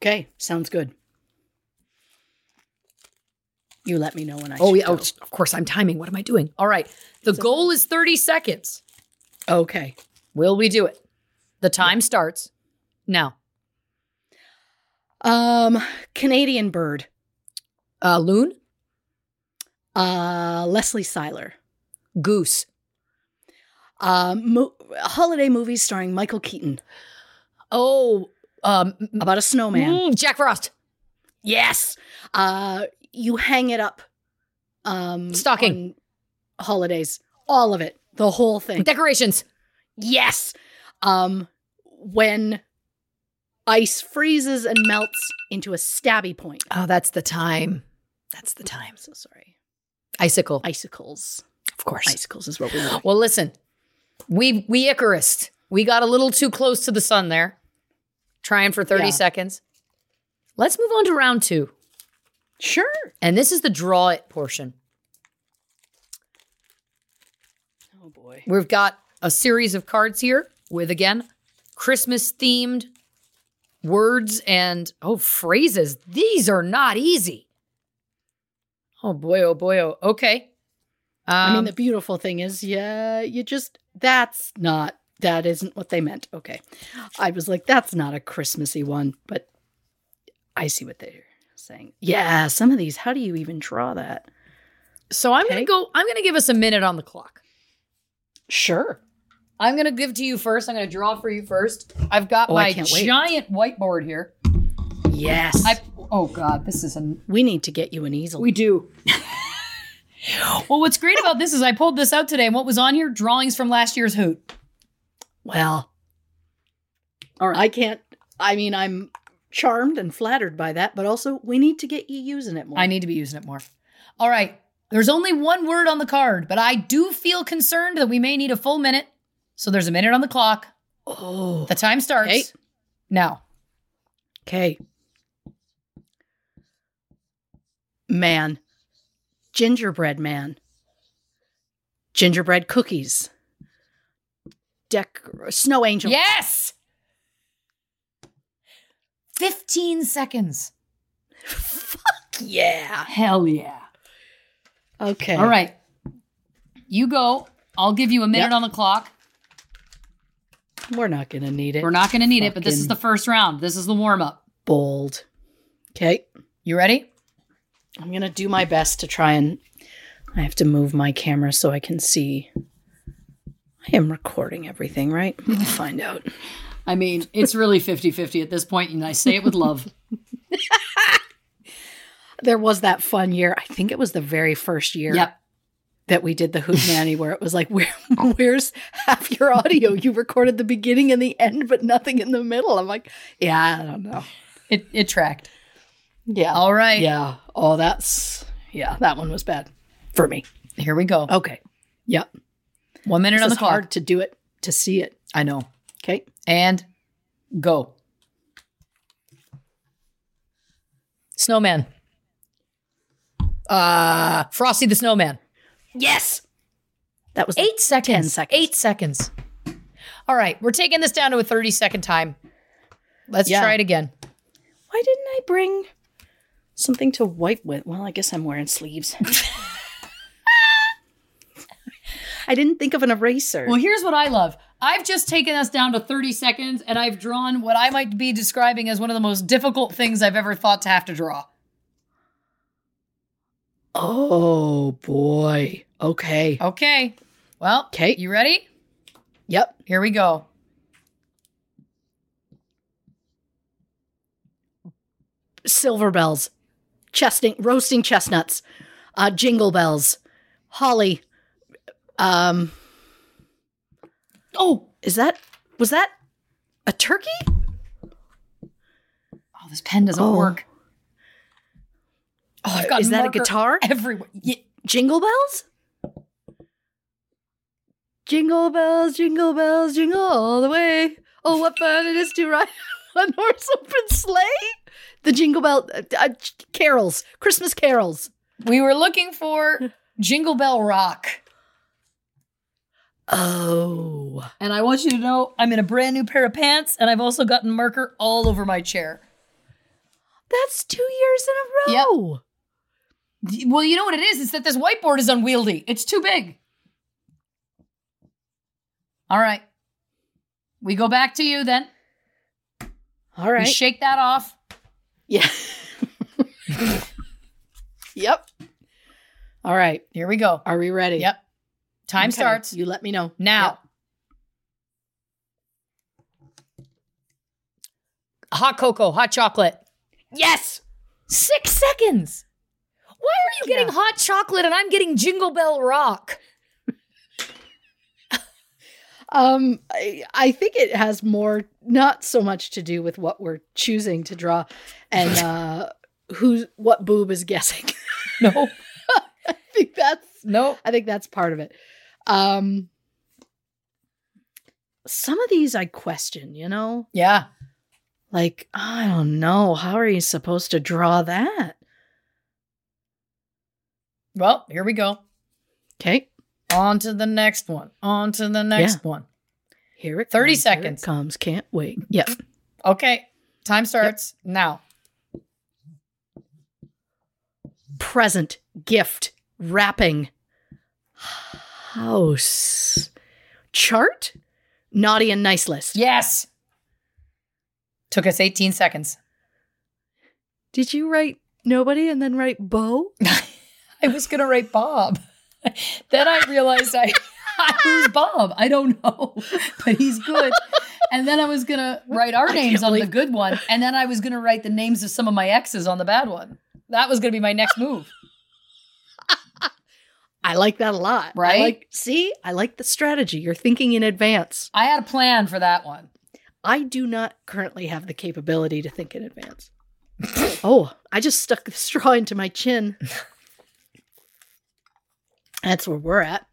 okay, sounds good. You let me know when I.
oh,
should
yeah. Oh,
go.
of course, I'm timing. What am I doing? All right. The goal is 30 seconds.
Okay.
Will we do it? The time starts now.
Um, Canadian bird.
Uh, loon,
Uh, Leslie Seiler.
goose,
Um, mo- holiday movies starring Michael Keaton
oh, um, m-
about a snowman.
mm, Jack Frost,
Yes. Uh you hang it up. Um
Stocking.
on holidays. All of it. The whole thing.
decorations,
yes. Um when ice freezes and melts into a stabby point.
Oh, that's the time. That's the time.
I'm so sorry.
Icicle,
Icicles.
of course.
Icicles is what we want.
Well, listen, we we Icarus. We got a little too close to the sun there, trying for 30
Yeah.
seconds. Let's move on to round two.
Sure.
And this is the draw it portion.
Oh boy.
We've got a series of cards here with, again, Christmas themed words and, oh, phrases. These are not easy. Oh boy, oh boy, oh. Okay.
I mean
Um,
the beautiful thing is yeah, you just that's not that isn't what they meant. Okay. I was like, that's not a Christmassy one, but I see what they're saying. Yeah, some of these, how do you even draw that?
so I'm
okay.
going to go, I'm going to give us a minute on the clock.
Sure.
I'm gonna give to you first. I'm gonna draw for you first. I've got
Oh, I
my
can't wait.
giant whiteboard here.
Yes.
I oh god, this is a
we need to get you an easel.
do. well, what's great about this is I pulled this out today, and what was on here? Drawings from last year's hoot.
well. All right. I can't I mean, I'm charmed and flattered by that, but also we need to get you using it more.
I need to be using it more. All right. There's only one word on the card, but I do feel concerned that we may need a full minute. So there's a minute on the clock.
oh.
The time starts
Okay.
now.
Okay. Man. Gingerbread man. Gingerbread cookies. Deck snow angel.
Yes. 15 seconds.
Yeah.
Hell yeah.
Okay.
All right. You go. I'll give you a minute
Yep.
on the clock.
We're not gonna need it.
We're not going to need it, but this is
Fucking-
the first round. This is the warm up.
bold. Okay.
You ready?
I'm gonna do my best to try and I have to move my camera so I can see. I am recording everything, right? We'll find out.
I mean, it's really 50 50 at this point, and I say it with love.
There was that fun year. I think it was the very first year.
yep.
that we did the Hoot Nanny where it was like, Where, where's half your audio? You recorded the beginning and the end, but nothing in the middle. I'm like, yeah, I don't know.
It, it tracked.
Yeah.
All right.
Yeah. Oh, that's, yeah, that one was bad for me.
Here we go.
Okay. Yep.
One minute
This
on the
is
clock.
hard to do it to see it.
I know.
Okay.
And go. Snowman. Uh Frosty the Snowman. Yes.
That was
eight seconds.
10 seconds.
Eight seconds. All right. We're taking this down to a 30 second time. Let's
Yeah.
try it again.
Why didn't I bring something to wipe with? Well, I guess I'm wearing sleeves. I didn't think of an eraser.
Well, here's what I love. I've just taken us down to 30 seconds and I've drawn what I might be describing as one of the most difficult things I've ever thought to have to draw.
oh boy. Okay.
Okay. Well,
Okay.
you ready?
Yep.
Here we go.
Silver bells, chestnut, roasting chestnuts, uh, jingle bells, holly. Um. Oh, is that was that a turkey?
Oh, this pen doesn't
Oh.
work. Oh, I've got
is that a
marker
guitar?
Everywhere. Ye-
Jingle bells? Jingle bells, jingle bells, jingle all the way. Oh, what fun it is to ride on one horse open sleigh. The jingle bell uh, uh, carols, Christmas carols.
We were looking for Jingle Bell Rock.
Oh.
And I want you to know I'm in a brand new pair of pants and I've also gotten marker all over my chair.
That's two years in a row.
D- Well, you know what it is? It's that this whiteboard is unwieldy. It's too big. All right. We go back to you then.
All right.
We shake that off.
yeah. yep. All right.
Here we go.
Are we ready?
Yep. Time
Okay,
starts
You let me know.
now. Hot cocoa, hot chocolate. Yes. Six seconds. Why are you getting hot chocolate and I'm getting Jingle Bell Rock?
Um, I, I think it has more, not so much to do with what we're choosing to draw, and uh, who, what boob is guessing.
No,
I think that's,
no.
I think that's part of it. Um, some of these I question, you know,
Yeah.
like I don't know, how are you supposed to draw that?
Well, here we go.
Okay,
On to the next one. On to the next one.
here
30
it comes, here it
seconds.
comes, can't wait. Yep.
Okay. Time starts now.
present, gift, wrapping, house, chart, naughty and nice list.
Yes. Took us 18 seconds.
Did you write nobody and then write Bo?
I was going to write Bob. then I realized I, who's Bob? I don't know, but he's good. And then I was going to write our names on the good one. And then I was going to write the names of some of my exes on the bad one. That was going to be my next move.
I like that a lot. I
Right?
like, see, I like the strategy. You're thinking in advance.
I had a plan for that one.
I do not currently have the capability to think in advance. oh, I just stuck the straw into my chin. That's where we're at.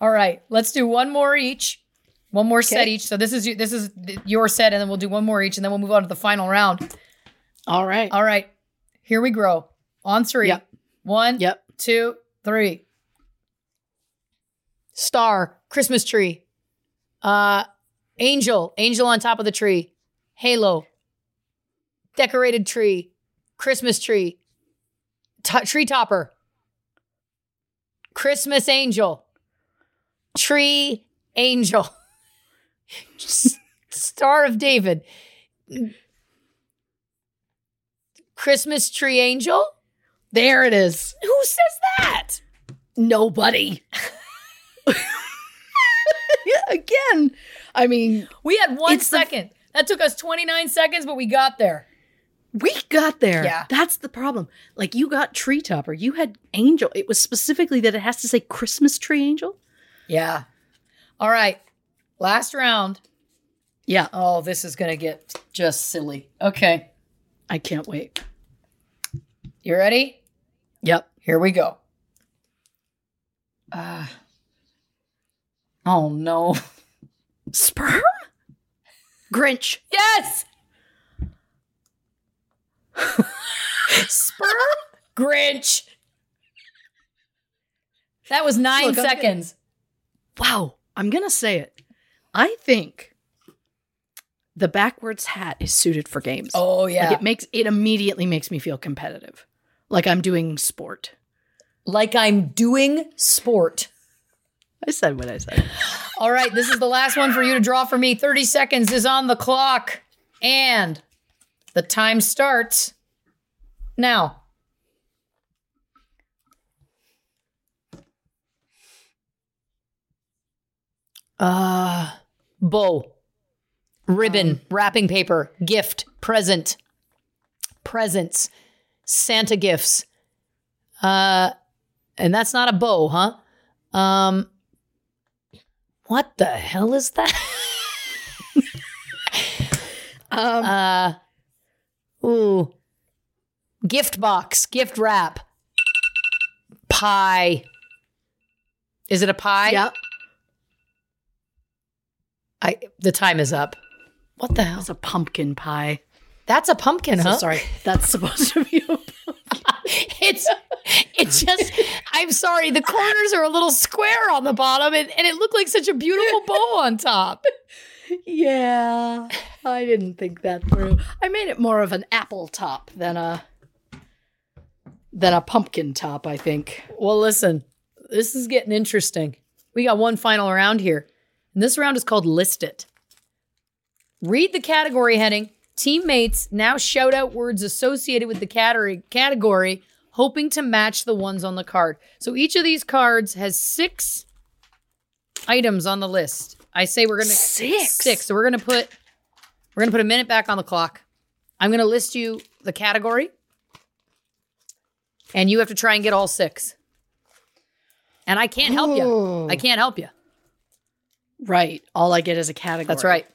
All right, let's do one more each. One more set each. So this is y- this is th- your set, and then we'll do one more each, and then we'll move on to the final round.
All right.
All right, here we grow. On three.
Yep.
One,
Yep.
two, three. Star, Christmas tree, uh, angel, angel on top of the tree, halo, decorated tree, Christmas tree, to- tree topper, Christmas angel, tree angel, S- star of David, Christmas tree angel.
There it is.
Who says that?
nobody. Again, I mean,
We had one
It's the-
second. that took us 29 seconds, but we got there.
we got there.
Yeah.
That's the problem. Like you got tree topper, you had angel. It was specifically that it has to say Christmas tree angel.
Yeah. All right. Last round.
Yeah,
Oh, this is going to get just silly. Okay.
I can't wait.
You ready?
Yep.
Here we go. Uh, Oh no.
Sperm?
Grinch.
Yes.
Sperm?
Grinch. That was nine
Look, I'm gonna-
seconds.
Wow. I'm going to say it. I think the backwards hat is suited for games.
Oh
Like,
yeah.
it makes it immediately makes me feel competitive. Like I'm doing sport.
like I'm doing sport.
I said what I said.
All right, this is the last one for you to draw for me. 30 seconds is on the clock. And the time starts now. Uh bow, ribbon, wrapping paper, gift, present, presents, Santa gifts. Uh and that's not a bow, huh? Um what the hell is that?
Um,
Uh, ooh, gift box, gift wrap, pie. Is it a pie?
yep.
I. The time is up. What the hell?
It's a pumpkin pie.
That's a pumpkin,
So
huh?
sorry. That's supposed to be a
It's. It's just. I'm sorry. The corners are a little square on the bottom, and, and it looked like such a beautiful bow on top.
Yeah. I didn't think that through. I made it more of an apple top than a than a pumpkin top, I think.
Well, listen, this is getting interesting. We got one final round here. And this round is called List It. Read the category heading. Teammates now shout out words associated with the category, category, hoping to match the ones on the card. So each of these cards has six items on the list. I say we're gonna
Six?
Six. So we're gonna put we're gonna put a minute back on the clock. I'm gonna list you the category, and you have to try and get all six. And I can't help you. I can't help you.
Right. All I get is a category.
That's right.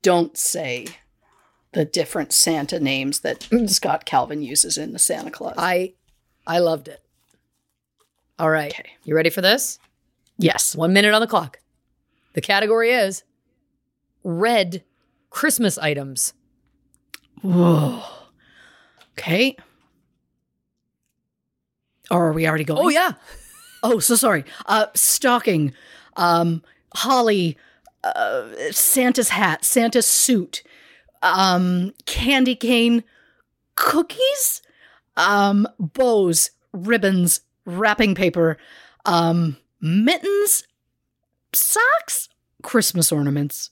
Don't say the different Santa names that Scott Calvin uses in the Santa Claus.
I I loved it. All right.
Okay.
You ready for this?
yes.
One minute on the clock. The category is red Christmas items.
Whoa. Okay. Or are we already going?
Oh yeah.
Oh, so sorry. Uh, stocking, um, holly, uh, Santa's hat, Santa's suit, um, candy cane, cookies, um, bows, ribbons, wrapping paper, um, mittens, socks, Christmas ornaments,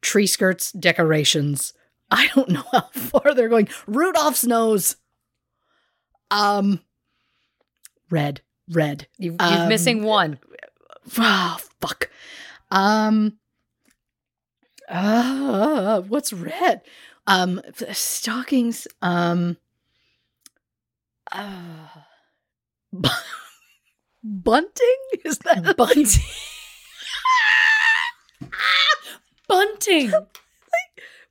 tree skirts, decorations. I don't know how far they're going. Rudolph's nose. Um, red, red.
You, you're
Um,
missing one.
Oh, fuck. Um. Uh, what's red? Um, f- stockings. Um. Uh, bu- bunting is that bunting? Ah!
Bunting.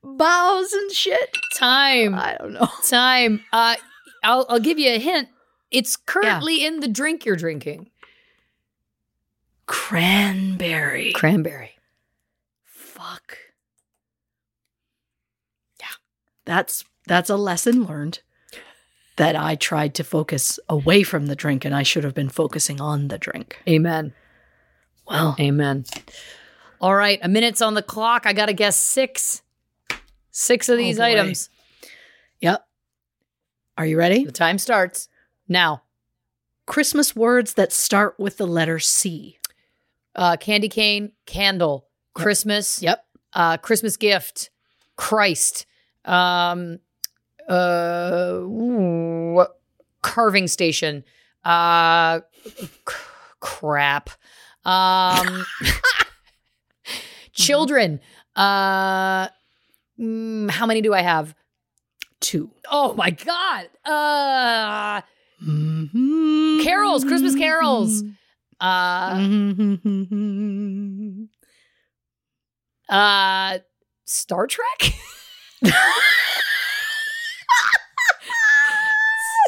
Bows and shit.
Time.
I don't know.
Time. Uh, I'll I'll give you a hint. It's currently in the drink you're drinking.
Cranberry.
Cranberry.
Fuck. Yeah. That's that's a lesson learned that I tried to focus away from the drink and I should have been focusing on the drink.
Amen.
Well,
Amen. All right, a minute's on the clock. I gotta guess six. Six of these
oh boy.
items.
yep. Are you ready?
The time starts now.
Christmas words that start with the letter C.
Uh, candy cane, candle, Christmas,
Yep.
uh, Christmas gift, Christ, um, uh, ooh, carving station, uh, c- crap, um, children. Uh, mm, how many do I have?
Two.
Oh my god. Uh
Mm-hmm.
carols, Christmas carols. Uh
Mm-hmm. Mhm.
uh Star Trek?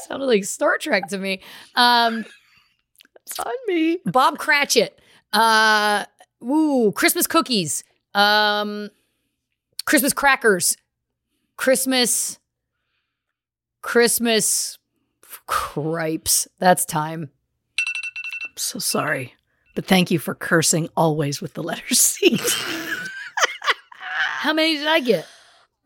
Sounded like Star Trek to me. Um
It's on me.
Bob Cratchit. Uh, ooh, Christmas cookies, um, Christmas crackers, Christmas, Christmas cripes. That's time.
I'm so sorry, but thank you for cursing always with the letter C.
How many did I get?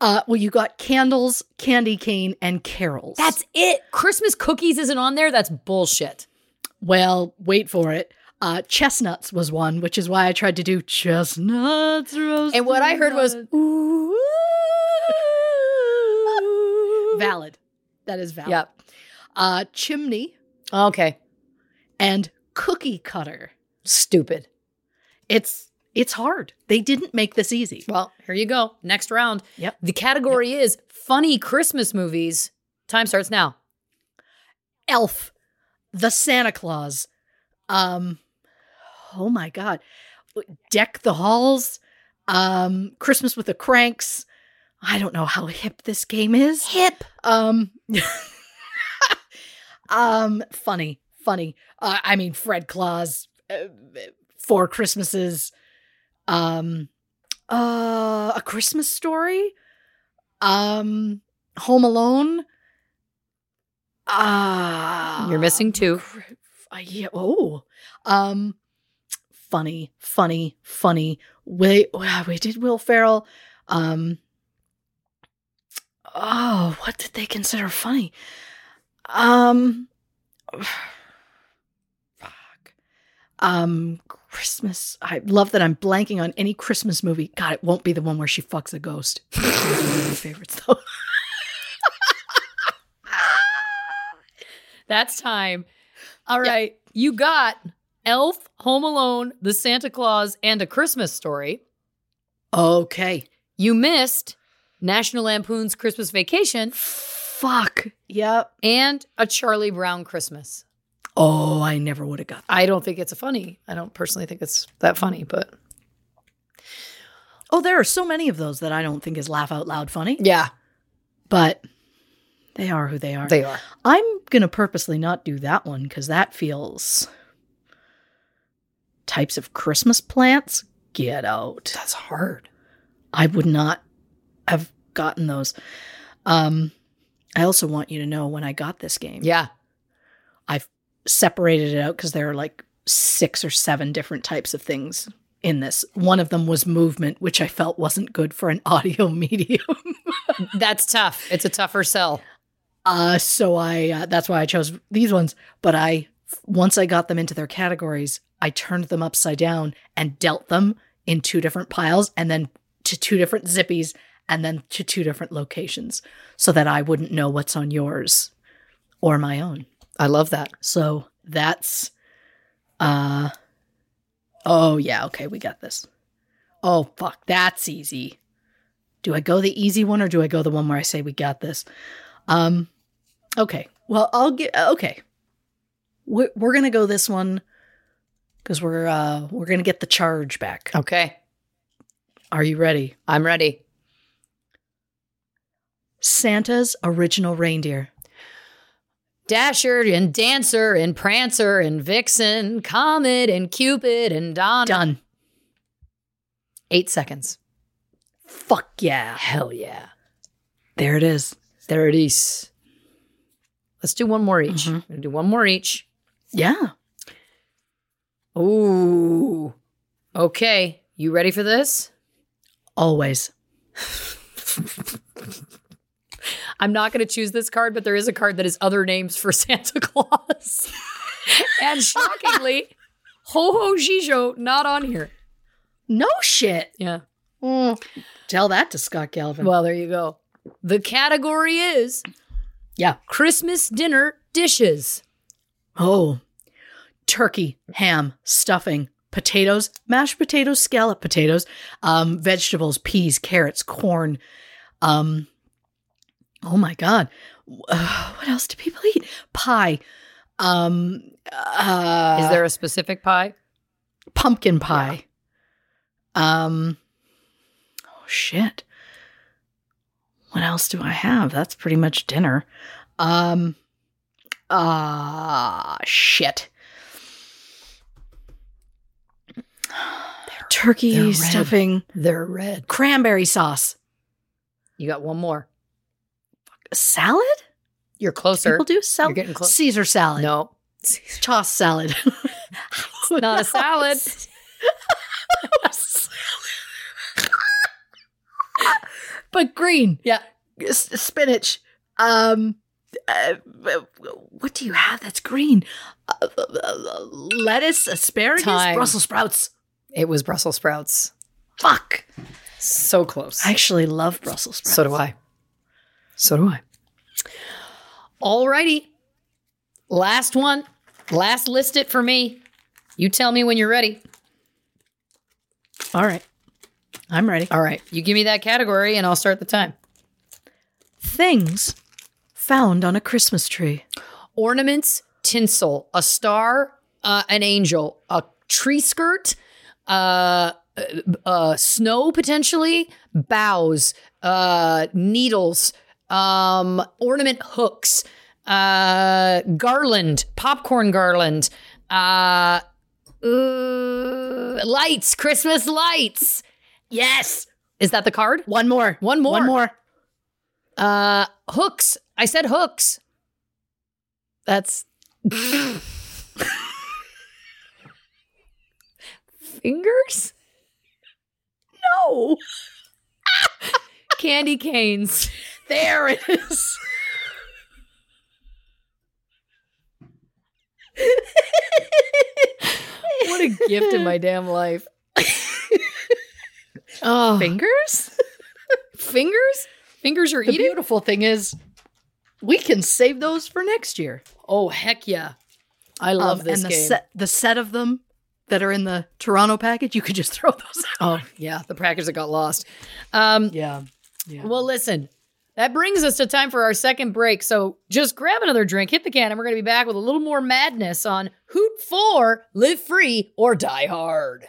Uh, well, you got candles, candy cane, and carols.
That's it. Christmas cookies isn't on there. That's bullshit.
Well, wait for it. Uh, chestnuts was one, which is why I tried to do chestnuts roasted.
And what I heard was
ooh. valid. That is valid.
Yep.
Uh, chimney.
Okay.
And cookie cutter.
Stupid.
It's it's hard. They didn't make this easy.
Well, here you go. Next round.
Yep.
The category yep. is funny Christmas movies. Time starts now.
Elf, The Santa Claus. Um Oh my god. Deck the Halls, um Christmas with the Cranks. I don't know how hip this game is.
Hip.
Um Um funny, funny. Uh, I mean Fred Claus, uh, Four Christmases um uh a christmas story um home alone ah
uh, you're missing two
uh, yeah, oh um funny funny funny wait wow, we did will ferrell um oh what did they consider funny um fuck um Christmas. I love that I'm blanking on any Christmas movie. God, it won't be the one where she fucks a ghost. one of my favorites though.
That's time. All right, yep. you got Elf, Home Alone, The Santa Claus, and A Christmas Story.
Okay.
You missed National Lampoon's Christmas Vacation.
Fuck. Yep.
And A Charlie Brown Christmas.
Oh, I never would have got
that. I don't think it's a funny. I don't personally think it's that funny, but
Oh, there are so many of those that I don't think is laugh out loud funny.
Yeah.
But they are who they are.
They are.
I'm going to purposely not do that one cuz that feels types of Christmas plants. Get out.
That's hard.
I would not have gotten those. Um I also want you to know when I got this game.
Yeah.
I've separated it out because there are like six or seven different types of things in this. One of them was movement, which I felt wasn't good for an audio medium.
that's tough. It's a tougher sell.
Uh, so I uh, that's why I chose these ones. But I once I got them into their categories, I turned them upside down and dealt them in two different piles, and then to two different zippies, and then to two different locations, so that I wouldn't know what's on yours or my own.
I love that.
So that's uh oh yeah, okay, we got this. Oh fuck, that's easy. Do I go the easy one or do I go the one where I say we got this? Um okay. Well, I'll get okay. We're, we're going to go this one cuz we're uh we're going to get the charge back.
Okay.
Are you ready?
Oh. I'm ready.
Santa's original reindeer.
Dasher and Dancer and Prancer and Vixen, Comet and Cupid and Don.
Done.
Eight seconds.
Fuck yeah.
Hell yeah.
There it is.
There it is. Let's do one more each. Mm-hmm. We'll do one more each.
Yeah.
Ooh. Okay. You ready for this?
Always.
I'm not going to choose this card, but there is a card that is other names for Santa Claus. and shockingly, Ho Ho Jijo not on here.
No shit.
Yeah.
Mm. Tell that to Scott Galvin.
Well, there you go. The category is
yeah,
Christmas dinner dishes.
Oh, turkey, ham, stuffing, potatoes, mashed potatoes, scallop potatoes, um, vegetables, peas, carrots, corn, um, Oh my god. Uh, what else do people eat? Pie. Um uh,
Is there a specific pie?
Pumpkin pie. Yeah. Um Oh shit. What else do I have? That's pretty much dinner. Um ah uh, shit. turkey
They're red.
stuffing.
They're red.
Cranberry sauce.
You got one more.
Salad?
You're closer.
People do salad.
You're getting close.
Caesar salad.
No,
Toss salad.
it's not a salad.
but green.
yeah.
S- spinach. Um, uh, what do you have that's green? Uh, uh, uh, lettuce, asparagus,
Time.
Brussels sprouts.
It was Brussels sprouts.
Fuck.
So close.
I actually love Brussels sprouts.
so do I. So do I. Alrighty. Last one. Last list it for me. You tell me when you're ready.
All right. I'm ready.
All right. You give me that category and I'll start the time.
Things found on a Christmas tree.
ornaments, tinsel, a star, uh, an angel, a tree skirt, uh, uh, snow potentially, boughs, uh, needles, um, ornament hooks, uh, garland, popcorn garland, uh, uh, lights, Christmas lights. Yes. Is that the card?
One more.
One more.
One more.
Uh, hooks. I said hooks. That's fingers.
No.
Candy canes.
There it is.
What a gift in my damn life. oh,
Fingers?
fingers. Fingers are
The
eating.
beautiful thing is, we can save those for next year.
oh heck yeah! I love
Um,
this
and the
game.
Set, the set of them that are in the Toronto package, you could just throw those out.
oh yeah, the package that got lost. Um,
Yeah. Yeah.
Well, listen, that brings us to time for our second break. So just grab another drink, hit the can, and we're going to be back with a little more madness on Hoot 4, Live Free, or Die Hard.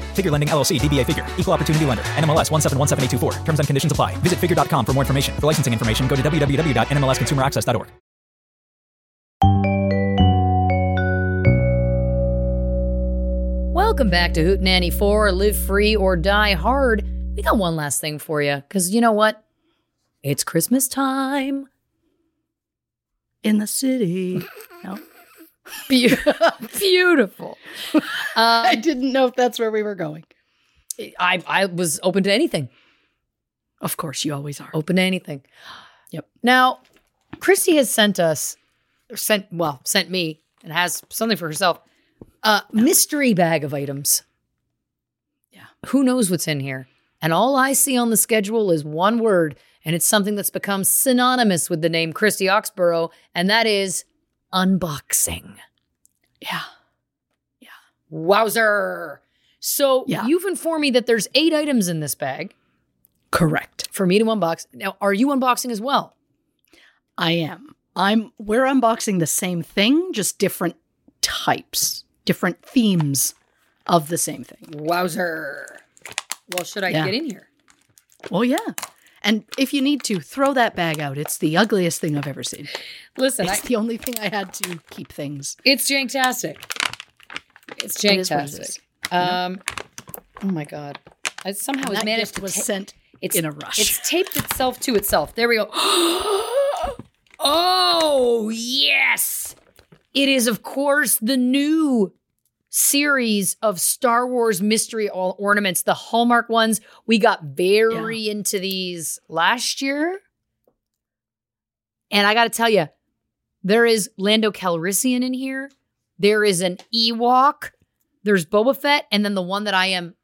Figure Lending LLC, DBA Figure, Equal Opportunity Lender, NMLS 1717824. Terms and conditions apply. Visit figure.com for more information. For licensing information, go to www.nmlsconsumeraccess.org.
Welcome back to Hoot Nanny 4, Live Free, or Die Hard. We got one last thing for you because you know what? It's Christmas time.
In the city.
Be- Beautiful.
I
Um,
didn't know if that's where we were going.
I, I was open to anything.
Of course, you always are.
open to anything.
Yep.
Now, Christy has sent us, or sent well, sent me, and has something for herself. A mystery bag of items.
Yeah.
Who knows what's in here? And all I see on the schedule is one word, and it's something that's become synonymous with the name Christy Oxborough, and that is unboxing.
Yeah.
Wowzer. So
Yeah.
you've informed me that there's eight items in this bag
Correct.
for me to unbox. Now, are you unboxing as well?
I am. I'm we're unboxing the same thing, just different types, different themes of the same thing.
Wowzer. Well, should I
Yeah.
get in here?
Well, yeah. And if you need to, throw that bag out. It's the ugliest thing I've ever seen.
Listen,
It's
it's,
the only thing I had to keep things.
it's janktastic. It's
It is what it
janktastic.
is.
Um, oh my god! I somehow
And
it
that
managed
gift
to
was
ta-
sent
it's-
in a rush.
It's taped itself to itself. There we go. oh yes! It is, of course, the new series of Star Wars mystery or- ornaments, the Hallmark ones. We got very into these last year. And I got to tell you, there is Lando Calrissian in here. There is an Ewok. There's Boba Fett. And then the one that I am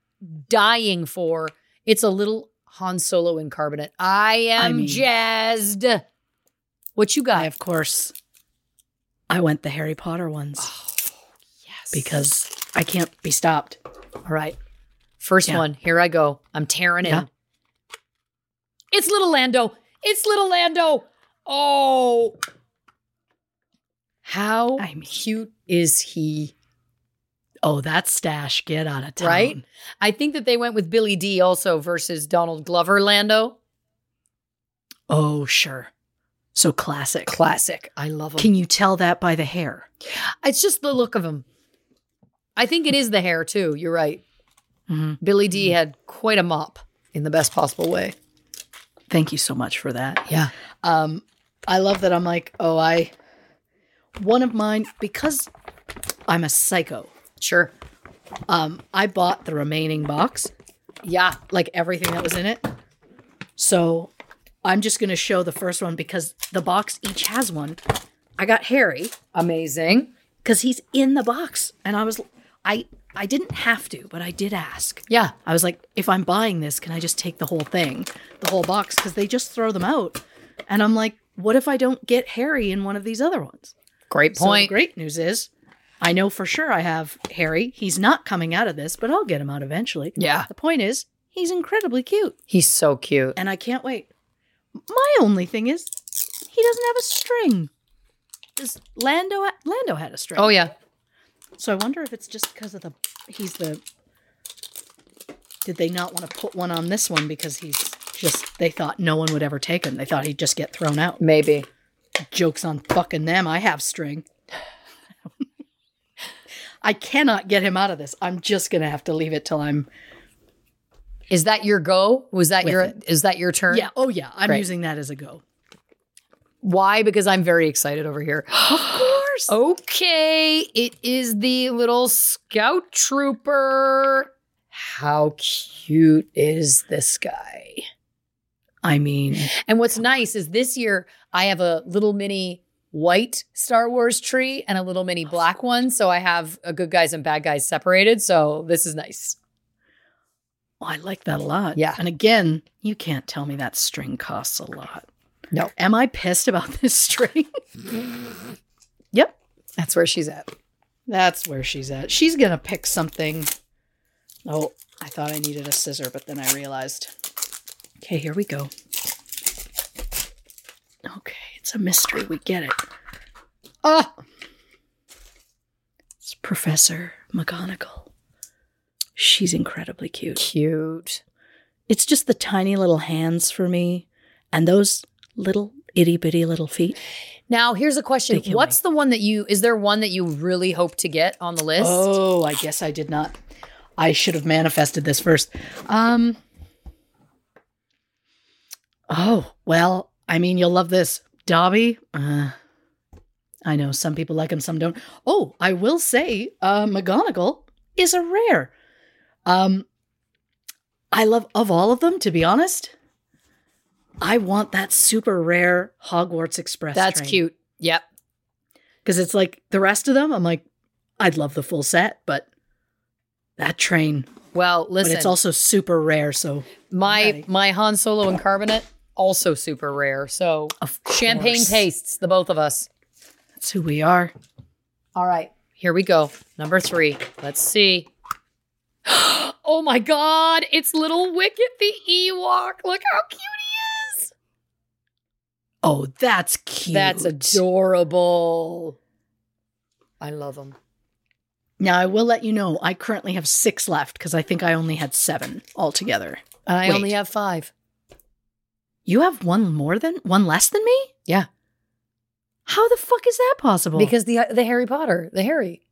dying for, it's a little Han Solo in carbonate. I am
mean-
jazzed. What you got?
of course, I went the Harry Potter ones. Oh, yes. Because I can't be stopped. All
right. First
Yeah.
one. Here I go. I'm tearing
Yeah.
in. It's little Lando. It's little Lando. Oh. How cute is he?
Oh, that stash. Get out of town.
Right? I think that they went with Billy D also versus Donald Glover Lando.
Oh, sure. So classic.
Classic. I love him.
Can you tell that by the hair?
It's just the look of him. I think it is the hair too. You're right.
Mm-hmm.
Billy D had quite a mop in the best possible way.
Thank you so much for that.
Yeah.
Um, I love that I'm like, oh, I one of mine because I'm a psycho.
Sure.
Um, I bought the remaining box.
Yeah.
Like everything that was in it. So I'm just gonna show the first one because the box each has one. I got Harry.
Amazing.
Because he's in the box. And I was I I didn't have to, but I did ask.
Yeah.
I was like, if I'm buying this, can I just take the whole thing, the whole box? Because they just throw them out. And I'm like, what if I don't get Harry in one of these other ones?
Great
So the
point.
great news is, I know for sure I have Harry. He's not coming out of this, but I'll get him out eventually.
Yeah.
The point is, he's incredibly cute,
He's so cute.
and I can't wait. My only thing is, he doesn't have a string. Does Lando? Lando had a string.
Oh yeah.
So I wonder if it's just because of the he's the. Did they not want to put one on this one because he's just? They thought no one would ever take him. They thought he'd just get thrown out.
Maybe.
Jokes on fucking them. I have string. I cannot get him out of this. I'm just gonna have to leave it till I'm.
Is that your go? Was that
With
your
it.
is that your turn?
Yeah. Oh yeah. I'm
Great.
using that as a go.
Why? Because I'm very excited over here. of course. Okay, it is the little scout trooper. How cute is this guy?
I mean,
And what's nice is this year I have a little mini white Star Wars tree and a little mini black one, so I have a good guys and bad guys separated. So this is nice.
oh, I like that a lot.
Yeah.
And again, you can't tell me that string costs a lot.
No.
Am I pissed about this string? yep.
That's where she's at.
That's where she's at. She's gonna pick something. Oh, I thought I needed a scissor, but then I realized. Okay, here we go. Okay, it's a mystery. We get it. Ah! It's Professor McGonagall. She's incredibly cute.
Cute.
It's just the tiny little hands for me and those little itty bitty little feet.
Now, here's a question.
They can
What's the one that you is there one that you really hope to get on the list?
Oh, I guess I did not. I should have manifested this first. Um. Oh well, I mean, you'll love this, Dobby. Uh, I know some people like him, some don't. Oh, I will say, uh, McGonagall is a rare. Um, I love of all of them. To be honest, I want that super rare Hogwarts Express.
That's
train.
cute. Yep.
Because it's like the rest of them, I'm like, I'd love the full set, but that train.
Well, listen.
But it's also super rare, so
my my Han Solo and carbonate also super rare. So champagne
course.
tastes the both of us.
that's who we are.
All right, here we go. Number three. Let's see. oh my God! It's little Wicket the Ewok. Look how cute he is.
Oh, that's cute.
That's adorable. I love him.
Now I will let you know I currently have six left because I think I only had seven altogether.
I
Wait,
only have five.
you have one more than one less than me?
Yeah.
How the fuck is that possible?
Because the the Harry Potter, the Harry.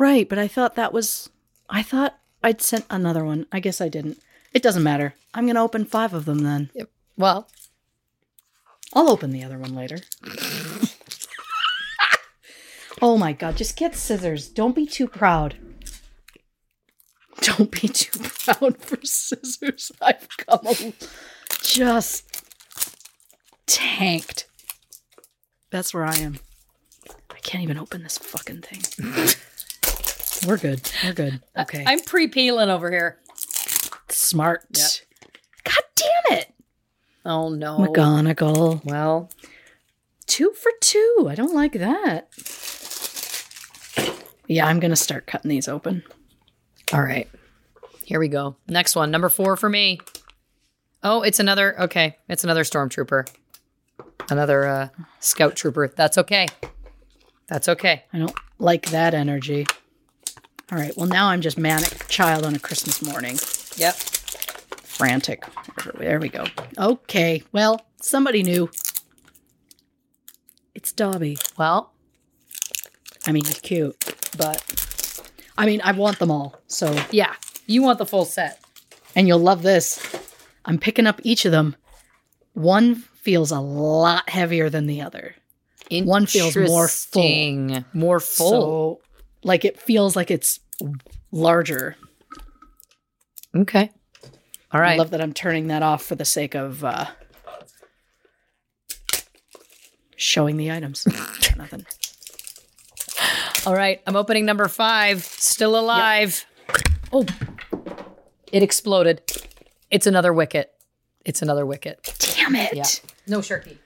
Right, but I thought that was I thought I'd sent another one. I guess I didn't. It doesn't matter. I'm gonna open five of them then.
Yep. Well,
I'll open the other one later. Oh my god, just get scissors. Don't be too proud. Don't be too proud for scissors. I've come a- just tanked. That's where I am. I can't even open this fucking thing. Uh, We're good. We're good. Okay.
I'm pre peeling over here.
Smart.
God
damn it.
Oh no.
McGonagall.
Well,
two for two. I don't like that. Yeah, I'm going to start cutting these open.
All right. Here we go. Next one, number four for me. Oh, it's another. Okay, it's another stormtrooper, another uh, scout trooper. That's okay. That's okay.
I don't like that energy. All right. Well, now I'm just manic child on a Christmas morning.
Yep.
Frantic. There we go. Okay. Well, somebody knew. It's Dobby.
Well,
I mean, he's cute, but I mean, I want them all. So,
Yeah, you want the full set.
and you'll love this. I'm picking up each of them. One feels a lot heavier than the other. One feels more full.
Interesting. More full.
So, like it feels like it's larger.
okay. All
I
right.
love that I'm turning that off for the sake of uh, showing the items. Nothing.
All right. I'm opening number five. Still alive. Oh, it exploded. It's another wicket. It's another wicket.
Damn it.
Yeah. No shirky.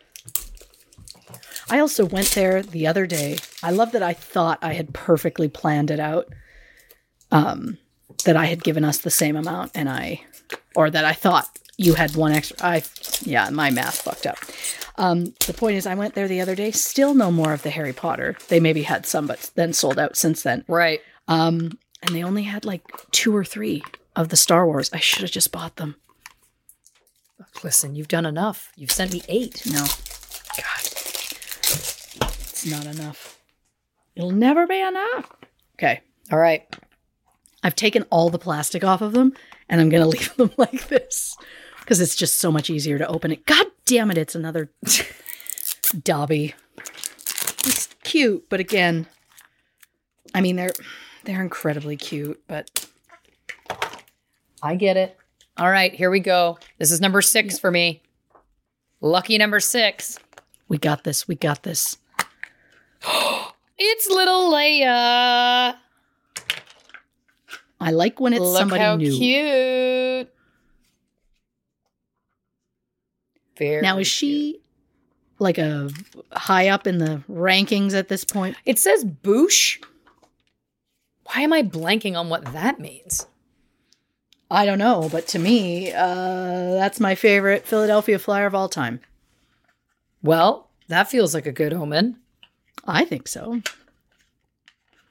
I also went there the other day. I love that I thought I had perfectly planned it out. Um, that I had given us the same amount, and I, or that I thought you had one extra. I, yeah, my math fucked up. Um, the point is, I went there the other day. Still, no more of the Harry Potter. They maybe had some, but then sold out since then.
Right.
Um, and they only had like two or three of the Star Wars. I should have just bought them.
Listen, you've done enough. You've sent me eight.
No. God. It's not enough. It'll never be enough. Okay.
All right.
I've taken all the plastic off of them and I'm going to leave them like this because it's just so much easier to open it. God damn it. It's another Dobby. It's cute, but again, I mean, they're. They're incredibly cute, but
I get it. All right, here we go. This is number six for me. Lucky number six.
we got this. We got this.
It's little Leia.
I like when it's
Look
somebody
how
new.
cute. Very.
Now, is she like a high up in the rankings at this point?
It says boosh. Why am I blanking on what that means?
I don't know, but to me, uh, that's my favorite Philadelphia Flyer of all time.
Well, that feels like a good omen.
I think so.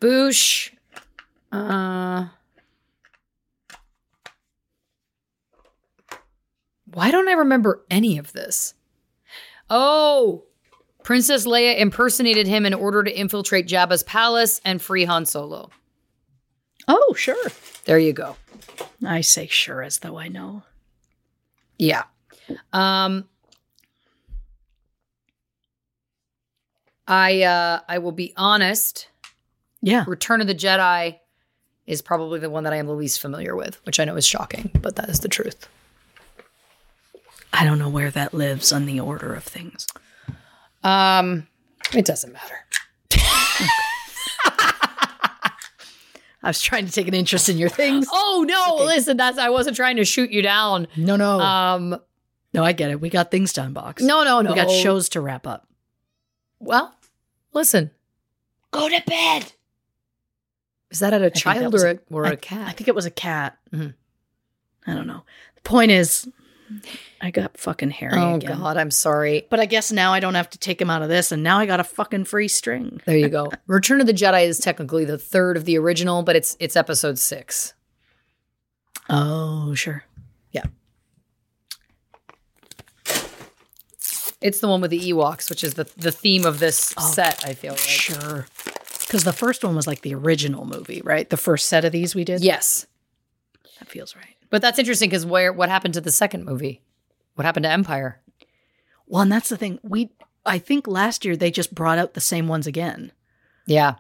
Boosh. Uh. Why don't I remember any of this? Oh, Princess Leia impersonated him in order to infiltrate Jabba's palace and free Han Solo.
Oh, sure.
There you go.
I say sure as though I know.
Yeah. Um I uh I will be honest,
Yeah.
Return of the Jedi is probably the one that I am the least familiar with, which I know is shocking, but that is the truth.
I don't know where that lives on the order of things.
Um it doesn't matter.
I was trying to take an interest in your things.
Oh no, listen, that's I wasn't trying to shoot you down.
No, no.
Um
no, I get it. We got things to unbox.
no no no.
We got shows to wrap up.
Well, listen. Go to bed. Is that at a
think that
child
was
or
a-
a, or
I-
a cat?
I think it was a cat. Mm-hmm.
Mhm.
I don't know. The point is, I got fucking hairy
oh
again.
god, I'm sorry.
But I guess now I don't have to take him out of this, and now I got a fucking free string.
There you go. Return of the Jedi is technically the third of the original, but it's it's episode six.
Oh, sure.
It's the one with the Ewoks, which is the the theme of this set. I feel like.
Sure. Because the first one was like the original movie, right? The first set of these we did?
Yes,
That feels right.
but that's interesting because where what happened to the second movie? What happened to Empire?
Well, and that's the thing. We, I think last year they just brought out the same ones again.
Yeah.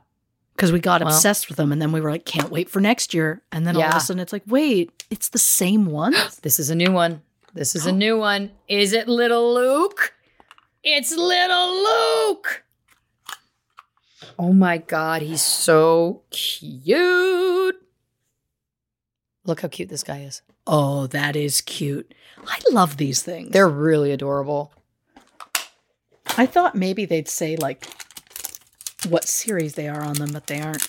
Because we got
Well.
obsessed with them and then we were like, can't wait for next year. And then all of
Yeah.
a sudden it's like, wait, it's the same one?
this is a new one. This is a new one. Is it Little Luke? It's Little Luke. Oh my God, he's so cute. Look how cute this guy is.
Oh, that is cute. I love these things.
They're really adorable.
I thought maybe they'd say like what series they are on them, but they aren't.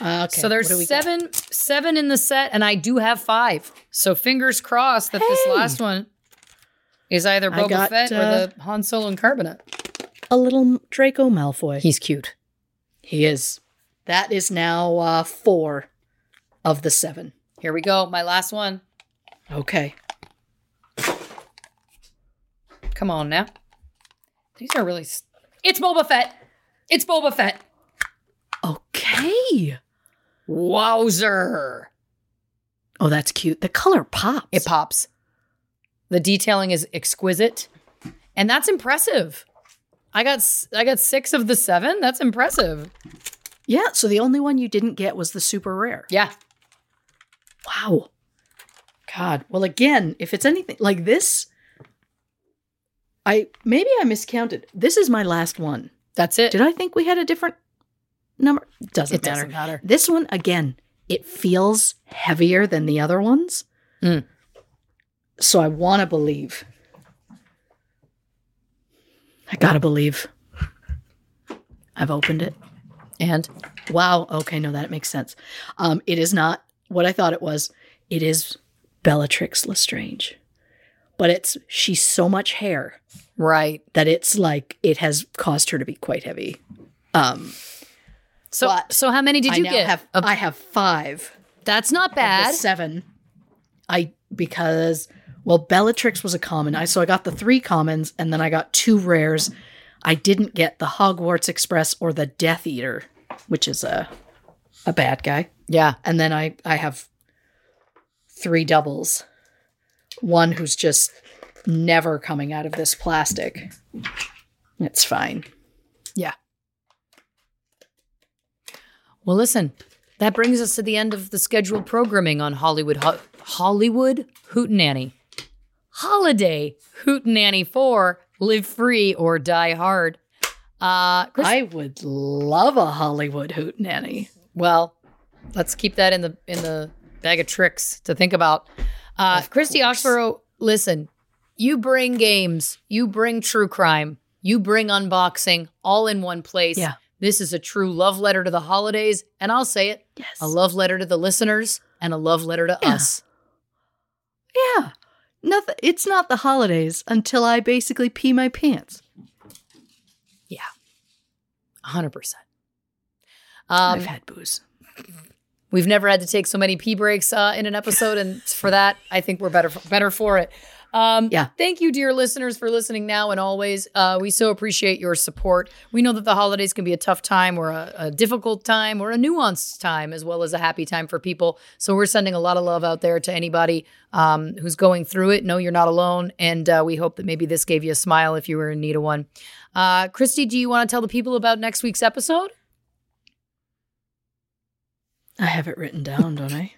Uh, okay.
So there's
what do we got?
seven, seven in the set, and I do have five. So fingers crossed that this
Hey!
last one is either
I
Boba
got,
Fett
uh,
or the Han Solo and Carbonate.
A little Draco Malfoy.
He's cute.
He is. That is now uh, four of the seven.
Here we go. My last one.
Okay.
Come on now. These are really. s it's Boba Fett. It's Boba Fett.
Okay.
Wowzer.
Oh, that's cute. The color pops.
It pops. The detailing is exquisite, and that's impressive. I got s- I got six of the seven. That's impressive.
Yeah. So the only one you didn't get was the super rare.
Yeah.
Wow. God. Well, again, if it's anything like this, I maybe I miscounted. This is my last one.
That's it.
Did I think we had a different number? Doesn't
It
matter.
doesn't matter.
This one again, it feels heavier than the other ones.
Mm.
So I want to believe. I gotta believe. I've opened it.
And
Wow. Okay. No, that makes sense. Um, it is not what I thought it was. It is Bellatrix Lestrange, but it's she's so much hair
right.
that it's like it has caused her to be quite heavy. Um,
So
But
so how many did
I
you
now
get?
Have,
Of-
I have five.
that's not
of the
bad.
seven. I because well, Bellatrix was a common. I so I got the three commons and then I got two rares. I didn't get the Hogwarts Express or the Death Eater, which is a a bad guy.
Yeah.
And then I I have three doubles. One who's just never coming out of this plastic. It's fine.
Yeah. Well, listen, that brings us to the end of the scheduled programming on Hollywood Ho- Hollywood Hootenanny. Holiday Hootenanny 4 Live Free or Die Hard. Uh, Chris,
I would love a Hollywood hootenanny.
well, let's keep that in the in the bag of tricks to think about. Uh, Christy Oxborough, listen, you bring games, you bring true crime, you bring unboxing, all in one place.
Yeah.
This is a true love letter to the holidays, and I'll say it:
Yes.
a love letter to the listeners and a love letter to
Yeah.
us.
Yeah. Nothing it's not the holidays until I basically pee my pants.
Yeah, hundred percent.
I've
Um,
had booze.
We've never had to take so many pee breaks uh, in an episode, and for that, I think we're better better for it. Um,
Yeah.
Thank you, dear listeners, for listening now and always. Uh, we so appreciate your support. We know that the holidays can be a tough time, or a, a difficult time, or a nuanced time, as well as a happy time for people. So we're sending a lot of love out there to anybody um, who's going through it. No, you're not alone, and uh, we hope that maybe this gave you a smile if you were in need of one. Uh, Christy, do you want to tell the people about next week's episode?
I have it written down, don't I?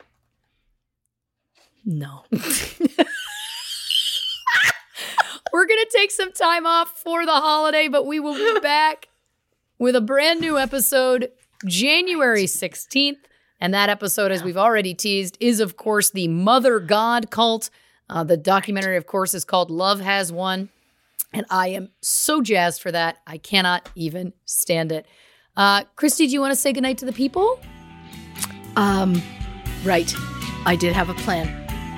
No.
We're going to take some time off for the holiday, but we will be back with a brand new episode January 16th. And that episode, as we've already teased, is of course the Mother God cult. Uh, the documentary, of course, is called Love Has Won. And I am so jazzed for that. I cannot even stand it. Uh, Christy, do you want to say goodnight to the people?
Um, right. I did have a plan.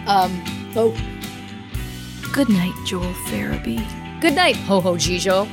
Um, oh. Good night, Joel Farabee.
Good night, Ho Ho Gijo.